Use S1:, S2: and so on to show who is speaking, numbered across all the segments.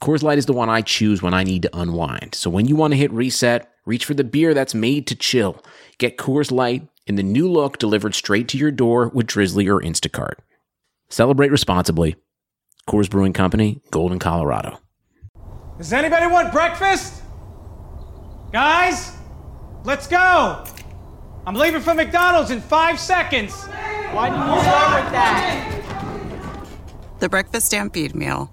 S1: Coors Light is the one I choose when I need to unwind. So when you want to hit reset, reach for the beer that's made to chill. Get Coors Light in the new look delivered straight to your door with Drizzly or Instacart. Celebrate responsibly. Coors Brewing Company, Golden, Colorado.
S2: Does anybody want breakfast? Guys, let's go. I'm leaving for McDonald's in five seconds. Why didn't you start with that?
S3: The Breakfast Stampede Meal.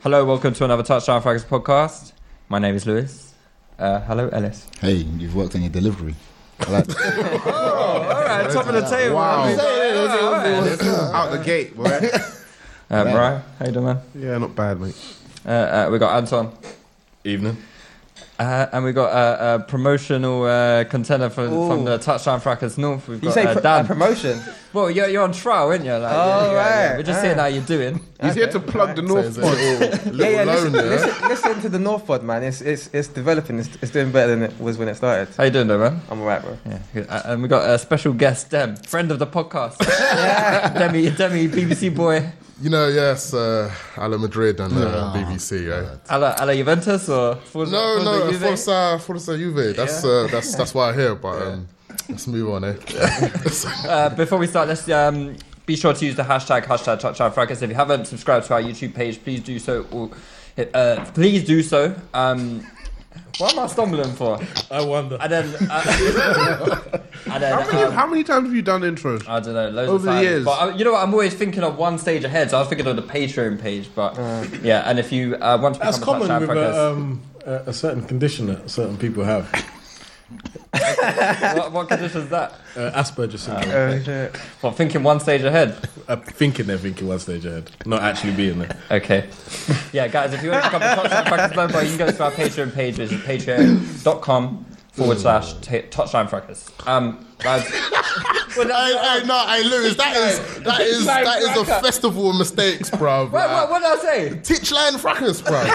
S4: Hello, welcome to another Touchdown Fraggers podcast. My name is Lewis. Uh, hello, Ellis.
S5: Hey, you've worked on your delivery. I like-
S4: All right, top of the table.
S6: out the gate, right?
S4: Uh, Brian, how you doing, man?
S6: yeah, not bad, mate.
S4: Uh, uh, we got Anton,
S7: Evening.
S4: uh, and we got a, a promotional uh, contender from, from the Touchdown Frackers North. We've got uh, Dan.
S8: promotion.
S4: well, you're, you're on trial, aren't you? Like,
S8: Oh,
S4: yeah, yeah, yeah.
S8: right,
S4: We're just seeing how you're doing.
S6: He's here to plug the North
S7: There's a
S6: Pole.
S7: little, little
S8: Yeah, yeah. Listen,
S7: loan there.
S8: listen, listen to the North Pod, man. It's it's it's developing. It's, it's doing better than it was when it started.
S4: How you doing, though, man?
S8: I'm alright, bro.
S4: Yeah, good. Uh, and we got a special guest, Dem, friend of the podcast. Demi, Demi, BBC boy.
S7: You know, yes, uh, Ala Madrid and uh, BBC, right?
S4: Ala, Ala Juventus or Forza,
S7: No,
S4: Forza
S7: no,
S4: Juve?
S7: Forza, Forza Juve. That's uh, that's that's why I'm here. But um, let's move on, eh?
S4: Uh, before we start, let's um, be sure to use the hashtag hashtag TouchdownFrackers. If you haven't subscribed to our YouTube page, please do so. Or, uh, please do so. Um, what am I stumbling for?
S6: I wonder.
S4: And then, uh, and then
S6: How many,
S4: um,
S6: how many times have you done intros?
S4: I don't know, loads
S6: Over the
S4: of times.
S6: years.
S4: But uh, you know what? I'm always thinking of one stage ahead, so I was thinking of the Patreon page. But yeah, and if you uh, want to become
S9: That's
S4: a
S9: common
S4: Touchdown
S9: with
S4: Frackers,
S9: a, um, a, a certain condition that certain people have.
S4: what, what condition is that?
S9: Uh, Asperger's syndrome.
S8: Oh, shit.
S4: Well, thinking one stage ahead.
S9: Uh, thinking they're thinking one stage ahead, not actually being there.
S4: Okay. Yeah, guys, if you want to become a Touchdown Frackers member, you can go to our Patreon page, which is patreon.com forward slash t- Touchdown Frackers. Um, guys, well,
S7: Hey,
S4: that's-
S7: hey, no, hey, Lewis, that is that is
S4: Like
S7: that is a
S4: cracker.
S7: festival of mistakes, bruv.
S4: what,
S7: like.
S4: what, what did I say?
S7: Titch line frackers, bruv.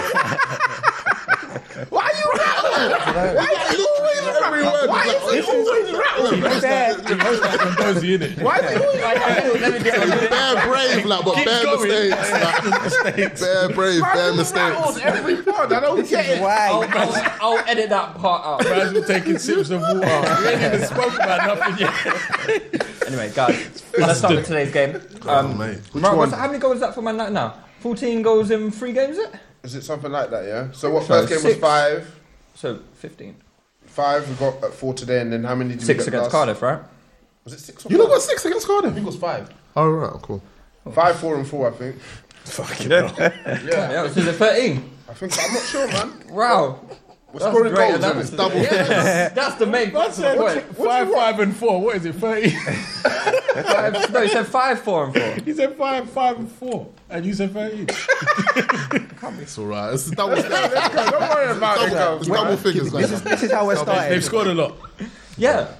S7: Why are you rattling? Why are you always rattling? Why is he always rattling? Why is he always Like, bare brave, like, but bare mistakes. Like, bare brave, bare mistakes.
S6: every pod. I don't get it.
S8: Why?
S4: I'll, I'll, I'll edit that part out.
S9: Guys were taking sips of water. We ain't even spoke about nothing yet.
S4: Anyway, guys, let's start with today's game. Um,
S6: mate. Which
S4: Mark,
S6: one?
S4: what's- how many goals is that for Man United now? 14 goals in three games, is it?
S6: Is it something like that, yeah? So what,
S4: So first game was six.
S6: five.
S4: So 15.
S6: Five, we got four today, and then how many did
S4: Six against Cardiff, right?
S6: Was it six
S7: You look got six against Cardiff.
S6: was five.
S7: Oh, right, cool.
S6: Five, four, and four, I think.
S9: Fucking hell.
S4: Yeah, so is it 13?
S6: I think I'm not sure, man.
S4: Wow.
S6: We're
S4: That's
S6: scoring
S4: great,
S6: goals,
S4: that
S6: and
S4: was-
S6: it's double.
S4: That's the main that's the point.
S9: five, five, and four. What is it? Thirty.
S4: Five- No, he said 5, 4 and 4.
S9: he said five, five, and four, and you said thirty.
S7: It's all right. It's double, double,
S6: Don't worry about it,
S7: it's double figures, man.
S8: This is how we're starting.
S9: They've scored a lot.
S4: Yeah.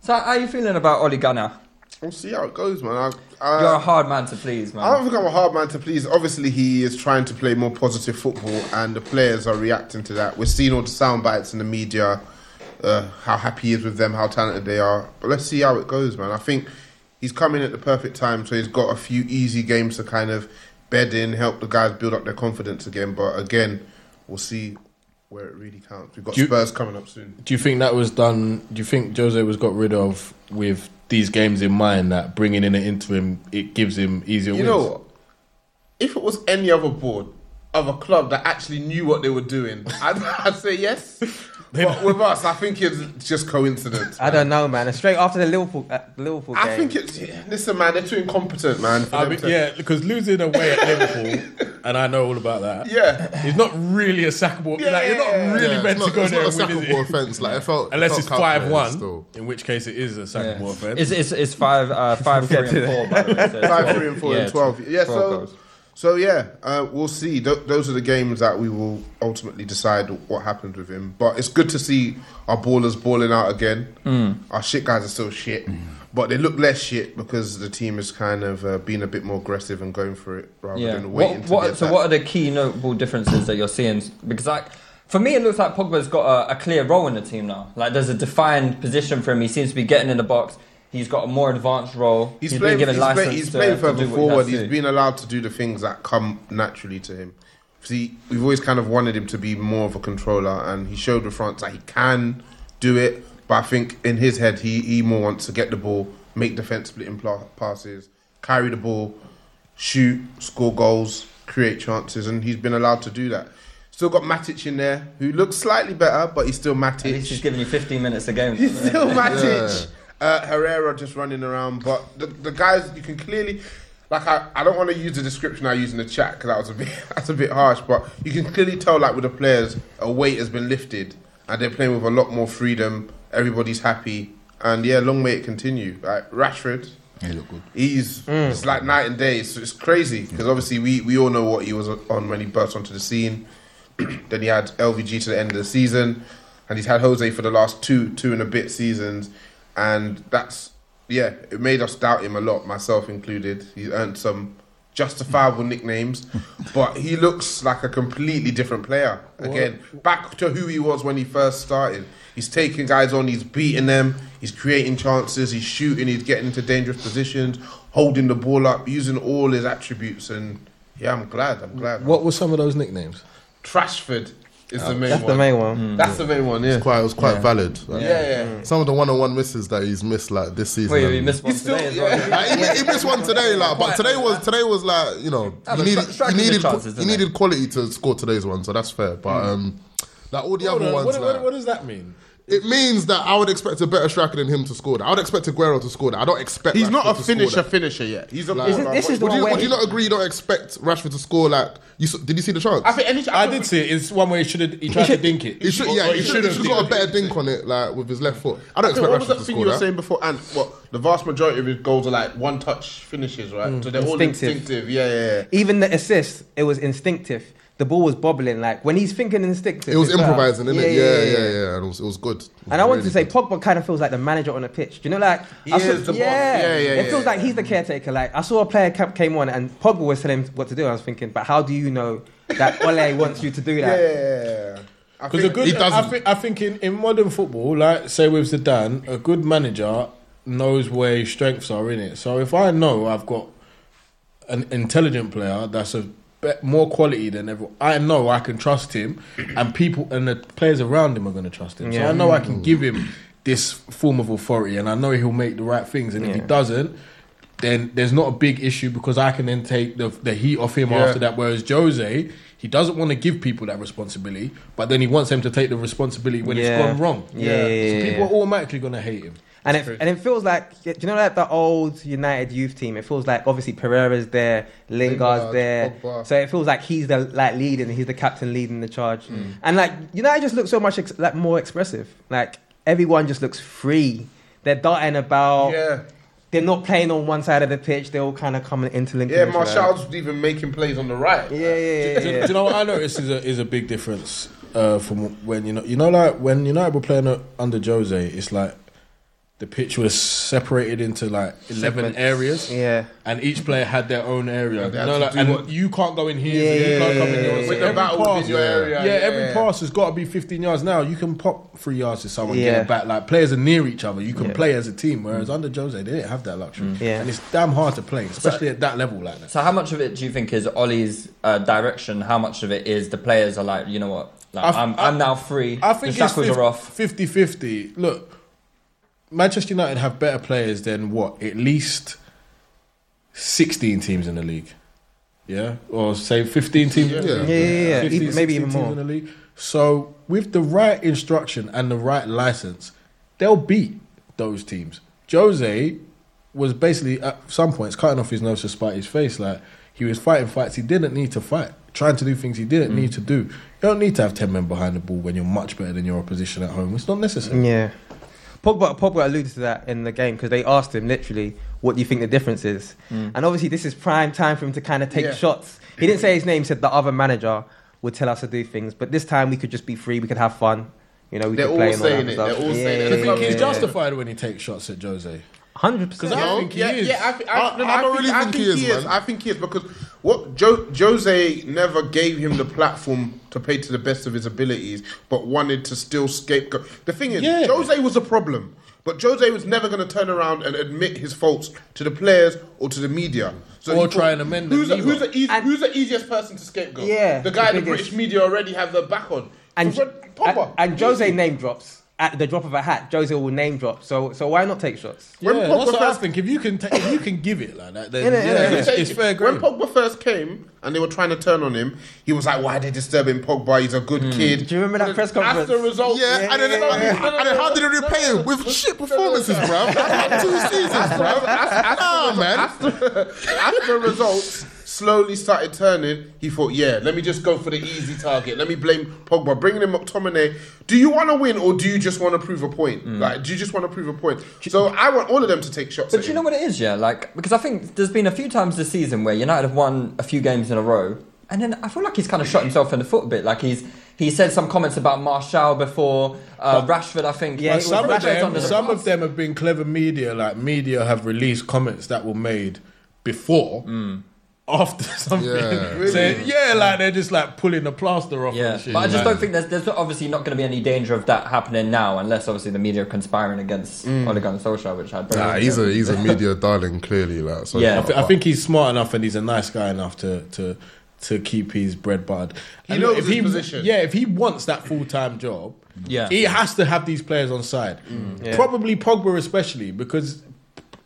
S4: So how are you feeling about Oli Gunnar?
S6: We'll see how it goes, man. I,
S4: You're
S6: I,
S4: a
S7: Uh,
S4: hard man to please,
S6: I don't
S4: man.
S6: think I'm a hard man to please. Obviously, he is trying to play more positive football, and the players are reacting to that. We're seeing all the sound bites in the media, uh, how happy he is with them, how talented they are. But let's see how it goes, man. I think he's coming at the perfect time, so he's got a few easy games to kind of bed in, help the guys build up their confidence again. But again, we'll see where it really counts. We've got
S9: Do you-
S6: Spurs coming up soon.
S9: Do you think that was done? Do you think Jose was got rid of with these games in mind that bringing in an interim it gives him easier
S7: You
S9: wins.
S7: know what? If it was any other board, other club that actually knew what they were doing, I'd, I'd say yes. But with us, I think it's just coincidence.
S8: I don't know, man. And straight after the Liverpool, uh, Liverpool game,
S7: I think it's yeah, listen, man. They're too incompetent, man. for
S9: I
S7: them
S9: mean,
S7: to-
S9: yeah, because losing away at Liverpool, and I know all about that.
S7: Yeah.
S9: it's not really a sackable. like, you're not really
S10: Yeah,
S9: meant
S10: it's not-
S9: to go
S10: it's
S9: there.
S10: not a
S9: and win, is
S10: sackable
S9: it?
S10: offence, like, it felt-
S9: unless
S10: it
S9: it's
S10: felt calculated
S9: five one,
S10: still.
S9: in which case it is a sackable offence.
S4: It's, it's, it's five, uh, five, three, and four. By the way, so it's
S7: five,
S4: 12.
S7: three, and four,
S4: Yeah,
S7: and twelve. Yeah,
S4: 12
S7: so
S4: goals.
S7: so yeah, uh, we'll see. Th- those are the games that we will ultimately decide what happens with him. But it's good to see our ballers balling out again.
S10: Mm.
S7: Our shit guys are still shit, but they look less shit because the team is kind of uh, being a bit more aggressive and going for it rather
S4: Yeah.
S7: than waiting.
S4: What,
S7: to
S4: what,
S7: get
S4: so,
S7: that.
S4: what are the key notable differences that you're seeing? Because, like, for me, it looks like Pogba's got a, a clear role in the team now. Like, there's a defined position for him. He seems to be getting in the box. He's got a more advanced role.
S7: He's, playing,
S4: been given
S7: he's,
S4: license
S7: play, he's
S4: to-
S7: playing
S4: to do
S7: further
S4: what he has
S7: forward.
S4: to
S7: He's
S4: do.
S7: been allowed to do the things that come naturally to him. See, we've always kind of wanted him to be more of a controller, and he showed with France that he can do it. But I think in his head, he, he more wants to get the ball, make defense splitting pla- passes, carry the ball, shoot, score goals, create chances, and he's been allowed to do that. Still got Matic in there, who looks slightly better, but he's still Matic.
S4: At least he's giving you 15 minutes a game.
S7: He's still Matic. Uh, Herrera just running around, but the, the guys you can clearly, like I, I don't want to use the description I used in the chat because that was a bit that's a bit harsh, but you can clearly tell like with the players a weight has been lifted and they're playing with a lot more freedom. Everybody's happy, and yeah, long may it continue. Like Rashford,
S11: He looked good.
S7: He's it's like night and day. It's, it's crazy because obviously we, we all know what he was on when he burst onto the scene. then he had LVG to the end of the season, and he's had Jose for the last two two and a bit seasons, and that's yeah. It made us doubt him a lot, myself included. He's earned some justifiable nicknames, but he looks like a completely different player again. Back to who he was when he first started. He's taking guys on, he's beating them, he's creating chances, he's shooting, he's getting into dangerous positions, holding the ball up, using all his attributes. And yeah, I'm glad. I'm glad.
S10: What were some of those nicknames?
S7: Trashford is the main
S10: That's the
S7: one.
S10: main
S4: Mm.
S10: one.
S7: That's the main one. Yeah,
S10: It's quite, it was quite
S7: Yeah.
S10: valid. like,
S7: Yeah, yeah.
S10: Some of the one-on-one misses that he's missed like this season.
S4: Wait,
S10: and-
S4: he missed one
S10: He's
S4: today as well.
S10: still- like, he, mi- he missed one today, like, but today was today was like you know
S4: Ah,
S10: you
S4: but
S10: needed
S4: stri- striking
S10: you needed,
S4: the chances,
S10: you
S4: didn't
S10: needed quality to score today's one, so that's fair. But um, like all the
S9: Hold
S10: other
S9: on,
S10: ones,
S9: what,
S10: like-
S9: what, what does that mean?
S10: It means that I would expect a better striker than him to score that. I would expect Aguero to score that. I don't expect.
S7: He's
S10: Rashford
S7: not a
S10: to
S7: finisher
S10: score that.
S7: finisher yet. He's a
S10: Like,
S7: baller, but-
S10: would, you, would you not agree? You don't expect Rashford to score like you? s- Did you see the chance?
S7: I think any, I,
S9: I did see it. It's one way he should have. He tried to dink it.
S10: He should,
S9: Or-
S10: yeah,
S9: or
S10: he should have
S9: dinked
S10: got a
S9: it.
S10: better dink on it, like with his left foot. I don't
S7: Okay,
S10: expect
S7: what was
S10: Rashford
S7: that
S10: to
S7: thing
S10: score
S7: you were
S10: that.
S7: saying before? And what the vast majority of his goals are like one touch finishes, right? So they're all
S8: Instinctive.
S7: instinctive. Yeah, yeah, yeah.
S8: even the assist, it was instinctive. The ball was bobbling. Like when he's thinking instinctive,
S10: It was
S8: it's better.
S10: improvising, innit? Yeah, yeah, yeah, yeah. And it was, it was good. It was
S8: And I wanted to
S10: really
S8: say, Pogba kind of feels like the manager on the pitch. Do you know, like
S10: He
S8: I
S10: is the boss. Yeah, yeah,
S8: It
S10: yeah,
S8: feels
S10: yeah.
S8: like he's the caretaker. Like I saw a player ca- came on, and Pogba was telling him what to do. I was thinking, but how do you know that Ole wants you to do that?
S7: Yeah. I
S9: Because a
S7: think-
S9: good, I think, I think in, in modern football, like say with Zidane, a good manager knows where his strengths are in it. So if I know I've got an intelligent player that's a bet more quality than everyone, I know I can trust him, and people and the players around him are going to trust him. So
S8: Yeah.
S9: I know I can give him this form of authority, and I know he'll make the right things. And if he
S8: Yeah.
S9: doesn't. Then there's not a big issue because I can then take the, the heat off him
S7: Yeah.
S9: after that. Whereas Jose, he doesn't want to give people that responsibility, but then he wants them to take the responsibility when
S8: Yeah.
S9: it's gone wrong.
S8: Yeah, yeah, yeah,
S9: so people
S8: yeah.
S9: are automatically going to hate him.
S8: And it, and it feels like, do you know, like the old United youth team? It feels like obviously Pereira's there, Lingard's
S10: Lingard,
S8: there.
S10: Pogba.
S8: So it feels like he's the like lead and he's the captain leading the charge.
S10: Mm.
S8: And like United just look so much ex- like more expressive. Like everyone just looks free. They're darting about.
S7: Yeah.
S8: They're not playing on one side of the pitch. They're all kind of coming interlinking.
S7: Yeah,
S8: each other.
S7: Martial's even making plays on the right.
S8: Yeah, yeah, yeah.
S9: Do, do you know what I noticed is a, is a big difference uh, from when you know you know like when United were playing uh, under Jose, it's like the pitch was separated into like eleven
S8: Segments.
S9: areas,
S8: Yeah.
S9: and each player had their own area.
S7: And they
S9: you
S7: had
S9: know,
S7: to
S9: like,
S7: do
S9: and
S7: what-
S9: you can't go in here,
S7: Yeah,
S9: you can't
S7: yeah,
S9: come in
S7: yeah,
S9: yours.
S7: yeah,
S9: So
S7: yeah.
S9: every
S7: Battle within
S9: pass-
S7: your area,
S9: yeah,
S7: yeah,
S9: every
S7: yeah.
S9: pass has got to be fifteen yards. Now you can pop three yards to someone, get
S8: Yeah.
S9: it back. Like players are near each other, you can
S8: Yeah. Mm.
S9: play as a team. Whereas under Jose, they didn't have that luxury,
S8: Yeah.
S9: and it's damn hard to play, especially at that level like that.
S4: So, how much of it do you think is Ollie's uh, direction? How much of it is the players are like, you know what? Like,
S9: I f-
S4: I'm, I'm now free.
S9: I think
S4: the shackles
S9: it's
S4: are off.
S9: 50 50. Look, Manchester United have better players than what? At least 16 teams in the league. Yeah? Or say 15 teams.
S8: Yeah. Yeah, yeah, yeah.
S9: 15,
S8: Even- maybe
S9: 16
S8: even
S9: teams
S8: more.
S9: in the league. So with the right instruction and the right license, they'll beat those teams. Jose was basically at some points cutting off his nose to spite his face. Like he was fighting fights he didn't need to fight, trying to do things he didn't
S8: Mm.
S9: need to do. You don't need to have ten men behind the ball when you're much better than your opposition at home. It's not necessary.
S8: Yeah. Pogba, Pogba alluded to that in the game because they asked him literally, "What do you think the difference is?"
S9: Mm.
S8: And obviously, this is prime time for him to kind of take
S9: Yeah.
S8: shots. He didn't say his name; he said the other manager would tell us to do things. But this time, we could just be free. We could have fun. You know, we
S9: They're
S8: could
S9: all
S8: play and all
S9: saying
S8: that
S9: it,
S8: stuff.
S9: they're
S8: yeah,
S9: all saying it. Do you think he's justified
S8: when he takes shots at Jose?
S9: Hundred
S8: percent.
S7: No,
S9: I think he
S7: yeah,
S9: is.
S7: yeah. I, thi- I,
S9: I-
S7: no, no,
S9: I
S7: I
S9: don't
S7: think,
S9: really
S7: I
S9: think he is, man.
S7: I think he is because what jo- Jose never gave him the platform to play to the best of his abilities, but wanted to still scapegoat. The thing is, Jose was a problem, but Jose was never going to turn around and admit his faults to the players or to the media. So
S9: Or
S7: he
S9: try
S7: thought,
S9: and amend them
S7: who's, the-
S9: either.
S7: who's, the eas- who's the easiest person to scapegoat?
S8: Yeah,
S7: the guy
S8: the
S7: the, British
S8: biggest.
S7: media already have their back on.
S8: And,
S7: So Pogba.
S8: and, and Jose name drops at the drop of a hat. Jose will name drop. So, so why not take shots?
S7: When
S9: Yeah,
S7: Pogba
S9: that's what I
S7: first-
S9: think. If you can, ta- if you can give it like that, then
S7: Innit,
S9: yeah,
S7: innit, innit?
S9: it's, it's fair
S7: When
S9: game.
S7: Pogba first came and they were trying to turn on him, he was like, "Why are they disturbing Pogba? He's a good kid." Do
S8: you remember that press
S7: conference? That's the result.
S12: Yeah, and then, and then how did they repay him? With shit performances, bruv. Two seasons, bruv. Nah, man.
S7: After the results slowly started turning, he thought, "Yeah, let me just go for the easy target. Let me blame Pogba, bringing in McTominay. Do you want to win or do you just want to prove a point? Like, do you just want to prove a point?" So I want all of them to take shots.
S4: But do you know what it is, yeah? Like, because I think there's been a few times this season where United have won a few games in a row, and then I feel like he's kind of shot himself in the foot a bit. Like he's he said some comments about Martial before uh, Rashford, I think.
S9: Yeah,
S4: Like,
S9: some of
S4: Rashford's
S9: them,
S4: under the-
S9: some of them have been clever media. Like media have released comments that were made before, after something.
S4: Yeah.
S9: Yeah.
S4: Really?
S9: yeah, like they're just like pulling the plaster off.
S4: Yeah,
S9: and shit,
S4: but I just
S9: like-
S4: don't think there's, there's obviously not going to be any danger of that happening now, unless obviously the media are conspiring against
S9: Mm.
S4: Ole Gunnar Solskjaer, which I don't
S9: Nah,
S4: think
S9: he's
S4: so.
S9: a- he's a media
S12: darling, clearly. Like, so
S9: I, thi- I think he's smart enough and he's a nice guy enough to to to keep his bread buttered.
S7: He
S9: And
S7: knows
S9: if
S7: his
S9: he,
S7: position.
S9: Yeah, if he wants that full time job,
S7: Yeah.
S9: he has to have these players on side.
S7: Yeah.
S9: Probably Pogba especially because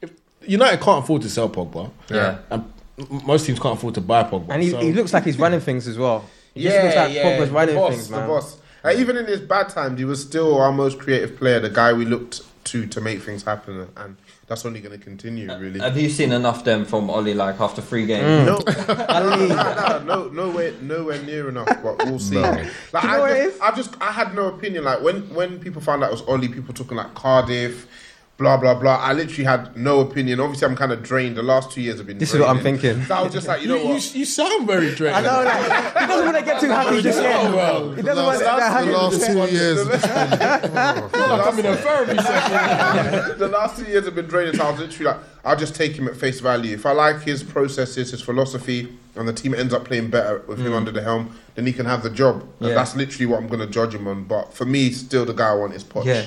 S9: if- United can't afford to sell Pogba.
S8: Yeah.
S9: and m- most teams can't afford to buy Pogba.
S8: And he,
S9: so-
S8: he looks like he's running things as well. He just looks like Pogba's running
S7: the boss,
S8: things, man.
S7: The boss. Uh, even in his bad times, he was still our most creative player, the guy we looked to to make things happen, and that's only going to continue,
S8: Uh,
S7: really.
S4: Have you seen enough them from Oli like after three games?
S9: Mm.
S7: No, no, no, nowhere, nowhere near enough. But we'll see.
S4: No.
S7: Like, I, just, I just, I had no opinion. Like when, when people found out it was Ollie, people talking like Cardiff, blah blah blah. I literally had no opinion. Obviously, I'm kind of drained. The last two years have been.
S8: This is what I'm
S7: draining.
S8: thinking.
S7: So I was just like, you know
S9: You-
S7: what?
S9: You, sound very drained.
S7: I know,
S8: like, he doesn't want to get too happy just yet. He doesn't want to get happy just yet.
S9: I'm in a therapy
S7: session. the last two years have been draining. So I was literally like, I'll just take him at face value. If I like his processes, his philosophy, and the team ends up playing better with him
S9: Mm.
S7: under the helm, then he can have the job. And
S9: Yeah.
S7: that's literally what I'm going to judge him on. But for me, still the guy I want is Poch.
S4: Yeah.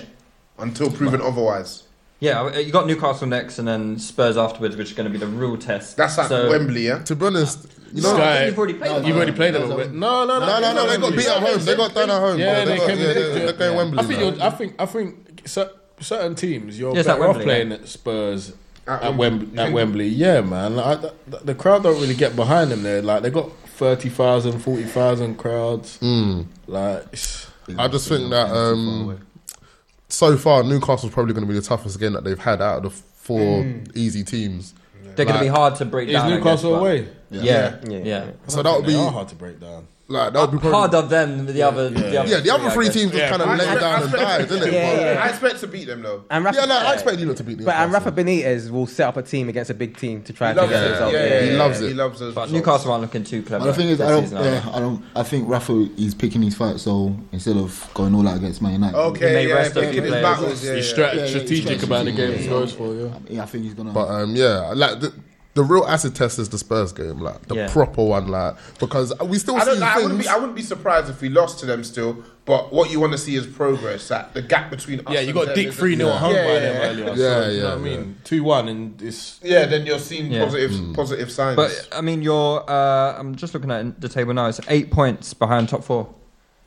S7: Until proven otherwise.
S4: Yeah, you got Newcastle next, and then Spurs afterwards, which is going to be the real test.
S7: That's at Wembley, yeah.
S12: To be honest,
S4: you
S12: know-
S4: I think you've already played. them.
S9: You've already played them. but- No, no, no,
S12: No, no, no, they got beat at home. They got done at home,
S9: Yeah,
S12: bro. They
S9: they,
S12: got-
S9: came
S12: yeah,
S9: in
S12: they-
S9: victory.
S12: they're going Wembley
S9: I think,
S12: now.
S9: you're, I think, I think, cer- certain teams you're
S12: Yes, at
S9: better off
S12: Wembley,
S9: playing
S12: yeah.
S9: at Spurs
S12: At
S9: at,
S12: Wembley.
S9: Wembley. At Wembley, yeah, man. Like, I, th- th- the crowd don't really get behind them there. Like they got 30,000, 40,000 crowds. Like,
S12: Hmm. I just think that um, so far Newcastle's probably going to be the toughest game that they've had out of the four
S9: Hmm.
S4: Mm.
S12: easy teams.
S4: They're gonna be hard to break Is down, I guess, Newcastle but- away? Yeah. Yeah. Yeah.
S12: So that would be
S9: They are hard to break down.
S12: Like that would be probably,
S4: harder than the other. The other
S12: yeah, the other
S4: I
S12: three
S4: guess.
S12: teams just kind of
S7: I
S12: lay
S7: expect- I
S12: down and
S7: expect-
S12: die, didn't
S7: Yeah,
S12: they?
S7: I expect to beat them though.
S8: And Rafa,
S12: yeah, no, I expect you not to beat
S8: But and Rafa Benitez will set up a team against a big team to try and
S4: He
S8: get
S4: loves it.
S8: the result.
S4: Yeah, yeah, yeah. He loves
S12: it. He
S7: loves those.
S4: But Newcastle aren't looking too clever.
S13: But the thing is,
S4: this
S13: I don't.
S4: season, are
S13: Yeah, I don't. I think Rafa is picking his fights. So instead of going all out against Man United,
S7: Okay, He may yeah, rest a picking few his players. battles, yeah,
S9: He's stra- strategic about the game he goes for. Yeah,
S13: I think he's gonna.
S12: But um, yeah, like the, the real acid test is the Spurs game, like the
S7: Yeah.
S12: proper one, like because we still
S7: I,
S12: see
S7: don't, like, I, wouldn't
S12: things-
S7: be, I wouldn't be surprised if we lost to them still, but what you want to see is progress. That the gap between us.
S9: yeah you
S7: and
S9: got
S7: them
S9: Dick
S7: is-
S9: 3 0 at home
S7: Yeah,
S9: by
S7: yeah,
S9: them
S7: yeah.
S9: earlier.
S7: Yeah,
S9: so, you
S7: yeah,
S9: know what I
S7: yeah.
S9: mean? 2 1, and it's.
S7: Yeah, then you're seeing
S4: Yeah.
S7: positive
S12: Hmm.
S7: positive signs.
S4: But I mean, you're. Uh, I'm just looking at the table now. It's eight points behind top four.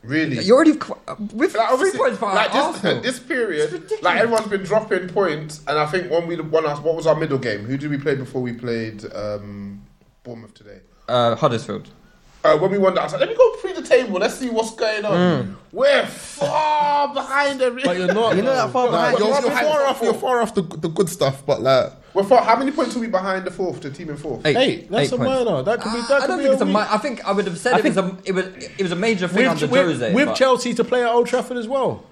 S6: Really?
S4: You're already qu- with three
S6: obviously,
S4: points behind
S6: like
S4: Arsenal.
S6: this, this period, like everyone's been dropping points, and I think when we won us, what was our middle game? Who did we play before we played um, Bournemouth today?
S4: uh, Huddersfield.
S6: Uh, when we won that, I was like, let me go through the table. Let's see what's going on. We're far behind everything.
S7: Mm. But you're not.
S6: You're not that far behind.
S7: You're,
S6: You're
S7: you're
S6: behind
S7: far
S6: the
S7: off. You're far off the, the good stuff. But like,
S6: We're far. How many points are we behind the fourth? The team in fourth.
S4: Eight. Eight points.
S9: That could be.
S4: Ah, I don't
S9: be
S4: think
S9: a
S4: it's a.
S9: week.
S4: Mi- I think I would have said
S9: I
S4: it was a. It was. It was a major thing
S9: with,
S4: under
S9: with,
S4: Jose.
S9: with
S4: but-
S9: Chelsea to play at Old Trafford as well.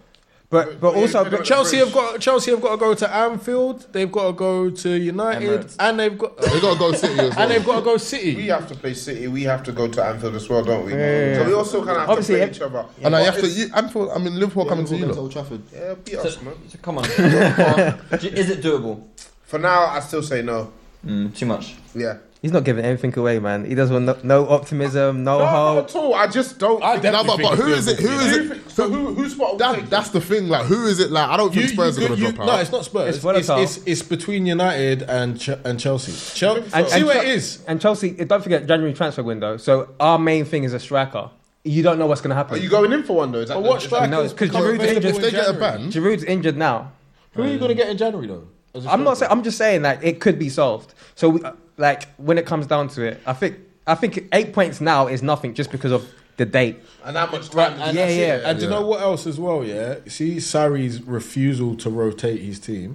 S8: But but also
S9: but Chelsea have got Chelsea have got to go to Anfield. They've got to go to United,
S6: Emirates.
S9: and they've got
S6: They got to go City
S9: as well. they've got to go City.
S6: We have to play City. We have to go to Anfield as well, don't we?
S7: Yeah.
S6: So we also kind of have
S7: Obviously,
S6: to
S7: yeah.
S6: play each other.
S7: and I
S6: But
S7: have to.
S6: it's-
S7: You, Anfield. I mean, Liverpool coming to you. lot.
S6: Old Trafford. Yeah, Uh, beat us, man.
S4: come on. Is it doable?
S6: For now, I still say no.
S4: too much.
S6: Yeah.
S8: He's not giving everything away, man. He doesn't want no, no optimism, no,
S6: Not
S8: hope.
S6: at all. I just don't. I
S7: No, but, but who is it? Who is it?
S6: So who whose spot?
S7: That, that's the thing. Like, who is it? Like, I don't think Spurs are
S9: You-
S7: going
S9: you-
S7: to drop out.
S9: No, it's not Spurs. It's, it's, it's, it's between United and Ch- and Chelsea. Chel-
S8: And-
S9: see
S8: and
S9: where
S8: Chel-
S9: it is.
S8: And Chelsea, eh, don't forget January transfer window. So our main thing is a striker. You don't know what's going to
S4: Oh,
S8: happen. Are you
S6: going in for one though? Is
S9: But what strikers?
S8: No, because
S9: become
S8: Giroud's
S9: available
S8: injured.
S9: in January?
S8: Giroud's injured now.
S9: Who are you going to get in January though? As a
S8: I'm not saying. I'm just saying like it could be solved. So we, uh, like when it comes down to it, I think I think eight points now is nothing just because of the date.
S6: And how much
S9: Right,
S6: time?
S9: and
S8: Yeah,
S9: that's it.
S8: yeah.
S9: And do you
S8: Yeah.
S9: know what else as well? Yeah, see Sarri's refusal to rotate his team.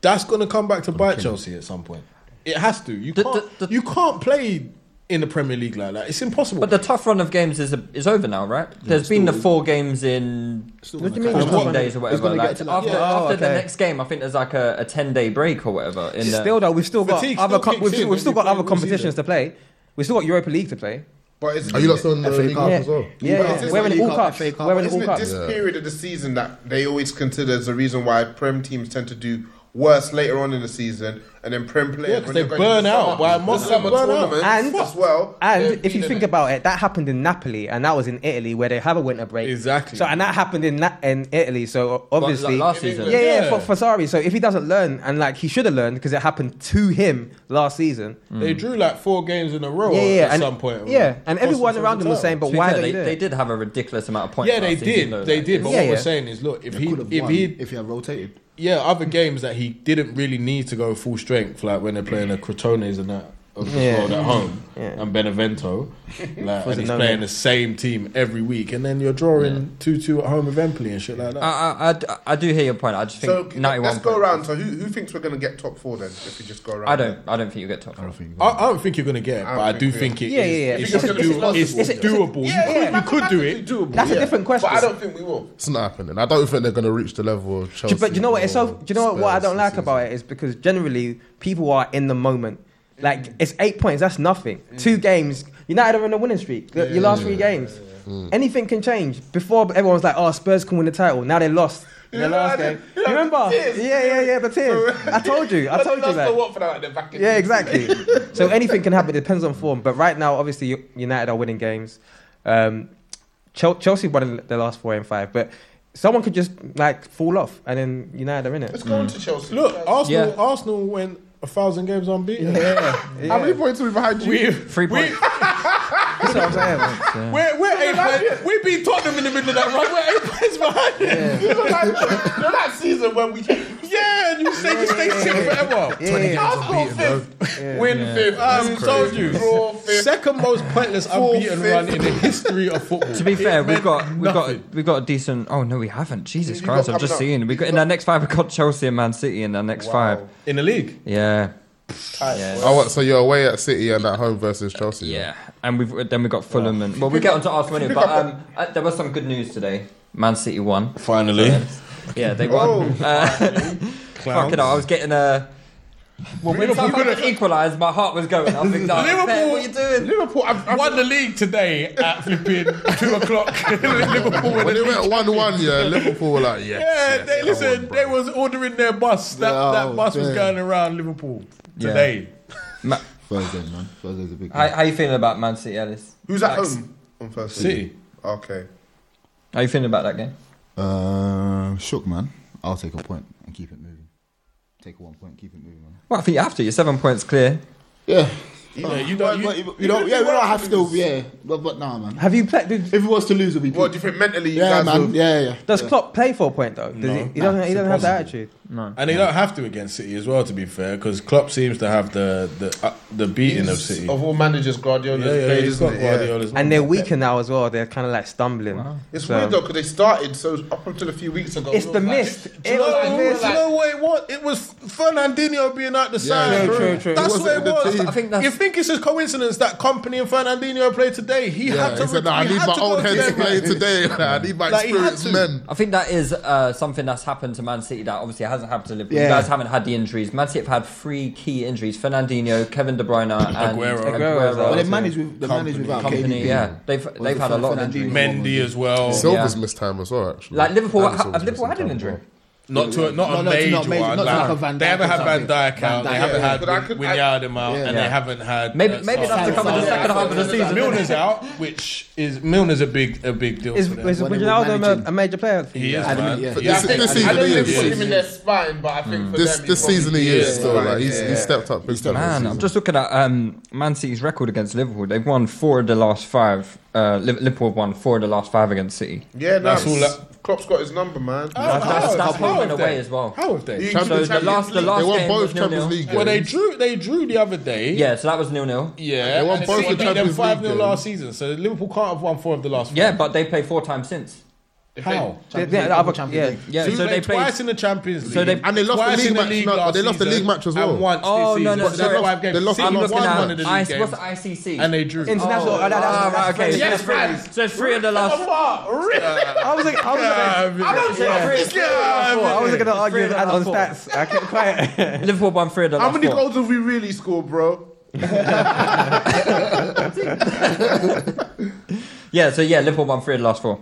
S9: That's going to come back to bite Chelsea at some point. It has to. You can't. you can't play in the Premier League like that. It's impossible.
S4: But the tough run of games is is over now, right? There's been the
S9: still-
S4: four games in
S9: What do you mean it's
S4: 14
S9: tough?
S4: days or
S9: It's
S4: whatever.
S9: gonna
S4: Like,
S9: get to
S4: after
S9: that- yeah.
S4: after
S9: Oh,
S4: the
S9: okay.
S4: next game, I think there's like a, a 10 day break or whatever. In the-
S8: still though, we've still got
S4: Fatigue
S8: other
S4: still
S8: com-
S4: kicks
S8: we've,
S4: in
S8: still-
S4: when
S8: we've still
S4: you
S8: got
S4: play
S8: other
S4: all
S8: competitions to play. We've still got Europa League to play.
S6: But is
S7: Are Oh, you lot still in the
S8: FA
S7: FA Cup
S8: Yeah.
S7: as well?
S8: Yeah, yeah.
S6: Isn't
S8: We're in
S6: it-
S8: all cups.
S6: Isn't
S8: We're in all
S6: it
S8: cups.
S6: this period of the season that they always consider as the reason why Prem teams tend to do worse later on in the season, and then Prem
S9: Yeah,
S6: players
S9: 'cause
S6: when
S9: they
S6: they're going
S9: burn
S6: to the
S9: out
S6: summer-
S9: by
S6: the
S9: months, they
S6: summer
S9: burn out.
S6: tournaments
S8: And-
S6: as well.
S8: And if you think about it, that happened in Napoli, and that was in Italy where they have a winter break.
S9: Exactly.
S8: So and that happened in Na- in Italy. So obviously,
S4: like last
S8: yeah,
S4: season.
S8: yeah,
S4: Yeah.
S8: For, for Sarri. So if he doesn't learn, and like he should have learned because it happened to him last season.
S9: They
S7: Mm.
S9: drew like four games in a row
S8: Yeah, yeah,
S9: at
S8: and-
S9: some point.
S8: yeah, and
S9: Cost
S8: everyone
S9: themselves
S8: around him was
S9: time.
S8: saying, but
S4: To be
S8: why
S4: fair,
S8: don't
S4: they,
S8: you do it?
S4: they did have a ridiculous amount of points.
S9: Yeah, they
S4: last season,
S9: did.
S4: though,
S9: They
S4: like,
S9: did. But
S4: it's-
S9: what we're saying is, look, if he if he
S7: if he had rotated,
S9: yeah, other games that he didn't really need to go full strength, like when they're playing the Crotones and that of the
S8: Yeah.
S9: world at home
S8: Yeah.
S9: and Benevento,
S8: Was
S9: like, and
S8: it
S9: he's
S8: no
S9: playing
S8: name?
S9: the same team every week, and then you're drawing two two at home with Empoli and shit like that.
S4: I, I- I, I do hear your point. I just
S6: So
S4: think
S6: okay,
S4: 91
S6: let's go
S4: points.
S6: around. So who, who thinks we're going to get top four then? If we just go around,
S4: I don't. I don't think you get top. four.
S9: I, I don't think you're gonna get it, but I do think it is.
S8: Yeah, yeah, yeah.
S9: It's,
S8: Because
S9: it's,
S8: it's-
S9: doable.
S8: it's-
S9: It's
S8: it's-
S9: doable. You
S8: yeah,
S9: could-
S8: yeah.
S9: You could do it.
S8: That's a different question.
S6: But I don't think we will.
S7: it's not happening. I don't think they're going to reach the level of
S8: Do
S7: Chelsea.
S8: you- but you know what? It's so.
S7: or
S8: Do you know what, what I
S7: Spurs
S8: don't like
S7: this
S8: about it is because generally people are in the moment.
S6: Mm.
S8: Like it's eight points. That's nothing. Two games. United are on a winning streak. Your- Your last three games.
S6: Mm.
S8: Anything can change. Before everyone was like, "Oh, Spurs can win the title." Now they lost in the
S6: Yeah,
S8: last
S6: I did.
S8: game. You remember?
S6: Tears.
S8: Yeah, yeah, yeah. The tears. I told you. I
S6: But they
S8: told you
S6: lost to
S8: that.
S6: Watford out there back in-
S8: Yeah, exactly. so anything can happen. It depends on form. But right now, obviously, U- United are winning games. Um, Chel- Chelsea won their last four and five, but someone could just like fall off, and then United are in it.
S6: Let's go on
S7: Mm.
S6: to Chelsea.
S9: Look, Arsenal.
S8: Yeah.
S9: Arsenal went a thousand games unbeaten.
S6: How many points are we behind you?
S9: We-
S4: Three points.
S8: That's what I'm saying. man.
S9: We're, we're eight points. We beat Tottenham in the middle of that run. We're eight points behind them.
S6: you know that season when we
S9: Yeah, and you stay, you stay sick forever.
S6: Arsenal fifth, win fifth,
S9: Um, told you.
S6: draw fifth.
S9: Second most pointless unbeaten
S6: fifth.
S9: run in the history of football.
S4: To be fair,
S9: It
S4: we've
S9: meant
S4: got we've
S9: nothing.
S4: got we've got a decent. Oh no, we haven't. Jesus
S9: You've
S4: Christ!
S9: got
S4: I've just
S9: coming up.
S4: seen. We got in our next five. We've got Chelsea and Man City in our next five.
S9: in the league.
S4: Yeah,
S7: season. Oh, what? So you're away at City and at home versus Chelsea.
S4: yeah. And we've then we got Fulham and well, we get onto Arsenal anyway. But um, uh, there was some good news today. Man City won.
S9: Finally.
S4: Yeah, they won.
S6: Oh,
S4: uh, fuck it! I was getting a. Well, when
S9: Liverpool
S4: Southampton equalised, my heart was going. I was thinking,
S9: Liverpool-
S4: Liverpool, what are you doing?
S6: Liverpool. I've, I've,
S9: Won the league today at flipping two o'clock. Liverpool were
S7: When
S9: the
S7: they went
S9: league.
S7: one-one, yeah, Liverpool were like, yeah.
S9: Yeah, they, listen, they was ordering their bus. That,
S7: Oh,
S9: that bus was
S7: damn.
S9: going around Liverpool
S4: Yeah.
S9: today.
S4: Ma-
S7: Thursday, man. Thursday's a big.
S4: how, how you feeling about Man City, Ellis?
S6: who's at
S4: Alex,
S6: home on first?
S9: City.
S6: Okay.
S4: How you feeling about that game?
S5: Uh, shook, man. I'll take a point and keep it moving. Take a one point, keep it moving, man.
S4: Well, I think you have to. You're seven points clear.
S7: Yeah,
S9: You, know, you
S5: But-
S9: don't.
S5: but-
S9: you,
S5: you know, yeah, we don't have to. Yeah, but but nah, man. Have
S8: you played? If
S5: it was to lose, it'd be.
S6: What do you think mentally? You
S5: Yeah,
S6: guys
S5: man.
S6: will-
S5: Yeah, yeah.
S8: Does Klopp play for a point though? Does he, he
S9: No,
S8: doesn't. He
S9: it's
S8: doesn't have that
S9: impossible.
S8: attitude. No.
S9: And they don't have to against City as well, to be fair, because Klopp seems to have the the uh, the beating of
S6: He's-
S9: City.
S6: Of all managers, Guardiola's
S9: Yeah, yeah,
S6: played,
S9: he's
S6: isn't
S9: got
S6: it?
S9: Guardiola's
S6: yeah.
S8: And they're weaker now as well. They're kind of like stumbling.
S6: It's
S8: So-
S6: weird though because they started so up until a few weeks ago.
S8: It's
S6: we
S8: the
S6: were like-
S8: mist.
S6: Do you
S8: It was
S6: know-
S8: the
S6: we were
S8: mist.
S6: like-
S9: No, wait, what? It was Fernandinho being out the side.
S7: Yeah, true, true, true.
S9: That's
S7: It
S9: what it
S7: wasn't the
S9: was.
S7: team. I think that's-
S9: you think it's just coincidence that Company and Fernandinho played today? He
S7: Yeah,
S9: had
S7: he
S9: to.
S7: said, "Nah, I
S9: he
S7: need
S9: had
S7: my
S9: to
S7: old
S9: go
S7: heads to
S9: them,
S7: play
S9: man."
S7: today. Nah, I need my
S9: Like, he had
S7: experienced
S9: to.
S7: men."
S4: I think that is uh, something that's happened to Man City that obviously hasn't happened to Liverpool.
S8: Yeah.
S4: You guys haven't had the injuries. Man City have had three key injuries: Fernandinho, Kevin De Bruyne, and Aguero.
S9: Aguero. Aguero as well.
S5: But they managed with they managed without
S4: Company,
S5: KDB.
S4: yeah, they've they've had a lot of injuries.
S9: Mendy as well.
S7: Silver's missed time as well, actually.
S4: Like Liverpool,
S7: Anderson
S4: have
S7: was
S4: Liverpool had
S7: missing
S4: an
S7: time as
S4: injury?
S9: Not to not
S5: No,
S9: a
S5: no,
S9: major,
S5: not major-
S9: one.
S5: not
S9: like,
S5: like a Van
S9: they
S5: Dijk
S9: haven't
S5: or
S9: had Van
S5: something.
S9: Dijk
S5: Van Dijk,
S9: out. They haven't
S5: yeah.
S9: had
S6: But I could- I-
S9: Wijnaldum out, and they
S5: Yeah.
S9: haven't had
S4: Maybe- maybe
S9: Sar-
S4: that's to come in the
S9: Sar-
S4: second half of the season.
S9: Milner's out, which is Milner's a big a big deal
S8: Is,
S9: for them.
S8: is
S5: When they were
S8: Wijnaldum
S5: managing.
S8: a, a major player? For
S9: He
S8: you?
S9: is,
S5: I
S9: man.
S5: mean, yeah.
S9: But
S7: This-
S9: I think-
S7: this
S9: I
S7: season
S9: don't
S7: he
S9: think
S7: is.
S9: it's
S7: Put
S6: him in their spine, but I think for
S7: This
S6: them,
S7: this
S6: he
S7: season he
S6: probably
S7: is still
S6: right,
S7: like he's,
S6: yeah.
S7: he's stepped up big time.
S4: Man, I'm just looking at um, Man City's record against Liverpool. They've won four of the last five. Uh, Liv- Liverpool have won four of the last five against City.
S6: Yeah, no,
S9: That's all that-
S6: Klopp's got his number, man.
S9: How-
S4: that's-
S9: how-
S4: that's
S9: how
S4: home and
S9: have
S4: away
S9: they-
S4: as well.
S9: How have they?
S6: You-
S4: So the
S6: Champions
S4: last, the
S6: League.
S4: last
S7: They won
S4: game
S7: both
S4: was
S7: Champions
S4: nil-nil.
S7: League
S9: Well, they
S7: games.
S9: drew. They drew the other day.
S4: Yeah, so that was nil nil.
S9: Yeah,
S7: They won
S9: and
S7: both
S9: City
S7: the
S9: beat them
S7: Champions League
S9: five 0
S7: games.
S9: last season, so Liverpool can't have won four of the last.
S4: Yeah, but they played four times since.
S9: four. how?
S8: Yeah, yeah, the other- yeah.
S4: Yeah,
S9: So,
S4: so they played.
S9: twice in the Champions League.
S4: So they-
S7: And they lost the
S9: twice
S7: league
S9: in
S7: match- no,
S9: last
S7: they lost the
S9: season
S7: league match as well.
S9: And once
S4: Oh,
S9: this
S4: no,
S9: season.
S4: no,
S9: They
S4: sorry.
S9: lost five games.
S7: They lost-
S9: City
S4: I'm
S7: They
S9: won
S4: looking
S9: one
S4: at
S9: one in the
S4: I,
S9: league
S4: what's
S9: games,
S4: the ICC?
S9: and they drew.
S8: International.
S4: Oh,
S8: oh, that- that's-
S4: ah,
S8: that's
S4: right, okay.
S8: crazy.
S4: Yeah,
S8: That's crazy.
S6: man.
S4: so three of the last.
S9: Uh,
S8: I was like, I was like,
S9: I don't
S8: Oh, I was going to argue
S4: Three
S8: with
S4: and a half
S8: on
S4: four.
S8: stats. I kept quiet.
S4: Liverpool won three of the
S6: How
S4: last.
S6: many
S4: four.
S6: goals have we really scored, bro?
S4: Yeah, so yeah, Liverpool won three of the last four.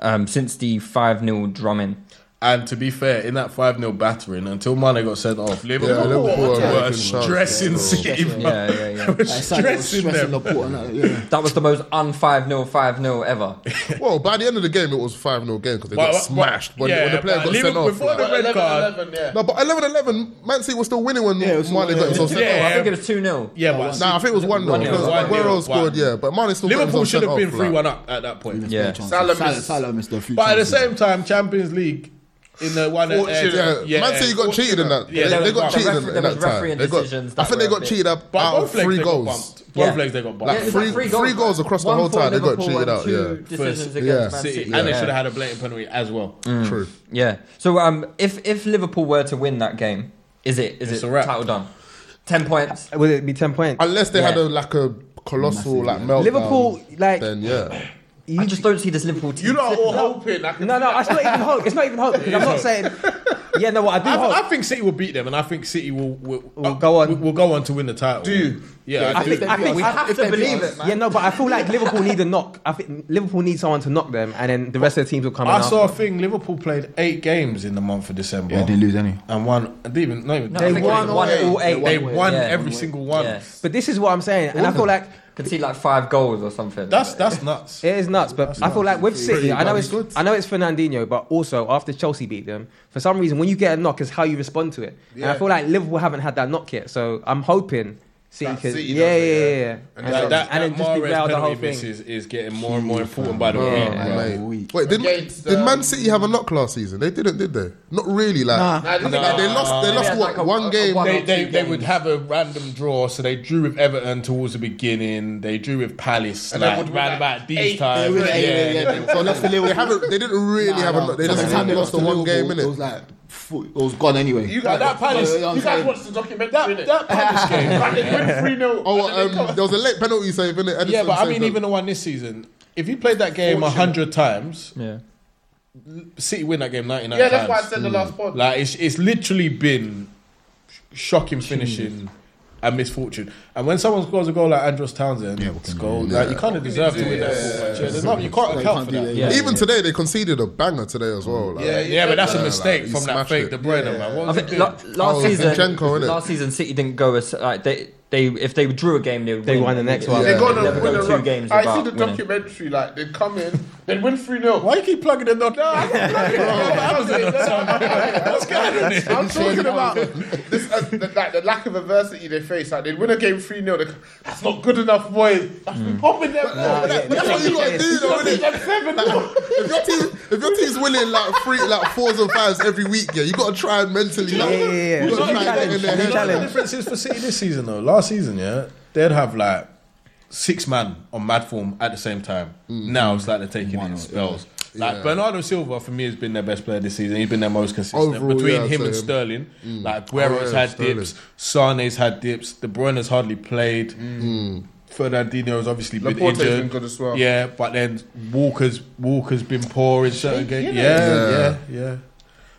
S4: Um, since the five 0 drumming.
S9: And to be fair, in that 5 0 battering, until Mane got sent off, Liverpool,
S7: Yeah, Liverpool
S9: were,
S7: are making shots,
S9: stressing
S7: bro.
S9: City. bro.
S4: Yeah, yeah, yeah.
S9: They were
S5: Like, Sadio was
S9: stressing
S5: stressing
S9: them.
S5: Laporte and that, yeah.
S4: That was the most un 5 0 5 0 ever.
S7: Well, by the end of the game, it was 5 0 game because they
S9: But-
S7: got
S9: but-
S7: smashed when,
S9: yeah,
S7: when the player
S9: but
S7: got sent
S9: Liverpool-
S7: off.
S9: before
S7: like-
S9: the red card.
S6: 11, yeah.
S7: no, but 11 11, Man City was still winning when yeah, Mane got himself sent
S9: Yeah.
S7: off.
S4: I think it was 2 0.
S9: Yeah, but
S7: Nah, Oh, I think it was 1 0
S4: 1-0,
S7: because
S9: 1-0,
S7: Aguero scored,
S9: 1-0.
S7: yeah, but Mane still got
S9: Liverpool
S7: himself
S9: should have
S7: sent
S9: been
S7: off,
S9: 3
S7: like.
S9: 1 up at that point.
S4: Yeah.
S5: Salah,
S6: Salah missed-
S5: Salah missed a few.
S9: But at the
S5: chances.
S9: same time, Champions League in the one.
S6: Fortunate.
S7: Yeah, Man City got cheated in that.
S9: Yeah,
S7: they,
S9: there
S7: they
S9: was-
S7: got
S9: there
S4: was
S7: cheated in,
S4: referee- there
S7: in that
S4: was
S7: time.
S4: refereeing
S7: They got,
S4: decisions
S7: I
S4: that
S7: think they
S4: were a
S7: got
S4: bit-
S7: cheated up
S9: But
S7: out of
S9: both legs
S7: three
S9: they got
S7: goals.
S9: bumped. Both
S4: Yeah.
S9: legs they got
S7: Like
S9: bumped.
S4: Yeah, it was
S7: three,
S4: like three
S7: three
S4: goals.
S7: goals across the
S4: One
S7: whole
S4: for
S7: time. They got
S4: Liverpool
S7: cheated
S4: and
S7: out.
S4: two
S7: Yeah,
S4: decisions against
S9: First,
S7: yeah, Mm.
S4: Man
S9: City,
S4: City.
S9: and they
S4: Yeah.
S9: should have had a blatant penalty as well.
S7: true.
S4: Yeah. So um, if if Liverpool were to win that game, is it is
S9: It's
S4: it
S9: a wrap.
S4: title done? Ten points.
S8: Would it be ten points?
S7: Unless they had
S4: Yeah.
S7: a like a colossal like meltdown.
S8: Liverpool, like-
S7: then yeah,
S4: You just don't see this Liverpool team.
S6: You lot are all hoping. I can
S8: No, no, it's not even hope. It's not even hope. I'm not saying. Yeah, no, what I do hope.
S9: I, I think City will beat them, and I think City will, will, uh,
S8: Will go on.
S9: Will, will go on to win the title. Do
S6: you?
S9: Yeah, I,
S8: I
S9: do.
S8: think, I think
S4: We
S8: I-
S4: have
S8: if
S4: to
S8: they beat
S4: believe
S8: us-
S4: it, man.
S8: Yeah, no, but I feel like Liverpool need a knock. I think Liverpool need someone to knock them, and then the rest of the teams will come.
S9: I
S8: in
S9: saw a
S8: after.
S9: thing. Liverpool played eight games in the month of December.
S5: Yeah, didn't lose any.
S9: And won. They even not even.
S4: No, I
S9: they
S4: think
S9: won.
S4: they won all eight.
S9: They
S4: Yeah,
S9: won
S4: yeah.
S9: every single one.
S4: Yeah.
S8: But this is what I'm saying, and I feel like
S4: Could see like five goals or something.
S9: That's that's nuts.
S8: it is nuts. But I feel like with City, I know
S7: bloody
S8: it's
S7: good.
S8: I know it's Fernandinho, but also after Chelsea beat them, for some reason, when you get a knock, is how you respond to it. And I feel like Liverpool haven't had that knock yet, so I'm hoping City
S6: That
S8: can.
S6: City
S8: yeah,
S6: does it,
S8: yeah, yeah,
S6: yeah.
S8: yeah.
S6: And
S9: Like that,
S8: and
S9: that
S8: then just
S9: Mahrez
S8: derail the whole
S9: penalty miss
S8: thing.
S9: is, is getting more and more important by the
S7: Oh,
S9: week.
S7: man,
S9: bro.
S7: mate.
S5: Week.
S7: Wait, did,
S6: Against,
S7: did
S6: um,
S7: Man City have a knock last season? They didn't, did they? Not really. Like,
S6: Nah, they didn't.
S7: Like, they lost. They
S4: Nah.
S7: lost
S4: Yeah,
S7: what
S4: like a-
S7: one
S4: a- a
S7: game.
S4: one-
S9: they,
S4: or
S9: they,
S4: two
S9: they would
S4: games.
S9: have a random draw, so they drew with Everton towards the beginning. They drew with Palace,
S6: And they
S9: like
S6: would win
S9: round
S6: like
S9: about
S6: eight-
S9: these
S5: They
S9: times.
S5: really-
S9: Yeah,
S5: yeah, yeah, yeah. So that's the
S7: they
S5: Liverpool.
S7: haven't. They didn't really have a. knock. They
S5: That's
S7: just
S5: the time
S7: they lost the one game
S5: Liverpool,
S7: in
S5: It was
S7: it.
S5: like fo- it was gone anyway.
S6: You guys,
S9: Like that Palace-
S6: you guys
S5: you guys
S6: watched the documentary.
S9: That, that Palace game.
S6: that three 0
S7: Oh, um, there was a late penalty save in it.
S9: Yeah, but I mean, even the one this season, if you played that game a hundred times,
S4: yeah.
S9: City win that game ninety nine.
S6: yeah, that's why I said the last pod.
S9: Like it's it's literally been sh- shocking finishing and misfortune. And when someone scores a goal like Andros Townsend,
S5: what
S9: it's
S5: can
S9: goal.
S7: you do?
S9: Like you kind of deserve to win that football match. Yeah, there's not, you can't account for that.
S4: Yeah.
S7: even today they conceded a banger today as well. Like,
S6: Yeah,
S9: Yeah, but that's a
S7: like,
S9: mistake
S7: he
S9: from that
S7: smashed
S9: fake
S7: it.
S9: De Bruyne man. What
S4: I
S9: was
S4: think
S9: it
S4: la- last
S7: Oh,
S4: season,
S7: Zinchenko, innit?
S4: last season City didn't go as like they They if they drew a game, they would
S8: They
S4: win.
S8: won the next one.
S4: They
S8: They're gonna
S4: never
S8: win
S4: go
S8: a
S4: two
S8: run.
S4: games.
S6: I see
S4: without
S6: the
S4: winning.
S6: documentary, like, they come in, they win 3 0. Why you keep plugging them up? No, I'm not plugging them up. What's going on here? I'm talking about this, uh, the, like, the lack of adversity they face. Like, they'd win a game 3 0. That's not good enough, boys. That's
S4: Hmm.
S6: been popping them.
S7: But that- that's what you gotta do, though, innit? If your team, if your team's winning like three, like fours and fives every week, yeah, you gotta try and mentally.
S9: Yeah,
S7: like,
S9: yeah, yeah.
S7: You gotta
S9: Challenge,
S7: try and get in their
S9: challenge.
S7: head.
S9: You know what the difference is for City this season though. Last season, yeah, they'd have like six man on mad form at the same time.
S7: Hmm.
S9: Now it's like they're taking in spells. Like
S7: Yeah.
S9: Bernardo Silva for me has been their best player this season. He's been their most consistent
S7: Overall,
S9: between
S7: yeah, I'd
S9: him
S7: say
S9: and
S7: him.
S9: Sterling.
S7: Mm.
S9: Like
S7: Oh,
S9: Guerrero's
S7: yeah,
S9: had
S7: Sterling. Hmm.
S9: dips, Sane's had dips. De Bruyne's hardly played. Fernandinho's obviously been
S6: Laporte's
S9: injured.
S6: been good as well.
S9: Yeah, but then Walker's Walker's been poor in certain games.
S6: innit?
S9: Yeah,
S6: Yeah.
S9: yeah, yeah.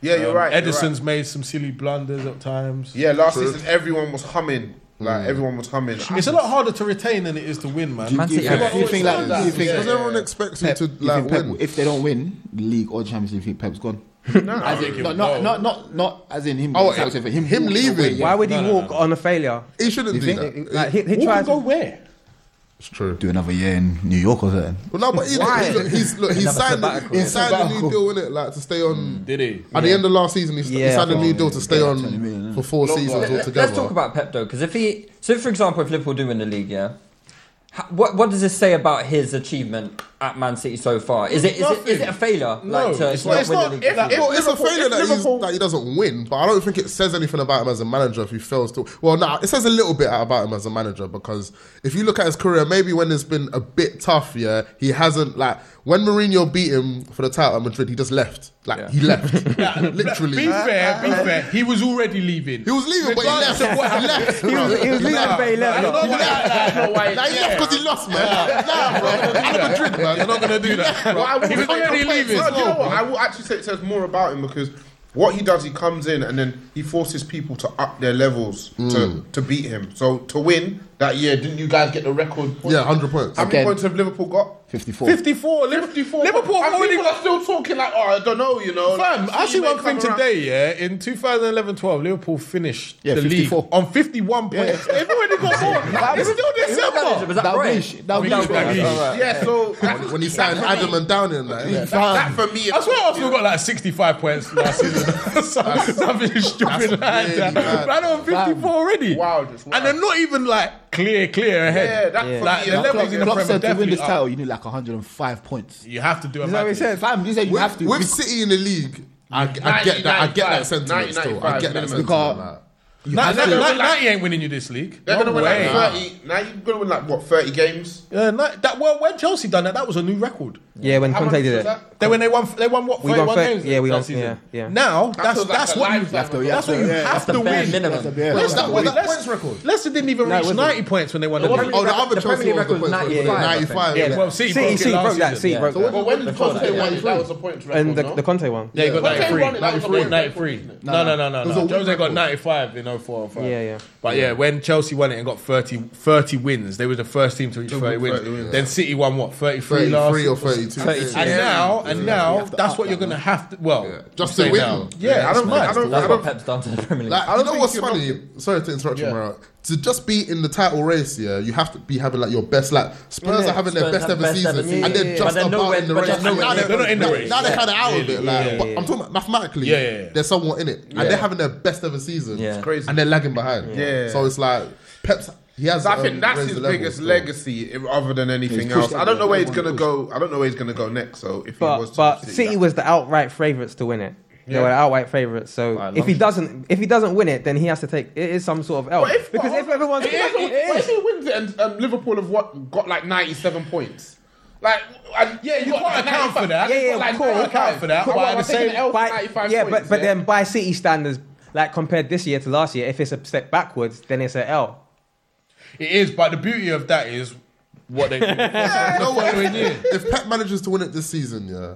S6: Yeah, you're right, you're
S9: Um, Edison's made some silly blunders at times.
S6: Yeah, last
S9: True.
S6: season, everyone was humming. Like, everyone was humming.
S9: It's a lot harder to retain than it is to win, man.
S5: Do you, do you think, do you think like do you think,
S9: Because everyone expects him
S5: Pep-
S9: to
S5: you
S9: like
S5: think Pep-
S9: win.
S5: If they don't win the league or Champions League, you think Pep's gone?
S9: No,
S5: as in, no, not, not, not, not as in him.
S8: Oh,
S5: being sacked,
S8: yeah.
S5: but him,
S8: Him
S5: walking
S8: leaving.
S5: away, yeah.
S8: Why would he No, no, walk no. on a failure?
S5: He shouldn't
S8: You
S5: do
S8: think-
S5: that.
S8: like, he- he
S5: Walker
S8: tries-
S9: go where?
S5: It's true. Do another year in New York or something.
S7: Well, no, but he,
S5: Why?
S7: look, he's look, he
S5: Another
S7: signed
S5: sabbatical.
S7: he
S5: Yeah.
S7: signed a new
S5: Sabbatical.
S7: deal in it, like to stay on.
S5: Mm.
S9: Did he?
S7: At the end of last season, he, st- he
S4: Yeah,
S7: signed a new
S4: well,
S7: deal to stay on
S4: 20 million,
S7: for four
S4: Long
S7: seasons
S4: run. Let-
S7: altogether.
S4: Let's talk about Pep though, because if he, so if, for example, if Liverpool do win the league, yeah, ha- what what does this say about his achievement at Man City so far? Is it is, it, is it a failure? like, to not win the league?
S7: Like, well, it's a failure that, he's,
S4: Liverpool-
S7: that he doesn't win, but I don't think it says anything about him as a manager if he fails to. Well, no, it says a little bit about him as a manager because if you look at his career, maybe when it's been a bit tough, yeah, he hasn't like when Mourinho beat him for the title at Madrid, he just left. Like he left, literally.
S9: Be fair, be fair. He was already leaving. He
S7: was leaving, but he left. He left.
S9: He was- he was leaving, but he left.
S7: Nah,
S9: Nah, nah, nah, wait,
S7: Nah, he left
S9: yeah.
S7: because he lost, man. Nah, bro. I'm Madrid, man. You're not gonna do that.
S6: Well, I will
S7: He was
S6: say-
S7: already
S6: no,
S7: leaving.
S6: no, you know what? I will actually say it says more about him because what he does, he comes in and then he forces people to up their levels to,
S7: Mm.
S6: to beat him. So to win that year, didn't you guys get the record?
S7: Yeah, 100 points.
S6: How many
S7: Again.
S6: points have Liverpool got?
S5: 54.
S9: 54.
S6: Liverpool, And people are still talking like, oh, I don't know, you know.
S9: Fam,
S6: like,
S9: I see
S6: you may
S9: one
S6: come
S9: thing
S6: around.
S9: today, yeah. In 2011-12, Liverpool finished
S5: Yeah,
S9: the
S5: 54.
S9: league on 51 points. They've already got more.
S5: That
S9: it's
S5: was-
S9: still
S5: who was
S9: December.
S5: that? Was that Dalglish? Roy? Dalglish. Dalglish.
S9: Dalglish.
S6: Yeah, so
S7: when, when he signed Adam and Downey and that, yeah.
S6: that, that for me,
S9: I swear Arsenal got like 65 points last season. Some- Something stupid like that. But I know I'm 54 already. And they're not even like clear, clear ahead. like the levels in the
S5: Klopp
S9: Premier
S5: said to win
S9: definitely
S5: this
S9: up.
S5: title, you need like 105 points.
S9: You have to do a
S5: Is that what he said? Fam, you said you
S7: with,
S5: have to.
S7: With
S5: We-
S7: City in the league, I, I get that. I get that sentiment still. I get that sentiment. like.
S9: You
S7: have to-
S9: ain't winning you this league.
S6: They're
S9: No
S6: gonna win
S9: way.
S6: like thirty. Now you're gonna win like what thirty games?
S9: Yeah, no, Uh, that well when Chelsea done that, that was a new record.
S8: Yeah, when
S9: How
S8: Conte
S9: much
S8: did
S9: was
S8: it.
S9: that? They when they won, they won what?
S8: We
S9: 31
S8: won thir-
S9: games.
S8: yeah, we
S9: that
S8: won-
S9: season.
S8: yeah, yeah.
S9: Now
S8: That
S9: that's
S8: feels like
S9: that's
S8: a
S9: what you
S8: lifetime
S9: that's
S8: record.
S9: what you
S8: Yeah,
S9: have
S8: that's the
S9: to
S8: bare
S9: win.
S8: minimum. That's the bare
S9: Leicester-
S8: minimum.
S9: Leicester-
S8: Points record.
S9: Leicester didn't even
S8: No, it
S9: reach
S8: wasn't.
S9: 90 points when they won the
S8: The
S9: league.
S8: Premier Oh, the League- other the Chelsea Premier League won the record was points, 95, wasn't it? I think.
S9: 95. Yeah,
S8: Yeah.
S9: well, City
S8: City-
S9: broke
S8: City
S9: it last
S8: broke that,
S9: season.
S8: City broke So that.
S6: But when did
S9: Before
S6: Conte
S9: that, yeah.
S6: won it? That was a points record.
S8: And the,
S6: no?
S8: the Conte one.
S9: Yeah, he got
S6: Conte won it, that was a
S9: 93.
S6: win
S9: 93.
S6: record.
S9: No, no, no, no.
S6: It was a
S9: no.
S6: win
S9: Jose got
S6: record.
S9: 95 in 04 and 05.
S8: Yeah, yeah.
S9: But yeah, when Chelsea won it and got 30, 30 wins, they were the first team to reach 30 wins.
S7: 30 wins.
S9: Then City won what? 33
S7: 33
S9: last
S7: or
S9: season?
S7: 32, yeah.
S9: And now,
S7: Yeah.
S9: and
S7: Yeah.
S9: now
S7: You have to
S9: that's
S7: up
S9: what you're going to have to, well,
S7: Just
S9: say
S7: to win.
S9: now.
S7: Yeah,
S9: Yeah,
S7: I
S9: it's
S7: don't think-
S9: mad.
S7: I don't-
S4: That's
S7: I
S4: what
S7: don't-
S4: Pep's done to the Premier League.
S7: Like, you know
S6: think
S7: what's
S6: you're
S7: funny? Sorry to interrupt you, Mara. To just be in the title race, yeah, you have to be having like your best. Like Spurs
S4: Yeah.
S7: are having
S4: Spurs
S7: their best
S4: have
S7: ever
S4: best
S7: season,
S4: ever season.
S7: and
S4: Yeah,
S7: they're
S4: yeah,
S7: just
S4: yeah. But they're
S7: about
S4: nowhere-
S7: in the
S4: but they're
S7: race. Now
S4: nowhere-
S9: they're not in the
S7: now-
S9: race.
S7: Now they're kind of out of
S9: Yeah,
S7: it.
S9: yeah,
S7: Like,
S9: yeah,
S7: but
S9: yeah.
S7: I'm talking about mathematically.
S9: Yeah, yeah, yeah.
S7: they're somewhat in it,
S9: Yeah.
S7: and they're having their best ever season.
S4: Yeah. It's
S6: crazy.
S7: and they're lagging behind.
S6: Yeah.
S7: so it's like Pep's. He has.
S6: So I
S7: um,
S6: think that's
S7: raised
S6: his
S7: the level
S6: biggest
S7: still.
S6: legacy, if- other than anything
S7: pushed
S6: else.
S7: it,
S6: I don't know
S7: yeah.
S6: where he's gonna go. I don't know where he's gonna go next. So if he was
S8: But,
S6: to
S8: but
S6: City,
S8: City was the outright favourites to win it. They
S6: Yeah.
S8: were the outright favourites. So if he
S6: love-
S8: doesn't, if he doesn't win it, then he has to take it is some sort of L.
S6: But if,
S8: because if everyone's
S6: if, if, if he wins it and um, Liverpool have what, got like ninety-seven points, like and, yeah,
S9: you can't account for that.
S8: Yeah, yeah,
S9: Like,
S8: cool.
S9: can't account for that.
S8: Cool.
S9: But
S8: Well,
S9: at
S8: we're
S9: the
S8: taking
S9: same,
S8: the L by- yeah, but but then by City standards, like compared this year to last year, if it's a step backwards, then it's an L.
S9: it is. But the beauty of that is what they do.
S7: You know what?
S9: Following year.
S7: If Pep manages to win it this season, yeah,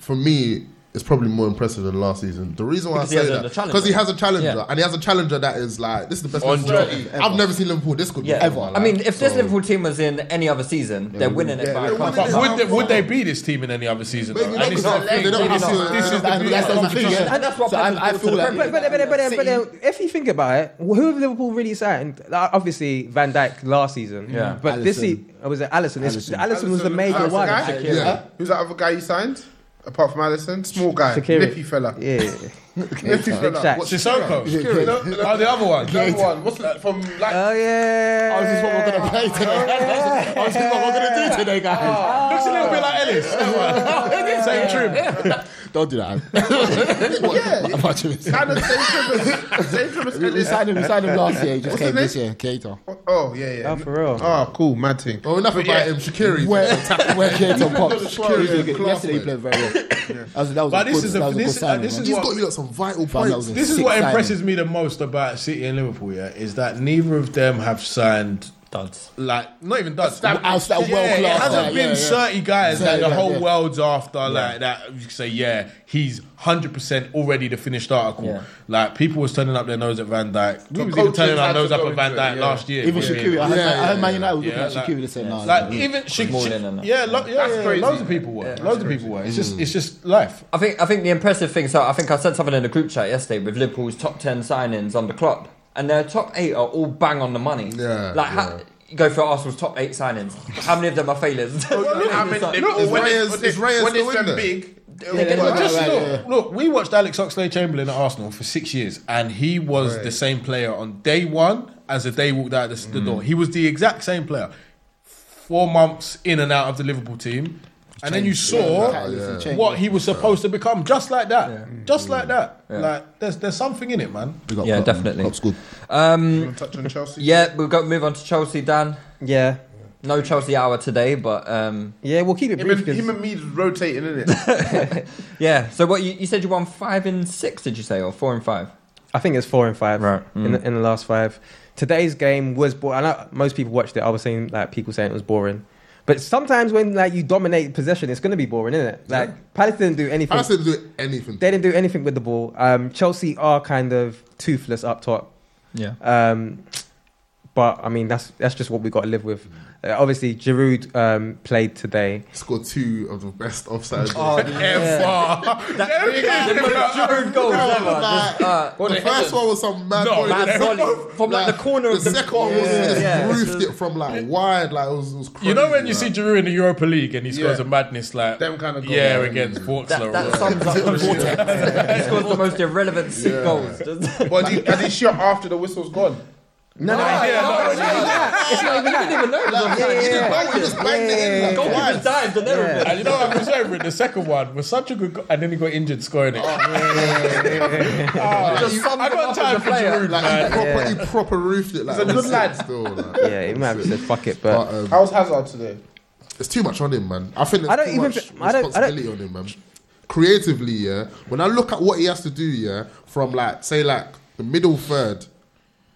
S7: for me, is probably more impressive than last season. The reason why
S9: Because he
S7: I say
S9: has a-
S7: that
S9: the challenger.
S7: because he has a challenger
S9: Yeah.
S7: and he has a challenger that is like this is the best
S9: On
S7: Liverpool
S9: job.
S7: team ever. I've never seen Liverpool this good
S4: Yeah.
S7: ever.
S4: I
S7: like,
S4: mean, if this
S7: so-
S4: Liverpool team was in any other season, they're winning it. by a country.
S9: But would, they, would they be this team in any other season?
S4: Maybe
S9: though?
S4: not,
S9: And it's
S4: because
S9: not-
S4: they
S9: this
S4: don't
S9: is-
S4: have to-
S9: this is the
S4: that's-
S9: beauty
S4: that's
S9: of
S4: my thing, yeah.
S9: competition.
S4: And that's what So I- Pep I feel like-
S8: But, but, but, but, but, but, uh, if you think about it, who have Liverpool really signed? Like, Obviously, Van Dijk last season.
S6: Yeah.
S8: But this
S6: Allison.
S8: season, was it Allison? Allison. Allison was the major
S6: Allison
S8: one.
S6: guy? Huh? Who's that other guy you signed? Apart from Allison, small guy,
S8: Shakiri.
S6: nippy fella.
S8: Yeah,
S6: nippy fella.
S9: What's Sissoko? No, Oh, the other one. The other one. What's that from? Like,
S8: oh yeah.
S9: Oh, this is what we're gonna play today. Oh, this is what we're gonna do today, guys. Looks a little bit like Ellis. Same trim.
S14: Don't do that. yeah, much of it.
S6: Kind of same premise. Same premise.
S14: We, we signed him. We signed him last year. He just
S6: What's
S14: came
S6: his
S14: this year. Keita.
S6: Oh yeah, yeah.
S8: for real.
S6: Oh, cool, mad thing.
S7: Oh, enough about him. Shakiri.
S14: Where, where Keita pops.
S7: Shakiri's a good
S14: Yesterday he played very well. That was, that was
S9: But
S14: a
S9: this
S14: good,
S9: is a-
S14: that was a
S9: this
S14: good
S9: is-
S14: signing,
S9: this
S14: man.
S9: is He's what- got
S7: you some vital
S14: Fam, that was a
S9: This is
S14: sick
S9: what
S14: signing.
S9: impresses me the most about City and Liverpool, yeah, is that neither of them have signed
S4: duds.
S9: Like not even duds.
S14: That- that's that
S9: yeah,
S14: world
S9: it
S14: class,
S9: hasn't
S14: like,
S9: been
S14: yeah, yeah.
S9: thirty guys that
S14: Yeah,
S9: the
S14: yeah,
S9: whole
S14: yeah.
S9: world's after. Like that, you could say, yeah, he's hundred percent already the finished article.
S14: Yeah.
S9: Like people was turning up their nose at Van Dyke. We
S14: The
S9: was even
S14: coaches
S9: turning
S14: had
S9: our
S14: to
S9: nose up
S14: go
S9: at Van
S14: into it,
S9: Dyke
S14: yeah.
S9: last year.
S14: Even
S9: Yeah,
S14: Shaqiri, I heard-
S9: yeah,
S14: I heard Man
S9: yeah,
S14: United was looking
S9: yeah,
S14: at
S9: like-
S14: Shaqiri the same night.
S9: Like even Shaq-
S4: More than enough.
S9: Shaq- yeah, lo- yeah,
S4: That's
S9: yeah,
S4: crazy.
S9: loads of people were. Loads of people were. It's just, it's just life.
S4: I think I think the impressive thing. So I think I said something in the group chat yesterday with Liverpool's top ten signings on the clock, and their top eight are all bang on the money. Yeah, like How, you go for Arsenal's top eight signings. How many of them are failures?
S9: I mean, look, when it's- when it's- when it's them big, Yeah, but just look, look, we watched Alex Oxlade Chamberlain at Arsenal for six years, and he was the same player on day one as the day walked out the, the
S6: Mm.
S9: door. He was the exact same player. Four months in and out of the Liverpool team, and then you
S14: changed.
S9: saw
S14: Yeah, yeah. Changed.
S9: what he was supposed to become, just like that, just like that.
S4: Yeah.
S9: Like there's there's something in it, man.
S4: yeah, definitely.
S14: Klopp's good.
S4: Um,
S6: Touch on Chelsea.
S4: yeah, we've got to move on to Chelsea, Dan.
S8: Yeah.
S4: No Chelsea hour today, but um,
S8: Yeah, we'll keep it
S6: Him and,
S8: brief. 'cause-
S6: him and me rotating in it.
S4: yeah. So what you, you said you won five and six? Did you say or four and five?
S8: I think it's four and five
S4: Right.
S8: in, the, in the last five. Today's game was boring. I know most people watched it. I was saying like people saying it was boring, but sometimes when like you dominate possession, it's going to be boring, isn't it? Like Palace didn't do anything.
S7: Palace didn't do anything.
S8: They didn't do anything with the ball. Um, Chelsea are kind of toothless up top.
S4: Yeah.
S8: Um, but I mean that's that's just what we got to live with. Uh, obviously, Giroud um, played today.
S7: Scored two of the best offside.
S4: Oh,
S7: goals.
S9: Ever. There it is.
S7: Like,
S4: what
S7: the
S4: a
S7: first
S4: header.
S7: one was some mad
S9: No,
S7: volley.
S9: mad
S7: The second
S4: volley.
S7: one-
S4: From, like, the corner
S7: The
S4: of the-
S7: second one was
S4: Yeah.
S7: just
S4: Yeah.
S7: roofed it from like wide, like it was, it was crazy.
S9: You know when you
S7: like.
S9: see Giroud in the Europa League and he scores
S6: Yeah.
S9: a madness like
S6: Them kind of goals.
S9: yeah against Portsmouth.
S4: That, that sums up the vortex. he scores the most irrelevant sick goals. Doesn't-
S6: But he, and he shot after the whistle's gone.
S8: No, no, it's not even that.
S4: even know.
S7: Like,
S8: Yeah,
S7: he
S8: yeah,
S7: just
S8: yeah.
S7: banged- he just banged it in. like,
S4: Goalkeeper
S7: wide.
S4: dived and everything.
S9: And you know what I was over it? The second one was such a good go- and then he got injured scoring it. Ah,
S4: Just
S9: you-
S4: sums
S9: I
S4: him up
S9: got
S4: as
S9: time
S4: a
S9: for
S4: player.
S9: Giroud,
S7: Like,
S9: man.
S7: he proper, he proper roofed it. Like,
S6: He's a good
S7: sick
S6: lad.
S7: Still, like.
S8: Yeah, he might have said fuck it, but
S7: But, um,
S6: How's Hazard today?
S7: It's too much on him, man. I think there's
S8: I don't
S7: too
S8: even
S7: much
S8: thi- I don't- I don't-
S7: responsibility on him, man. Creatively, yeah. When I look at what he has to do, yeah, from like say like the middle third,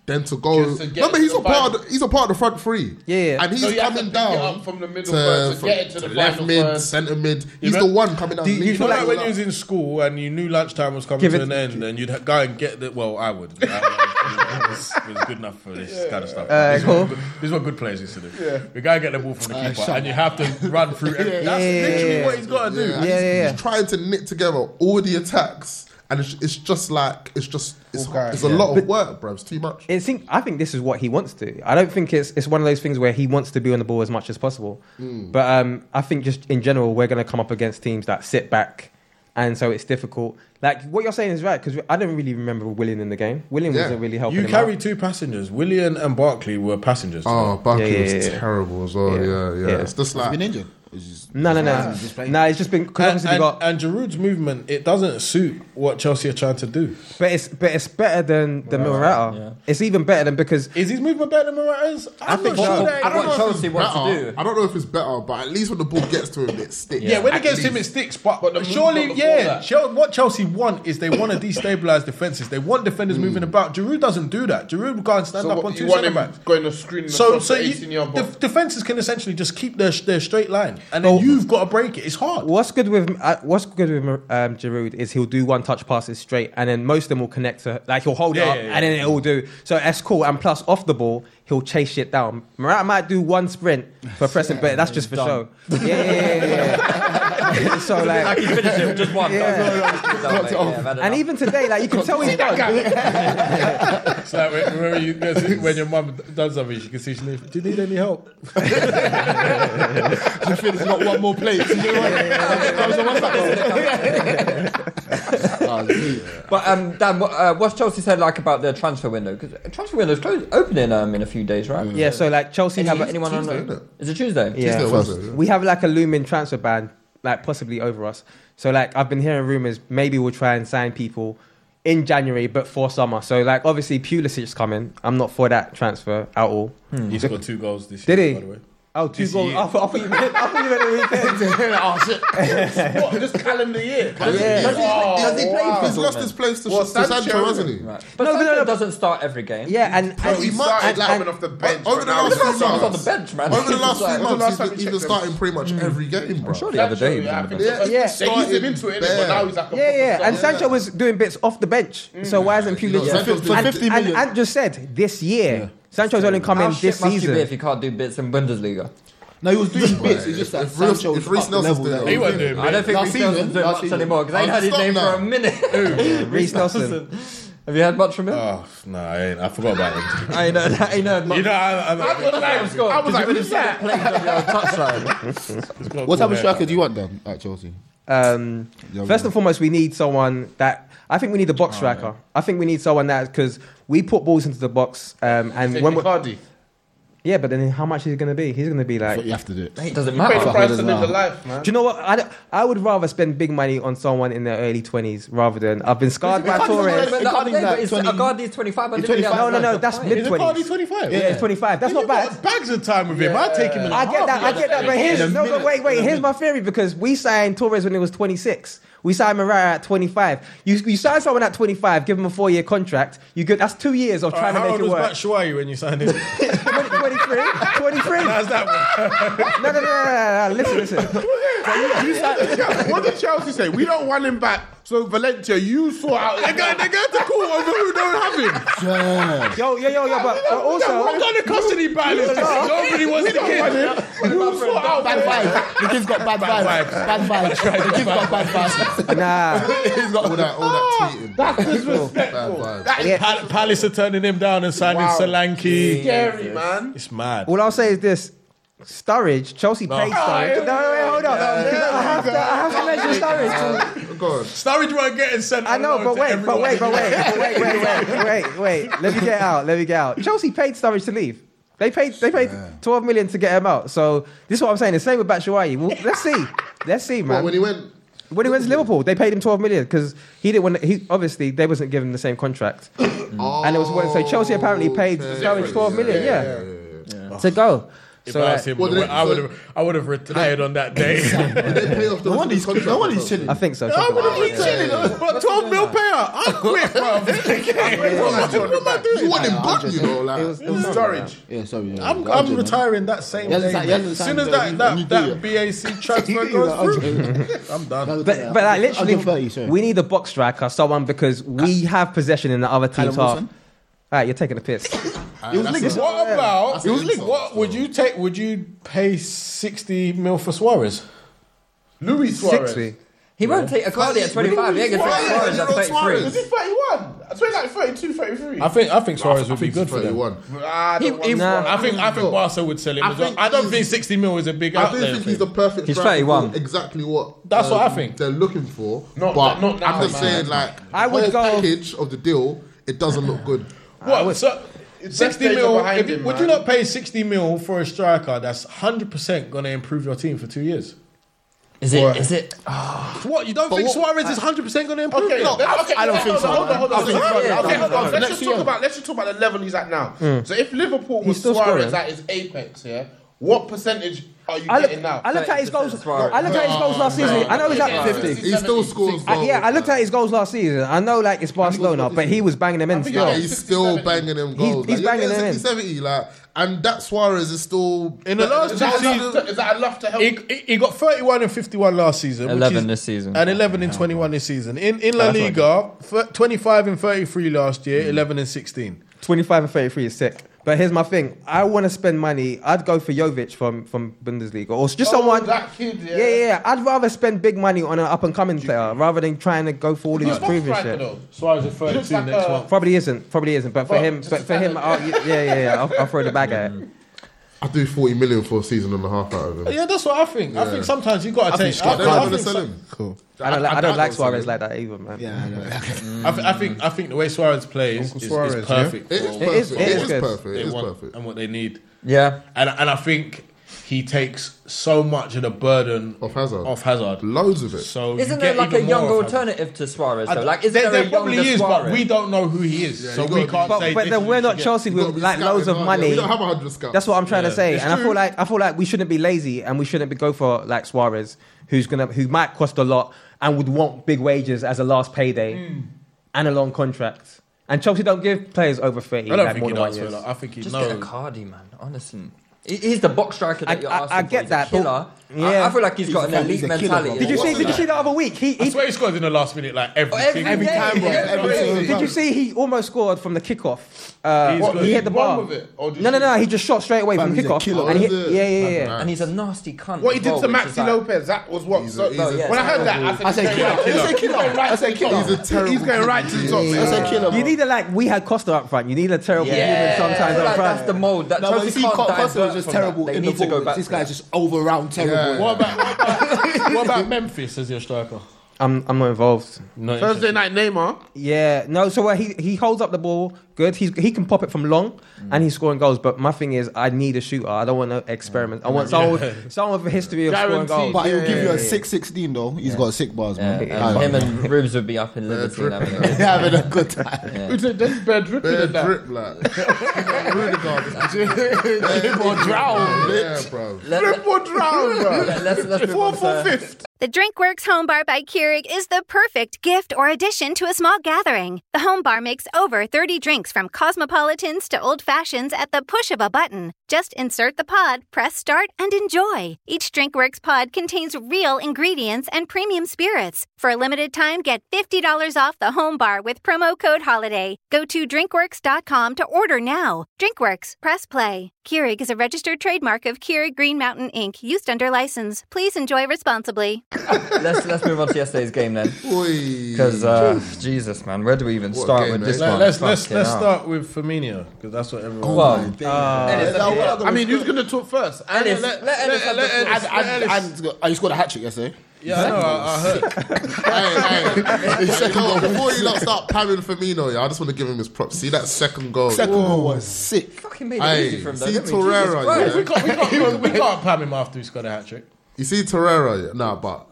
S7: then to go.
S6: Just to get
S7: remember,
S6: to
S7: he's
S6: the
S7: a part. Of the, he's a part of the front three.
S8: Yeah, yeah.
S7: and he's
S6: So you have to
S7: coming
S6: pick it
S7: down
S6: up from the middle
S7: to,
S6: third to
S7: from-
S6: get it to the
S7: left
S6: final
S7: mid,
S6: third.
S7: centre mid. He's
S9: know-
S7: the one coming down.
S8: Do you
S7: leading
S9: You know
S8: feel
S9: like
S7: the
S9: when
S7: lot.
S9: you was in school and you knew lunchtime was coming
S8: Give
S9: to
S8: it-
S9: an end and you'd ha- go and get the well I would I was, was good enough for this kind of stuff this,
S8: Uh, cool.
S9: is what, good- this is what good players used to do you gotta get the ball from the keeper and you have to run through every, that's
S8: yeah,
S9: literally
S8: yeah.
S9: what he's gotta do
S7: Yeah,
S8: Yeah, yeah, yeah.
S7: He's trying to knit together all the attacks, and it's, it's just like it's just it's,
S6: Okay.
S7: it's a lot of work, bro. It's too much.
S8: It seems, I think this is what he wants to. I don't think it's it's one of those things where he wants to be on the ball as much as possible. But um, I think just in general, we're going to come up against teams that sit back, and so it's difficult. Like what you're saying is right because I don't really remember Willian in the game. Willian
S7: Yeah.
S8: wasn't really helping.
S9: you
S8: him
S9: carry
S8: out.
S9: two passengers Willian and Barkley were passengers today.
S7: Oh, Barkley
S8: Yeah, yeah,
S7: was
S8: yeah, yeah.
S7: terrible as well.
S8: Yeah.
S7: Yeah, yeah.
S8: Yeah.
S7: It's just like
S14: Been injured. It's just-
S8: No, no, no,
S14: He's just playing.
S8: no. It's just been because
S9: and,
S8: obviously we
S9: and,
S8: got,
S9: and Giroud's movement it doesn't suit what Chelsea are trying to do
S8: but it's but it's better than the Morata. It's even better than because
S9: is his movement better than Morata's I'm
S8: I think so.
S9: not sure
S8: Well,
S9: that
S4: I don't know
S9: is.
S4: if uh-uh. Chelsea
S7: it's
S4: wants to
S7: better.
S4: do.
S7: I don't know if it's better, but at least when the ball gets to him, it sticks.
S9: Yeah, when it
S7: At
S9: gets him, it
S7: least.
S9: sticks. But,
S6: But the
S9: surely,
S6: movement before
S9: yeah.
S6: that-
S9: Chel- what Chelsea want is they want to destabilize defenses. They want defenders moving about. Giroud doesn't do that. Giroud will go and stand
S6: So
S9: up
S6: what,
S9: on
S6: you
S9: two
S6: want
S9: centre
S6: him
S9: backs.
S6: going to screen
S9: So,
S6: so,
S9: so you,
S6: the 18 yard
S9: def- defenses can essentially just keep their their straight line. and then you've got to break it. It's hard.
S8: What's good with uh, what's good with um, Giroud is he'll do one touch passes straight, and then most of them will connect to like he'll hold it
S9: Yeah,
S8: up,
S9: yeah, yeah.
S8: and then it'll do. So that's cool. And plus, off the ball, he'll chase shit down. Morata might do one sprint for pressing, but that's just for show. Yeah, yeah, yeah, yeah, yeah. so like,
S4: Like, he finished it with just one. Knocked it off.
S8: and even today, like you can tell he's done.
S9: It's like when, remember you, when your mum does something, she can see she leaves. Do you need any help?
S14: I feel there's not one more plate. You know what?
S9: Oh,
S4: But um, Dan, what, uh, what's Chelsea said like about the transfer window? Because transfer window's closed, opening um, in a few days, right?
S8: Yeah, so like Chelsea
S4: Any,
S8: have a-
S4: anyone
S8: Tuesday,
S4: on?
S8: isn't it?
S4: Is it Tuesday?
S8: Yeah, we have like a looming transfer ban, like possibly over us. So like I've been hearing rumors, maybe we'll try and sign people in January, but for summer. So like obviously Pulisic's coming. I'm not for that transfer at all.
S9: He's got two goals this
S8: Did
S9: year,
S8: he?
S9: Hmm. by the way.
S8: Oh, two
S9: This
S8: goals.
S9: year.
S8: I thought I thought you meant. I thought you meant the weekend.
S9: oh shit! what? Just calendar year?
S4: Yeah. Does he-
S8: Oh,
S7: does he play
S4: wow.
S7: He's lost his place to,
S4: Well,
S7: to Sancho,
S4: Sancho-
S7: hasn't he?
S4: Right. But Sancho doesn't start every game.
S8: Yeah, and, Oh,
S7: Bro, he started like coming off
S6: the bench.
S7: Over the last
S4: Sancho
S7: few
S4: was
S7: months,
S4: on the bench, man.
S7: Over the
S4: He
S7: last
S4: was like-
S7: few
S4: When was the last
S7: months,
S4: time
S7: he's
S4: you
S7: been, he's been
S4: checked
S7: starting pretty much every game, bro.
S4: sure the other day he was on the bench.
S7: Yeah,
S8: Yeah.
S7: yeah.
S8: They eased him
S6: into it, innit?
S7: bare.
S6: But now he's like a
S8: Yeah, yeah, and Sancho was doing bits off the bench. So why isn't Pulisic?
S7: Yeah. Sancho's doing
S8: And,
S7: 50
S8: and,
S7: million.
S8: and just said this year, Sancho's only come
S4: How
S8: in
S4: Oh, shit
S8: this
S4: must you be
S8: season.
S4: if you can't do bits in Bundesliga.
S14: No, he was doing bits. It's just that
S7: If Reece-
S14: Sancho was
S7: if Reece
S14: up the
S7: Nelson's
S14: level
S7: doing
S14: that
S7: it, he wasn't
S14: was.
S7: doing
S4: I don't think
S14: Last
S4: Reece
S14: season,
S4: Nelson's doing
S14: last
S4: much
S14: season.
S4: anymore because I ain't
S7: Oh,
S4: heard his
S7: stop
S4: name
S7: now.
S4: for a minute. Reece Nelson. Have you heard much from him?
S9: Oh, no, I, ain't. I forgot about him.
S4: I ain't heard, I ain't heard much.
S9: You know, I, I,
S4: I was like, I was like, who's that? Playing on your touchline.
S14: What type of striker do you want then at Chelsea?
S8: Um, first and foremost, we need someone that I think we need a box striker. I think we need someone that because we put balls into the box um, and when we
S9: Cardi.
S8: yeah, but then how much is it going to be? He's going to be like.
S14: But you have to do it.
S4: It doesn't
S9: You pay the
S4: matter.
S9: price to live the life, man.
S8: Do you know what? I, don't- I would rather spend big money on someone in their early twenties rather than I've been scarred by Torres.
S4: But the other day, but it's-
S14: Icardi's like
S4: Icardi's 25. I didn't really
S14: 25.
S8: No, no,
S4: understand
S8: no.
S4: the
S8: That's
S4: point.
S8: mid
S9: Is it Cardi
S8: twenties.
S9: 25?
S8: Yeah, it's 25. That's
S9: You
S8: not bad.
S9: got bags of time with him. I'd take him in
S8: I
S9: half
S8: get that.
S9: the
S8: I get that.
S9: other
S8: But
S9: day.
S8: here's
S9: In a
S8: no. But
S9: minute.
S8: wait, wait.
S9: In a
S8: Here's my
S9: minute.
S8: theory because we signed Torres when he was 26. We signed Mariah at 25. You you sign someone at 25, give him a four year contract. You good? That's two years of
S9: All right,
S8: trying to
S9: How
S8: make
S9: old
S8: it
S9: was
S8: work.
S9: Matt Shuayi when you signed him?
S8: 20, 23, 23. No,
S9: How's that one?
S8: no, no, no, no, no. Listen, listen.
S6: You said- what did Chelsea say? We don't want him back. So Valencia, you saw out. They got they got to call over who don't have him.
S8: Yo, yo, yo, yo. But but
S9: What
S8: also,
S9: kind of custody battle is this? Nobody wants the kid.
S6: You saw out.
S14: Bad vibes. The kid's got bad vibes. Bad vibes. The kid's got bad vibs.
S8: nah.
S7: He's got all that, all that tweeting. That's
S6: disrespectful. That is
S9: Pal- Palace are turning him down and signing
S6: Wow.
S9: Solanke.
S6: scary, man.
S9: It's mad.
S8: All I'll say is this. Sturridge, Chelsea paid Sturridge. No, no, wait, hold on. I have to, I have to mention Sturridge.
S7: God.
S9: Sturridge weren't getting sent.
S8: I know,
S9: alone
S8: but
S9: to
S8: wait, but
S9: everyone.
S8: wait, but wait, but wait, wait, wait, wait, wait. Let me get out. Let me get out. Chelsea paid Sturridge to leave. They paid. They paid twelve million to get him out. So this is what I'm saying. The same with Batshuayi. Well, let's see. Let's see, man.
S7: But when he went,
S8: When he went to Liverpool, they paid him twelve million because he didn't want. He obviously they wasn't giving him the same contract, and it was worth. So Chelsea
S7: Oh,
S8: apparently paid Sturridge twelve million, Oh, yeah, to go.
S9: If
S8: So
S9: I
S8: like,
S9: was him,
S7: Well, they-
S9: I would have, I would have retired on that day.
S7: did they pay off the
S14: No wonder he's
S7: contract?
S14: no wonder he's chilling.
S8: I think so.
S9: I
S8: something
S9: would
S8: like
S9: have
S8: that.
S9: retired. But twelve mil payout. I quit, bro. What am I
S7: You
S9: doing?
S7: want him back, you know? Like,
S6: Storage.
S14: Yeah, sorry. yeah,
S9: I'm,
S14: yeah,
S9: I'm
S14: yeah,
S9: retiring that same
S14: Yeah,
S9: day.
S14: yeah,
S9: man.
S14: yeah,
S9: As soon
S14: yeah,
S9: as
S14: yeah,
S9: that,
S14: yeah,
S9: that,
S14: yeah.
S9: that BAC transfer goes through, I'm done.
S8: But, but like literally,
S14: Under 30, sorry.
S8: we need a box striker, someone because we have possession in the other
S14: Callum
S8: team's half.
S14: Wilson?
S8: Alright, you're taking a piss.
S14: It was linked.
S9: What about?
S7: That's an insult,
S9: What would you take? Would you pay sixty mil for Suarez? Luis Suarez.
S8: Sixty.
S4: He won't take Icardi at 25. He ain't going to take Suarez
S7: Suarez, you
S4: at
S7: know,
S4: 33.
S7: Suarez.
S6: Is he 31? I swear like 32, 33.
S9: I think I think Suarez would be
S7: He's
S9: good for them.
S7: 31.
S6: I don't want
S8: nah.
S6: Suarez.
S9: I think I think Barca would sell him.
S7: I
S9: as well.
S7: think
S9: I don't
S7: he's-
S9: think sixty mil is a big.
S7: I
S9: out
S7: do
S9: there
S7: think
S9: for
S7: he's the
S9: him.
S7: perfect.
S4: He's
S7: striker
S4: 31.
S7: for Exactly what. um,
S9: That's what I think.
S7: They're looking for.
S9: Not-
S7: but
S9: not now,
S7: I'm just
S9: man.
S7: saying, like,
S8: I would
S7: the
S8: go-
S7: package of the deal. It doesn't look good.
S9: What? So, 60
S6: days are
S9: mil.
S6: behind
S9: If you,
S6: him,
S9: would you
S6: man.
S9: not pay 60 mil for a striker that's 100% going to improve your team for two years?
S4: Is it? Is it?
S9: What? You don't think
S7: what-
S9: Suarez is 100% going to improve?
S6: Okay,
S9: No.
S6: let- okay,
S14: I don't
S6: hold
S14: think
S6: on,
S14: so.
S6: Hold on, hold on,
S14: I think
S6: hold on.
S14: he's
S6: Okay,
S14: done.
S6: hold on.
S14: Next
S6: Let's just
S14: year.
S6: talk about let's just talk about the level he's at now. So if Liverpool was
S8: Hmm. still
S6: Suarez
S8: scoring.
S6: at his apex, yeah, What percentage are you
S8: I look,
S6: getting now?
S8: I looked at his goals. no, I looked at his goals last season. I know he's
S6: Yeah,
S8: at fifty.
S6: He still
S7: scores
S8: I, yeah, I looked at his goals last season. I know like it's Barcelona, but he was banging them in still.
S7: Yeah, he's still banging them goals.
S8: he's
S7: Like,
S8: banging
S7: yeah,
S8: them in.
S7: 60-70, like, and that Suarez is still
S9: In the last
S7: Is
S9: two
S7: that-
S9: seasons,
S6: is that enough to help?
S9: He, he- he got 31 and 51 last season. which
S4: 11
S9: is-
S4: this season.
S9: And 11 and 21 this season. In in La
S4: That's not
S9: Liga, f- 25 and 33 last year, 11 and 16.
S8: 25 and 33 is sick. But here's my thing. I want to spend money. I'd go for Jovic from, from Bundesliga or just
S6: Oh,
S8: someone.
S6: that kid, yeah.
S8: yeah. yeah, yeah. I'd rather spend big money on an up and coming player rather than trying to go for all of
S6: He's
S8: this
S6: not
S8: previous
S6: striker,
S8: shit.
S6: though.
S9: Suarez at
S6: He looks
S9: 32
S6: like
S9: next
S6: a-
S9: one.
S8: Probably isn't. Probably isn't. But for
S6: Well,
S8: him,
S6: just
S8: but for him, I'll, yeah, yeah, yeah. I'll, I'll throw the bag at
S9: Mm,
S8: it.
S7: I do 40 million for a season and a half out of him.
S9: Yeah, that's what I think. I
S7: Yeah.
S9: think sometimes you got to take.
S7: I don't want to
S9: think
S7: sell
S9: so-
S7: him. Cool.
S8: I don't, li- I
S9: doubt
S8: don't like
S9: they'll
S8: Suarez
S9: sell
S8: like
S9: him.
S8: that either, man. Yeah, I know.
S9: I, th- I think I think the way Suarez plays is,
S8: Suarez,
S9: is perfect.
S8: yeah. It
S9: for
S8: is perfect.
S9: what-
S8: It is-
S9: for
S8: it
S9: what
S8: is
S9: they
S8: good.
S9: want
S8: It is
S7: perfect.
S9: and what they need.
S4: Yeah,
S9: and and I think he takes so much of the burden
S7: off Hazard.
S9: Off Hazard,
S7: loads of it.
S9: So you
S4: Isn't
S9: get
S4: there like a
S9: even more
S4: younger
S9: of Hazard.
S4: alternative to Suarez?
S9: I-
S4: Though? Like, is there, a
S9: probably
S4: younger
S9: is,
S4: Suarez?
S9: but we don't know who he is, so
S7: you
S9: we
S7: gotta-
S9: can't
S8: But,
S9: say.
S8: but
S9: this
S8: then
S9: is
S8: we're
S9: what you
S8: not
S9: get.
S8: Chelsea with like loads of money.
S7: We don't have 100 scouts.
S8: That's what I'm trying to say,
S9: It's
S8: and I
S9: true.
S8: feel like I feel like we shouldn't be lazy, and we shouldn't be go for like Suarez, who's gonna who might cost a lot and would want big wages as a last payday
S9: Hmm.
S8: and a long contract. And Chelsea don't give players over thirty
S9: I don't
S8: like,
S9: think
S8: more
S9: he
S8: than one
S9: does.
S8: year.
S9: Fela. I think he
S4: Just
S9: knows.
S4: get a Cardi, man. Honestly, He- he's the box striker that
S8: I-
S4: you're
S8: I-
S4: asking
S8: I
S4: for.
S8: get
S4: He's
S8: that,
S4: a
S8: but-
S4: killer. I-
S8: yeah.
S4: I, feel like he's
S8: He's
S4: got
S8: a
S4: an
S8: fan-
S4: elite
S8: he's a killer,
S4: mentality.
S8: bro. Did you see? Did you see the other week? He,
S9: I
S8: he
S9: swear he scored in the last minute, like every
S4: Oh, Every
S9: single
S4: day.
S9: time. bro.
S4: Every
S9: Every
S4: day.
S9: single
S8: Did
S9: time.
S8: you see he almost scored from the kickoff? Uh,
S9: He's
S8: what,
S9: good.
S8: he hit the
S9: He won
S8: bar.
S9: with it, or did
S8: No, no,
S9: he-
S8: no. He just shot straight away
S9: Man,
S8: from
S9: he's a
S8: kickoff.
S9: killer,
S8: and he
S9: isn't
S8: hit-
S9: he?
S8: yeah, yeah, yeah.
S4: And he's a nasty cunt.
S6: What he
S4: as
S6: did
S4: well,
S6: to
S4: which
S6: Maxi
S4: is like-
S6: Lopez, that was what. so,
S4: he's a
S6: when I heard that, I said,
S14: I said
S6: he's going
S14: killer.
S6: right
S14: I said
S6: to the top.
S14: killer. I said
S6: He's going
S14: killer.
S6: right to the top. He's going right to the top.
S14: I said killer.
S8: You need a like we had Costa up front. You need a terrible
S4: Yeah,
S8: human sometimes
S4: I feel
S8: up
S4: like
S8: front.
S4: that's the mold. That
S14: No, but
S4: Chelsea
S14: you see,
S4: can't
S14: Costa was
S4: divert
S14: just
S4: from that.
S14: terrible
S4: They
S14: in the
S4: need to go
S14: ball.
S4: back.
S14: This
S4: to
S14: guy's just all around terrible.
S9: What about what about, what about Memphis as your striker?
S8: I'm, I'm not involved.
S9: No,
S6: Thursday night Neymar.
S8: Yeah, no. So uh, he he holds up the ball good. He's he can pop it from long, and he's scoring goals. But my thing is, I need a shooter. I don't want to experiment. I want someone with, someone with a history of
S6: Guaranteed.
S8: scoring goals.
S6: But
S14: But he'll
S6: Yeah,
S14: give you
S6: yeah,
S14: a six sixteen though. He's got sick bars,
S4: Yeah,
S14: man.
S4: and him and Ribs would be up in Liverpool. having a-
S14: having a good time.
S6: It's a that's bad drip
S7: Bare
S6: in that.
S7: drip, like. Rudiger.
S14: Drip or drown.
S7: Yeah, bro.
S4: Let-
S6: Drip or drown, bro.
S4: let- Let's let's move
S6: Four
S4: on
S6: for
S9: uh,
S4: to-
S6: fifth.
S15: The DrinkWorks Home Bar by Keurig is the perfect gift or addition to a small gathering. The home bar makes over 30 drinks from cosmopolitans to old fashions at the push of a button. Just insert the pod, press start, and enjoy. Each DrinkWorks pod contains real ingredients and premium spirits. For a limited time, get $50 off the home bar with promo code HOLIDAY. Go to drinkworks.com to order now. DrinkWorks, press play. Keurig is a registered trademark of Keurig Green Mountain Inc., used under license. Please enjoy responsibly.
S4: Let's let's move on to yesterday's game then.
S7: Oi.
S4: Because uh, Jesus, man, where do we even
S7: What a
S4: start
S7: game,
S4: with
S7: eh?
S4: this
S9: Let-
S4: one?
S9: Let's let's
S4: Fucking
S9: let's
S4: hell.
S9: start with Firmino because that's what everyone.
S4: Well,
S6: I mean, who's going to talk first?
S4: Ellis.
S6: Let-
S4: Let Ellis
S6: let-
S4: have
S6: let
S4: the
S6: Ellis-
S14: And,
S6: let
S14: and,
S6: Ellis.
S14: and oh, you scored a hat trick yesterday.
S9: Yeah, I know. I, I heard.
S7: hey, hey. You know what, Before you lot start pamming Firmino, yeah, I just want to give him his props. See that second goal.
S14: Second goal was sick.
S4: fucking made it
S7: Hey,
S4: easy for him. though,
S7: see
S4: didn't we?
S7: Torreira,
S4: Jesus
S7: yeah.
S4: Christ.
S9: We can't, we can't, we can't pam him after he scored a hat trick.
S7: You see Torreira, yeah? Nah, but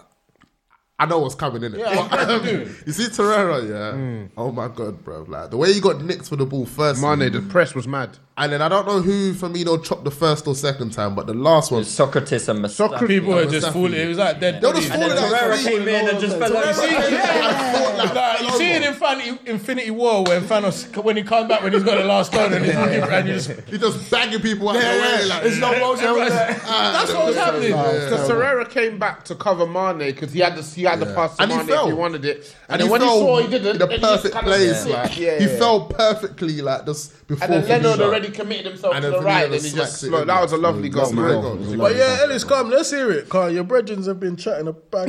S7: I know what's coming in it. you see Torreira, yeah? Oh my god, bro! Like the way he got nicked for the ball first,
S6: Mane, the press was mad.
S7: and then I don't know who Firmino chopped the first or second time, but the last one,
S4: Socrates and
S9: Soccer
S4: Mustafi.
S9: people were
S7: was
S9: just
S7: definitely-
S9: falling. It was like dead.
S7: They'll just
S9: bodies.
S7: fall
S4: Then
S7: in that
S4: Torreira
S7: three.
S4: came in and just fell over.
S9: Nah, you see it in Fan- Infinity War when Thanos when he comes back when he's got the last stone and he's looking and he's
S7: He just banging people out the way. Like,
S14: There's no motion.
S6: "Ah,
S9: that's what was happening.
S6: Because Serrera came back to cover Mane because he had the he had the pass to
S7: And he
S6: Mane
S7: fell.
S6: if he wanted it. And,
S7: And
S6: then when he
S7: fell
S6: saw he didn't,
S7: in the
S6: then he just
S7: perfect
S6: kinda-
S7: place.
S6: Yeah.
S7: Like,
S6: Yeah,
S7: he
S6: yeah.
S7: fell perfectly, like just before.
S6: And then Leonard
S7: Firmino.
S6: already committed himself
S7: And
S6: to
S7: then
S6: the right, and
S7: Firmino
S6: he just
S7: smacks it
S6: slowed.
S7: in.
S6: That was a lovely
S7: Mm,
S6: goal,
S7: that's a good
S6: man.
S7: goal.
S6: But
S9: But yeah, Ellis, come, let's hear it, Carl. Your brethren's have been chatting about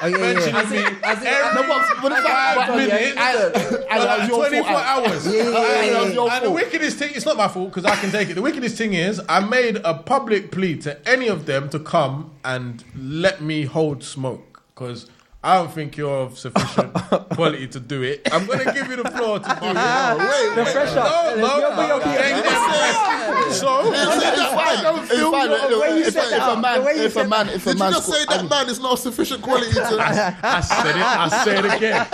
S8: Oh, yeah, yeah.
S9: mentioning me
S4: as in-
S9: every
S14: No, but- but it's
S9: five
S14: like- but-
S9: minutes,
S14: yeah, and- and that was
S9: like
S14: your
S9: 24
S14: fault.
S9: hours.
S14: Yeah, yeah, yeah, yeah.
S9: And-
S14: Your
S9: And the
S14: fault.
S9: wickedest thing, it's not my fault because I can take it. The wickedest thing is I made a public plea to any of them to come and let me hold smoke because. I don't think you're of sufficient quality to do it. I'm going to give you the floor to do it.
S7: wait,
S8: The pressure.
S9: No,
S8: There's
S9: no,
S8: no way you'll be
S9: Thank
S8: able
S9: them. So,
S7: It's fine. It's fine.
S14: Look,
S7: Look,
S8: way you
S14: if
S8: said
S14: a-
S8: that-
S14: if a man,
S8: the way you
S14: if a
S8: said
S14: man, if a
S7: Did you
S14: man,
S7: just
S14: scored-
S7: say that man is not of sufficient quality to?
S9: I said it. I said it again.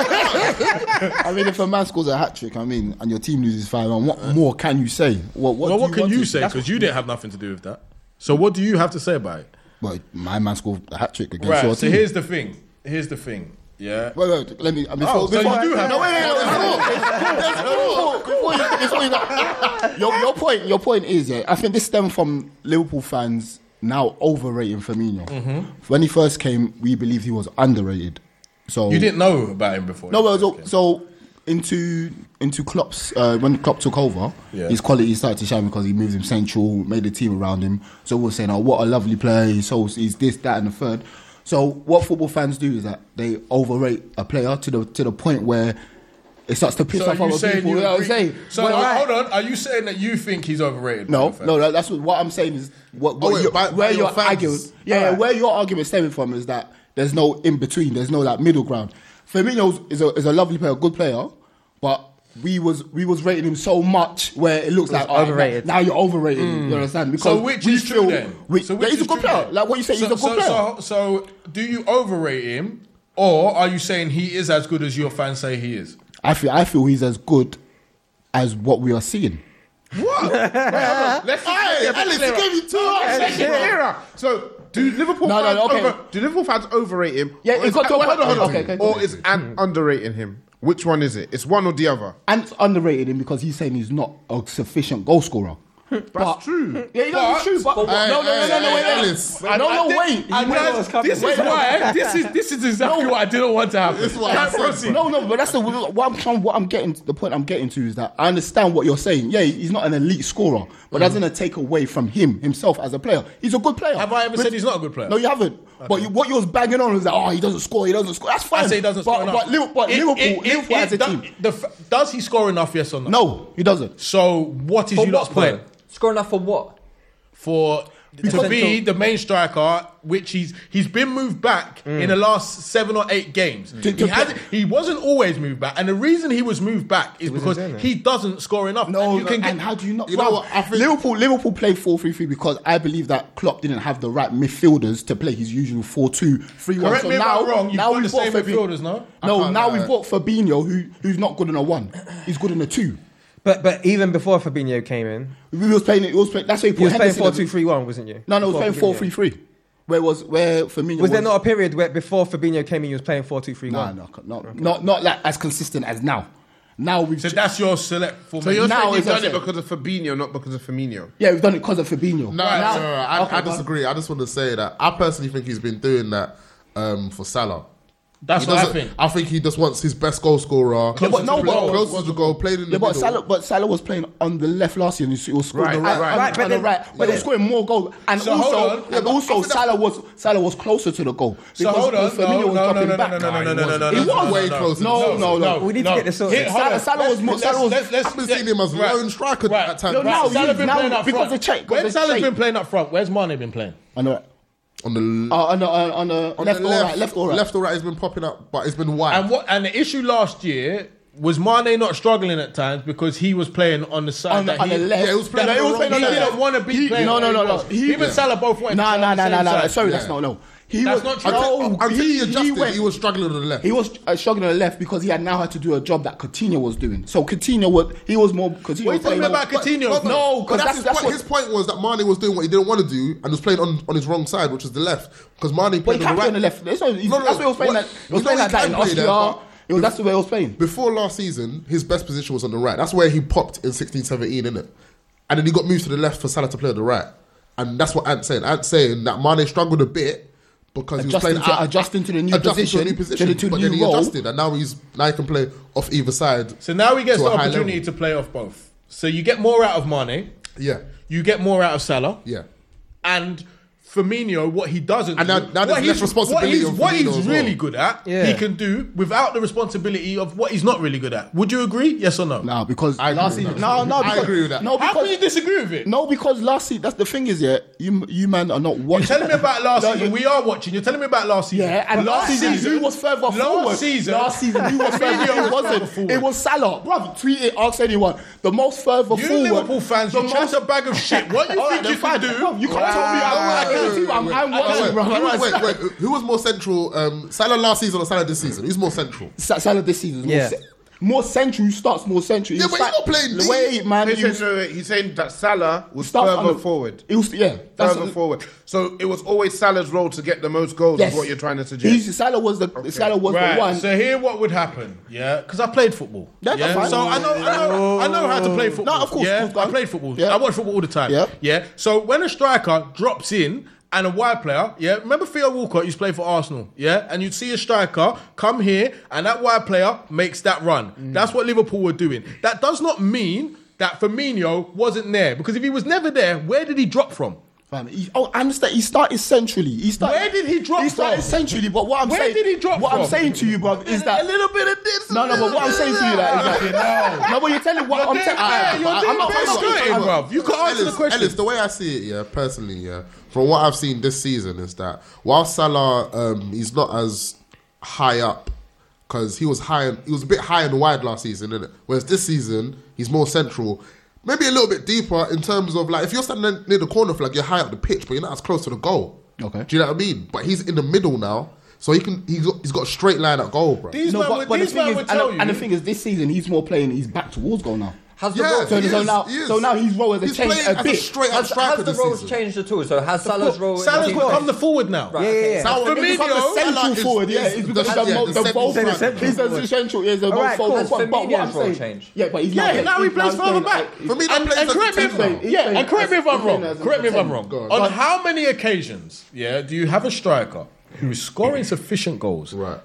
S14: I mean, if a man scores a hat trick, I mean, and your team loses five, and what more can you say? What? What,
S9: Well,
S14: do
S9: what
S14: you
S9: can
S14: want
S9: you
S14: to-
S9: say? Because you didn't have nothing to do with that. So what do you have to say about it?
S7: Well, my man scored a hat trick against
S9: Right.
S7: your
S9: So
S7: team.
S9: here's the thing. Here's the thing. Yeah.
S7: Well, let me. uh, Before,
S9: oh, so
S7: before,
S9: you do have.
S7: no, wait, wait, wait,
S16: That's cool.
S7: Before you- before you go- your, your point, your point is, yeah, I think this stems from Liverpool fans now overrating Firmino.
S9: Mhm.
S7: When he first came, we believed he was underrated. So
S9: You didn't know about him before.
S7: No, well, so, so into into Klopp's uh, when Klopp took over,
S9: Yeah.
S7: his quality started to shine because he moved him central, made the team around him. So we we're saying, oh, what a lovely player! He's so he's this, that, and the third. So what football fans do is that they overrate a player to the to the point where it starts to piss
S9: So
S7: off
S9: you
S7: other
S9: saying
S7: people.
S9: you
S7: You know what I'm
S9: agree-
S7: saying?
S9: So uh,
S7: Well,
S9: hold on, are you saying that you think he's overrated?
S7: no,
S9: Bruno
S7: no, that- that's what, what I'm saying is what, what
S9: Oh, wait,
S7: your-
S9: by- by
S7: where
S9: your
S7: your,
S9: fans.
S7: argument, yeah, yeah, where your argument stemming from is that there's no in between, there's no like middle ground. Firmino is a is a lovely player, good player, but we was we was rating him so much where it looks
S8: was
S7: like alright,
S8: overrated.
S7: Now, now you're overrated.
S9: Mm.
S7: You understand?
S9: so which
S7: we
S9: is true
S7: feel-
S9: then?
S7: we-
S9: so
S7: yeah,
S9: which
S7: he's a
S9: is
S7: good
S9: true
S7: player.
S9: then?
S7: Like what you say,
S9: so,
S7: he's a good
S9: so,
S7: player.
S9: So, so do you overrate him, or are you saying he is as good as your fans say he is?
S7: I feel I feel he's as good as what we are seeing.
S17: What? Wait, hold on. Let's
S16: Aye,
S17: get a bit
S16: Alex,
S17: clearer.
S16: you gave me two
S17: Okay,
S16: options,
S17: get
S16: bro.
S17: clearer. So, do Liverpool
S16: No, no,
S17: fans
S16: okay.
S17: over, do Liverpool fans overrate him?
S7: Yeah,
S17: or
S7: it
S17: is-
S7: got to a
S17: wait,
S7: point-
S17: hold on, hold on.
S7: okay, okay.
S17: Or is an underrating him? Which one is it? It's one or the other.
S7: And it's underrated him because he's saying he's not a sufficient goal scorer.
S17: That's true.
S7: Yeah, you know, it's true, but- Hey, no, no, no, hey, no, no, hey, wait, wait. Ellis. No,
S9: thi-
S7: no, wait.
S9: I
S7: You know
S9: guys,
S7: what's coming.
S9: this is
S7: Wait, no.
S9: why. eh? This is this is exactly what I didn't want to happen.
S7: That's what I
S9: Can't
S7: said,
S9: proceed.
S7: bro. No, no, but that's the what I'm trying. What I'm getting the point I'm getting to is that I understand what you're saying. Yeah, he's not an elite scorer, but that's
S9: Mhm.
S7: going to take away from him himself as a player. He's a good player.
S9: Have I ever
S7: But-
S9: said he's not a good player?
S7: No, you haven't. But you, what you was banging on was that oh, he doesn't score. He doesn't score. That's fine.
S9: I say he doesn't
S7: but,
S9: score enough.
S7: But, Liverpool, but
S9: It-
S7: Liverpool,
S9: it- it-
S7: Liverpool
S9: it
S7: as a
S9: do-
S7: team.
S9: the f- does he score enough? Yes or no?
S7: No, he doesn't.
S9: So what is
S4: For
S9: you
S4: what
S9: lot's point?
S4: though? Score enough for what?
S9: For to
S4: Because-
S9: be the main striker, which he's he's been moved back in the last seven or eight games. He, hasn't- he wasn't always moved back, and the reason he was moved back is because
S7: doing it.
S9: he doesn't score enough. No, you can get,
S7: and how do you not?
S9: You know
S7: Bro,
S9: what, I think-
S7: Liverpool Liverpool played 4-3-3 because I believe that Klopp didn't have the right midfielders to play his usual 4-2, 3-1.
S9: Correct
S7: so
S9: me if
S7: now,
S9: I'm wrong, you've
S7: now
S9: got
S7: we've
S9: the same
S7: Fabi-
S9: midfielders, no? I
S7: No,
S9: can't uh,
S7: now
S9: lie.
S7: we've bought Fabinho, who who's not good in a one. He's good in a two.
S8: But but even before Fabinho came in,
S7: we was playing. It was playing. That's why he
S8: you
S7: put
S8: was playing
S7: Henderson
S8: four
S7: as a-
S8: two three one, wasn't you?
S7: No, no, he
S8: Before Fabinho.
S7: was playing 4-3-3. Where was where Firmino?
S8: Was there not a period where before Fabinho came in, you was playing four two three
S7: Nah,
S8: one?
S7: no, no, not not like as consistent as now. Now we've.
S9: So that's your select
S17: So
S9: formation.
S17: you're
S7: Now
S17: saying you've
S7: is what
S17: done it
S7: I'm
S17: because of Fabinho, not because of Firmino.
S7: Yeah, we've done it because of Fabinho.
S15: No,
S7: Now-
S15: no, no, no. I,
S7: Okay,
S15: I
S7: go on.
S15: disagree. I just want to say that I personally think he's been doing that um, for Salah.
S9: That's
S15: He
S9: what I
S15: doesn't-
S9: think.
S15: I think he just wants his best goal scorer.
S7: Yeah, but no,
S15: to the
S7: but-
S15: goal, closest to the goal, played in the
S7: Yeah, but
S15: middle.
S7: Salah, but Salah was playing on the left last year and he was scoring
S15: Right,
S7: the right,
S15: right,
S7: on-
S15: right,
S7: on
S15: but
S7: the
S15: then-
S7: right, but
S15: yeah.
S7: they're scoring more goals. And
S9: So hold on.
S7: also,
S9: Yeah,
S7: and
S9: but
S7: also Salah was Salah was closer to the goal
S9: So hold on,
S7: because
S9: no,
S7: Firmino was
S9: no, no,
S7: dropping
S9: no, no,
S7: back.
S9: no, no, no, no, no, no, no,
S7: He
S9: no,
S7: was
S9: no,
S7: way
S9: no,
S7: closer. No, no, no.
S8: We need to get this sorted.
S9: Here, hold
S7: Salah-
S9: on.
S7: Salah was
S9: Let's-
S7: more- Salah was-
S9: let's- let's-
S7: I've been
S9: let's-
S7: seeing him as
S9: right,
S15: lone striker
S9: right.
S15: at times.
S9: Right.
S15: No, now
S9: Salah's
S15: he's-
S9: been
S15: now
S9: playing up
S7: because
S9: front.
S7: the check-
S9: When
S7: the
S9: Salah's
S7: check-
S9: been playing up front, where's Mane been playing?
S7: I know.
S15: on the
S7: Uh, on the uh, on the
S15: on
S7: left
S15: the
S7: or right, left or right.
S15: left or right. He's been popping up, but it's been wide.
S9: And what? And the issue last year was Mane not struggling at times because he was playing on the side
S7: On the-
S9: that
S7: on
S9: he,
S7: the left.
S9: Yeah, he was playing.
S7: No,
S9: on
S7: he
S9: the
S7: was
S9: wrong-
S7: playing on
S9: he
S7: the
S9: didn't
S7: left.
S9: want to be
S7: He-
S9: playing.
S7: no, no,
S9: where
S7: no,
S9: he
S7: no.
S9: was.
S7: He-
S9: Him and
S7: yeah.
S9: Salah both went.
S7: Nah,
S9: to
S7: nah,
S9: the
S7: nah,
S9: same
S7: nah, nah.
S9: side.
S7: Sorry, that's not no. He
S9: That's
S7: was
S9: not true.
S7: No,
S15: Until he adjusted,
S7: went-
S15: he was struggling on the left.
S7: He was uh, struggling on the left because he had now had to do a job that Coutinho was doing. So Coutinho was he was more Coutinho.
S15: What
S7: was playing more-
S15: But-
S7: No,
S15: but
S7: because that's,
S15: his,
S7: that's
S15: point.
S7: what
S15: his point was that Marnie was doing what he didn't want to do and was playing on, on his wrong side, which is the left. Because Marnie
S7: But
S15: played
S7: he
S15: on
S7: can't
S15: the
S7: play
S15: right.
S7: on the left. That's, what,
S15: No, no,
S7: that's what he was playing.
S15: what-
S7: Like, he was
S15: you know
S7: playing like
S15: he
S7: that in
S15: can play there,
S7: Austria. It was, that's the way he was playing.
S15: Before last season, his best position was on the right. That's where he popped in 16 17, innit? And then he got moved to the left for Salah to play on the right. And that's what Ant's saying. Ant's saying that Mane struggled a bit because he was
S7: Adjusting
S15: playing
S7: to-
S15: out-
S7: adjusting to the new
S15: adjusting
S7: position,
S15: To the new
S7: to the
S15: position
S7: two
S15: but then
S7: new
S15: he
S7: role.
S15: adjusted, and now he's now he can play off either side.
S9: So now he gets
S15: to
S9: the
S15: a high
S9: opportunity to play off both. So you get more out of Mane.
S15: Yeah.
S9: You get more out of Salah.
S15: Yeah.
S9: And Firmino, what he doesn't
S15: And now-
S9: do,
S15: now there's
S9: what
S15: less
S9: he's,
S15: responsibility
S9: What he's,
S15: on
S9: what
S15: Firmino
S9: he's
S15: as well.
S9: really good at,
S15: Yeah.
S9: he can do without the responsibility of what he's not really good at. Would you agree? Yes or no?
S7: No, because last
S9: with
S7: season,
S9: that.
S7: no, no,
S9: I
S7: because,
S9: agree with that.
S7: No,
S9: How
S7: because,
S9: can you disagree with it?
S7: No, because last season, that's the thing is, yeah, you you man are not watching.
S9: You're telling me about last
S7: No,
S9: season.
S7: you-
S9: We are watching. You're telling me about last season.
S7: Yeah, and last season, who was further
S9: last
S7: forward?
S9: Season,
S7: last season, who was further?
S9: Firmino
S7: It
S9: was
S7: wasn't.
S9: further forward.
S7: It was Salah. Bruv, tweet it, ask anyone. The most further
S9: You
S7: forward.
S9: Liverpool fans,
S7: the
S9: you chose a bag of shit. What you
S7: All
S9: think
S7: right,
S9: you
S7: then,
S9: can do?
S7: fine. Bruv, you can't tell me I- I can't see what I'm- I'm watching,
S15: Wait,
S7: bruv.
S15: wait, wait, wait, Who was more central, um, Salah last season or Salah this season? Who's more central?
S7: Sa- Salah this season. was
S15: Yeah.
S7: se- more central. Who starts more central?
S8: Yeah,
S7: In
S8: but he's
S7: fact-
S8: not playing deep.
S7: Wait, man.
S8: He's
S7: you-
S8: saying, no, no, he's saying that Salah was
S7: Start on
S8: further
S7: the-
S8: forward.
S7: He was, yeah, that's-
S8: further forward. So it was always Salah's role to get the most goals.
S7: Yes.
S8: Is what you're trying to suggest?
S7: He's- Salah was the Salah was
S9: right,
S7: the one.
S9: So here, what would happen? Yeah, because I played football.
S7: That's
S9: yeah?
S7: fine.
S9: So I know, I know, I know how to play football.
S7: No, of course,
S9: Yeah,
S7: of
S9: I played football. I watch football all the time. Yeah. Yeah. So when a striker drops in. And a wide player, yeah. Remember Theo Walcott used to play for Arsenal, yeah. And you'd see a striker come here, and that wide player makes that run.
S7: Mm.
S9: That's what Liverpool were doing. That does not mean that Firmino wasn't there, because if he was never there, where did he drop from?
S7: Fam, he- oh, I understand. He started centrally. He started.
S9: Where did he drop
S7: He started
S9: from?
S7: centrally, but what I'm
S9: Where
S7: saying,
S9: did he drop
S7: What I'm
S9: from?
S7: saying to you, bro, is that
S9: A little bit of this.
S7: No, no, but what I'm saying to you that is that no, but you're telling what I'm
S9: doing
S7: telling.
S9: fair, you're doing fair shooting, bruv. You can't answer
S15: Ellis,
S9: the question.
S15: Ellis, the way I see it, yeah, personally, yeah, from what I've seen this season is that while Salah, um, he's not as high up because he was high, and, he was a bit high and wide last season, innit? Whereas this season, he's more central. Maybe a little bit deeper in terms of like if you're standing near the corner flag, you're high up the pitch, but you're not as close to the goal. Okay, do you know what I mean? But he's in the middle now, so he can he's got, he's got a straight line at goal, bro.
S7: No, but, but the thing is, and, the- and the thing is, this season he's more playing. He's back towards goal now.
S4: Has
S7: the
S4: the role-
S7: so,
S4: he
S7: so
S4: is,
S7: now,
S4: he is.
S7: so now his role has
S4: He's
S7: changed
S4: playing as
S7: a
S4: a
S7: bit.
S4: straight-up Has- striker has the this roles season. changed at all? So has Salah's role in
S9: Salah's
S4: the
S9: become
S4: defense?
S9: the forward now.
S4: Right, Yeah, yeah, okay. yeah.
S7: Salah
S9: Firmino-
S7: become the central
S9: Salah is-
S7: forward, yeah.
S9: is
S7: It's
S9: the-
S7: because the,
S9: yeah,
S7: mo-
S9: the
S7: the,
S9: central
S7: both
S9: forward.
S7: he's
S9: Central
S7: the
S9: forward.
S7: essential. He's the
S9: All
S7: most
S9: right, cool.
S7: forward.
S9: Has
S7: But, but what I'm
S9: Firmino's role
S7: saying,
S9: changed?
S7: yeah, but he's
S9: Yeah,
S7: not-
S9: now he
S7: he's
S9: plays
S7: now
S9: further
S7: playing-
S9: back.
S7: he's-
S9: Firmino And- plays and as a correct me if I'm wrong. ten. Yeah, and correct me if I'm
S7: He's
S9: wrong.
S7: playing as a
S9: Correct me if I'm
S7: ten.
S9: wrong.
S7: Go on.
S9: On how many occasions, yeah, do you have a striker who's scoring sufficient goals? Right.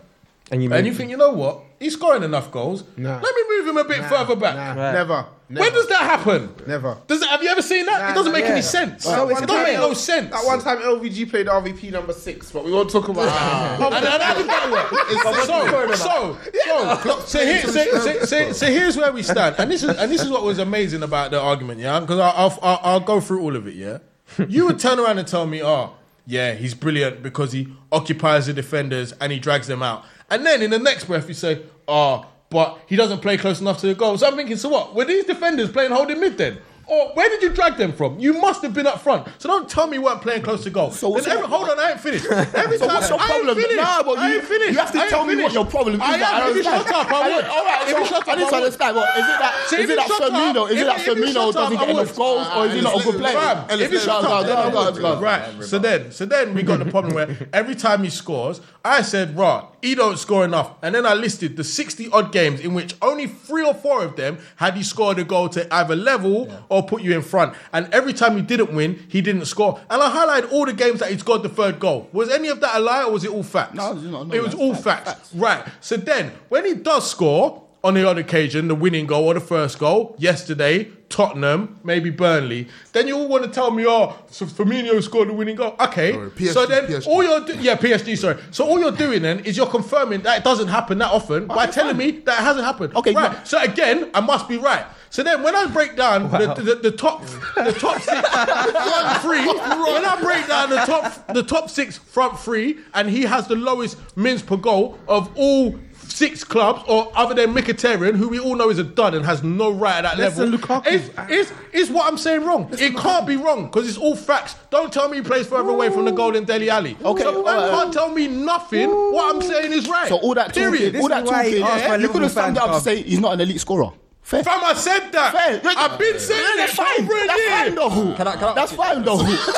S18: And you,
S9: and you think, you know what? He's scoring enough goals. Let me move him a bit further back.
S8: Right. Never,
S9: When does that happen?
S8: Never.
S9: Does it, have you ever seen that? it doesn't make
S8: Yeah.
S9: any sense.
S8: At one
S9: it doesn't make
S8: time-
S9: no sense.
S8: At one time, LVG played RVP number six, but we won't talk about that.
S9: and, and how did that work? So, so, so, so, here, so, so, so, so here's where we stand, and this is and this is what was amazing about the argument, yeah. Because I'll, I'll I'll go through all of it, yeah. You would turn around and tell me, oh, yeah, he's brilliant because he occupies the defenders and he drags them out, and then in the next breath you say, oh, but he doesn't play close enough to the goal. So I'm thinking, so what? Were these defenders playing holding mid then? Or where did you drag them from? You must have been up front. So don't tell me you weren't playing close to goal. So
S7: what's
S9: every,
S7: your-
S9: hold on, I ain't finished. Every
S7: So
S9: time,
S7: what's your
S9: I ain't
S7: problem?
S9: finished.
S7: Nah, but
S9: I
S7: you-
S9: ain't finished.
S7: you have to
S9: I ain't
S7: tell me what
S9: finished.
S7: your problem is.
S9: I
S7: I
S9: am. If you
S7: understand.
S9: shut up, I
S7: I-
S9: would.
S7: all right,
S9: If you
S7: so
S9: shut up,
S7: I need to
S9: would.
S7: understand, but is it that-
S9: So
S7: is
S9: if
S7: it
S9: you
S7: that
S9: shut up-
S7: Firmino- is it
S9: if-
S7: that
S9: if you
S7: Firmino
S9: shut up,
S7: doesn't
S9: I
S7: get enough
S9: would.
S7: goals, or is he
S9: Uh,
S7: not a good player?
S9: Fam,
S7: Ellis,
S9: If you
S7: Ellis,
S9: shut
S7: go,
S9: up,
S7: go,
S9: then
S7: go,
S9: I would.
S7: go, go.
S9: Right. So then, so then we got the problem where every time he scores, I said, "Right, he don't score enough," and then I listed the sixty odd games in which only three or four of them had he scored a goal to either level or put you in front. And every time he didn't win, he didn't score. And I highlighted all the games that he scored the third goal. Was any of that a lie or was it all facts? No, it was all facts. Right. So then, when he does score on the odd occasion, the winning goal or the first goal yesterday, Tottenham, maybe Burnley, then you all want to tell me, oh, so Firmino scored the winning goal. Okay.
S15: PSG,
S9: so then
S15: PSG.
S9: all you're do- yeah PSG sorry. So all you're doing then is you're confirming that it doesn't happen that often by telling me that it hasn't happened. Okay. Right. So again, I must be right. So then, when I break down the, the, the top, the top six, front three, when I break down the top, the top six front three, and he has the lowest mins per goal of all six clubs, or other than Mkhitaryan, who we all know is a dud and has no right at that
S8: Less
S9: level.
S8: than Lukaku.
S9: Is, is, is what I'm saying wrong? it can't be wrong because it's all facts. Don't tell me he plays further away from the goal in Deli Alley.
S7: Okay,
S9: so man
S7: alright.
S9: can't tell me nothing. What I'm saying is right.
S7: So all that
S9: period.
S7: talking, all that talking,
S9: Yeah.
S7: you could have summed it up to say he's not an elite scorer. Fair.
S9: Fam, I said that. I've been saying
S7: Yeah,
S9: it
S7: that's
S9: for
S7: fine.
S9: over a
S7: That's
S9: year.
S7: fine, though.
S9: Can I- can I-
S7: that's fine, though.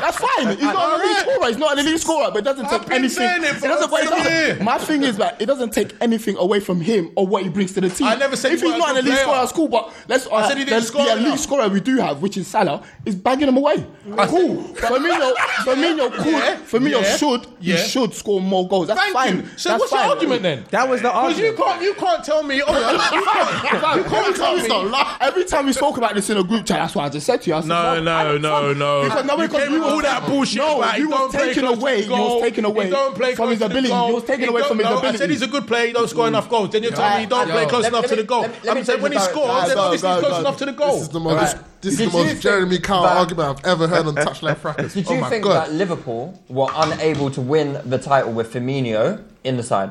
S7: that's fine. He's not an elite scorer. He's not an elite scorer, but it doesn't take
S9: been
S7: anything.
S9: saying it for
S7: doesn't.
S9: over a
S7: it doesn't-
S9: year.
S7: My thing is that it doesn't take anything away from him or what he brings to the team.
S9: I never said
S7: if
S9: he
S7: he's
S9: wasn't
S7: not an
S9: a
S7: elite
S9: player.
S7: scorer at school, but let's.
S9: I said he didn't
S7: the,
S9: score
S7: the
S9: enough.
S7: elite scorer we do have, which is Salah, is banging him away. Cool. Firmino, Firmino, could,
S9: Yeah,
S7: Firmino
S9: yeah,
S7: should,
S9: yeah.
S7: he should score more goals. That's
S9: Thank
S7: fine.
S9: you. So
S7: That's
S9: what's your
S7: fine.
S9: argument then? That was the Because you can't, you can't tell me. Oh, you can't, you can't tell
S7: Every time, we
S9: me.
S7: start laugh- every time we spoke about this in a group chat, that's what I just said to you. I said,
S9: No,
S7: "Bro,
S9: no,
S7: I don't
S9: no,
S7: fuck-"
S9: no.
S7: Because, no,
S9: You
S7: because
S9: came
S7: you
S9: with
S7: was-
S9: all that bullshit
S7: No,
S9: about he
S7: you
S9: don't
S7: was
S9: play
S7: taken
S9: close to
S7: away.
S9: the
S7: You was
S9: goal,
S7: taken away
S9: He don't play
S7: from
S9: close
S7: his
S9: to the
S7: ability.
S9: goal.
S7: You was taken
S9: He
S7: away
S9: don't-
S7: from his
S9: no, I
S7: ability.
S9: said he's a good player. He don't score enough goals. Then you're telling me he don't
S15: Yo.
S9: play close
S15: Let-
S9: enough
S15: let
S9: to the
S15: me-
S9: goal.
S15: let me- let me
S9: I'm saying
S15: tell
S9: when
S15: you
S9: he's
S15: about-
S9: scored,
S15: Guys,
S9: then
S15: guys,
S9: obviously he's
S15: guys,
S9: close
S15: guys.
S9: enough to the goal.
S15: This is the most, this is the most Jeremy Carr argument I've ever heard on Touchline Frackers.
S4: Did
S15: oh
S4: you
S15: my
S4: think
S15: God.
S4: that Liverpool were unable to win the title with Firmino in the side?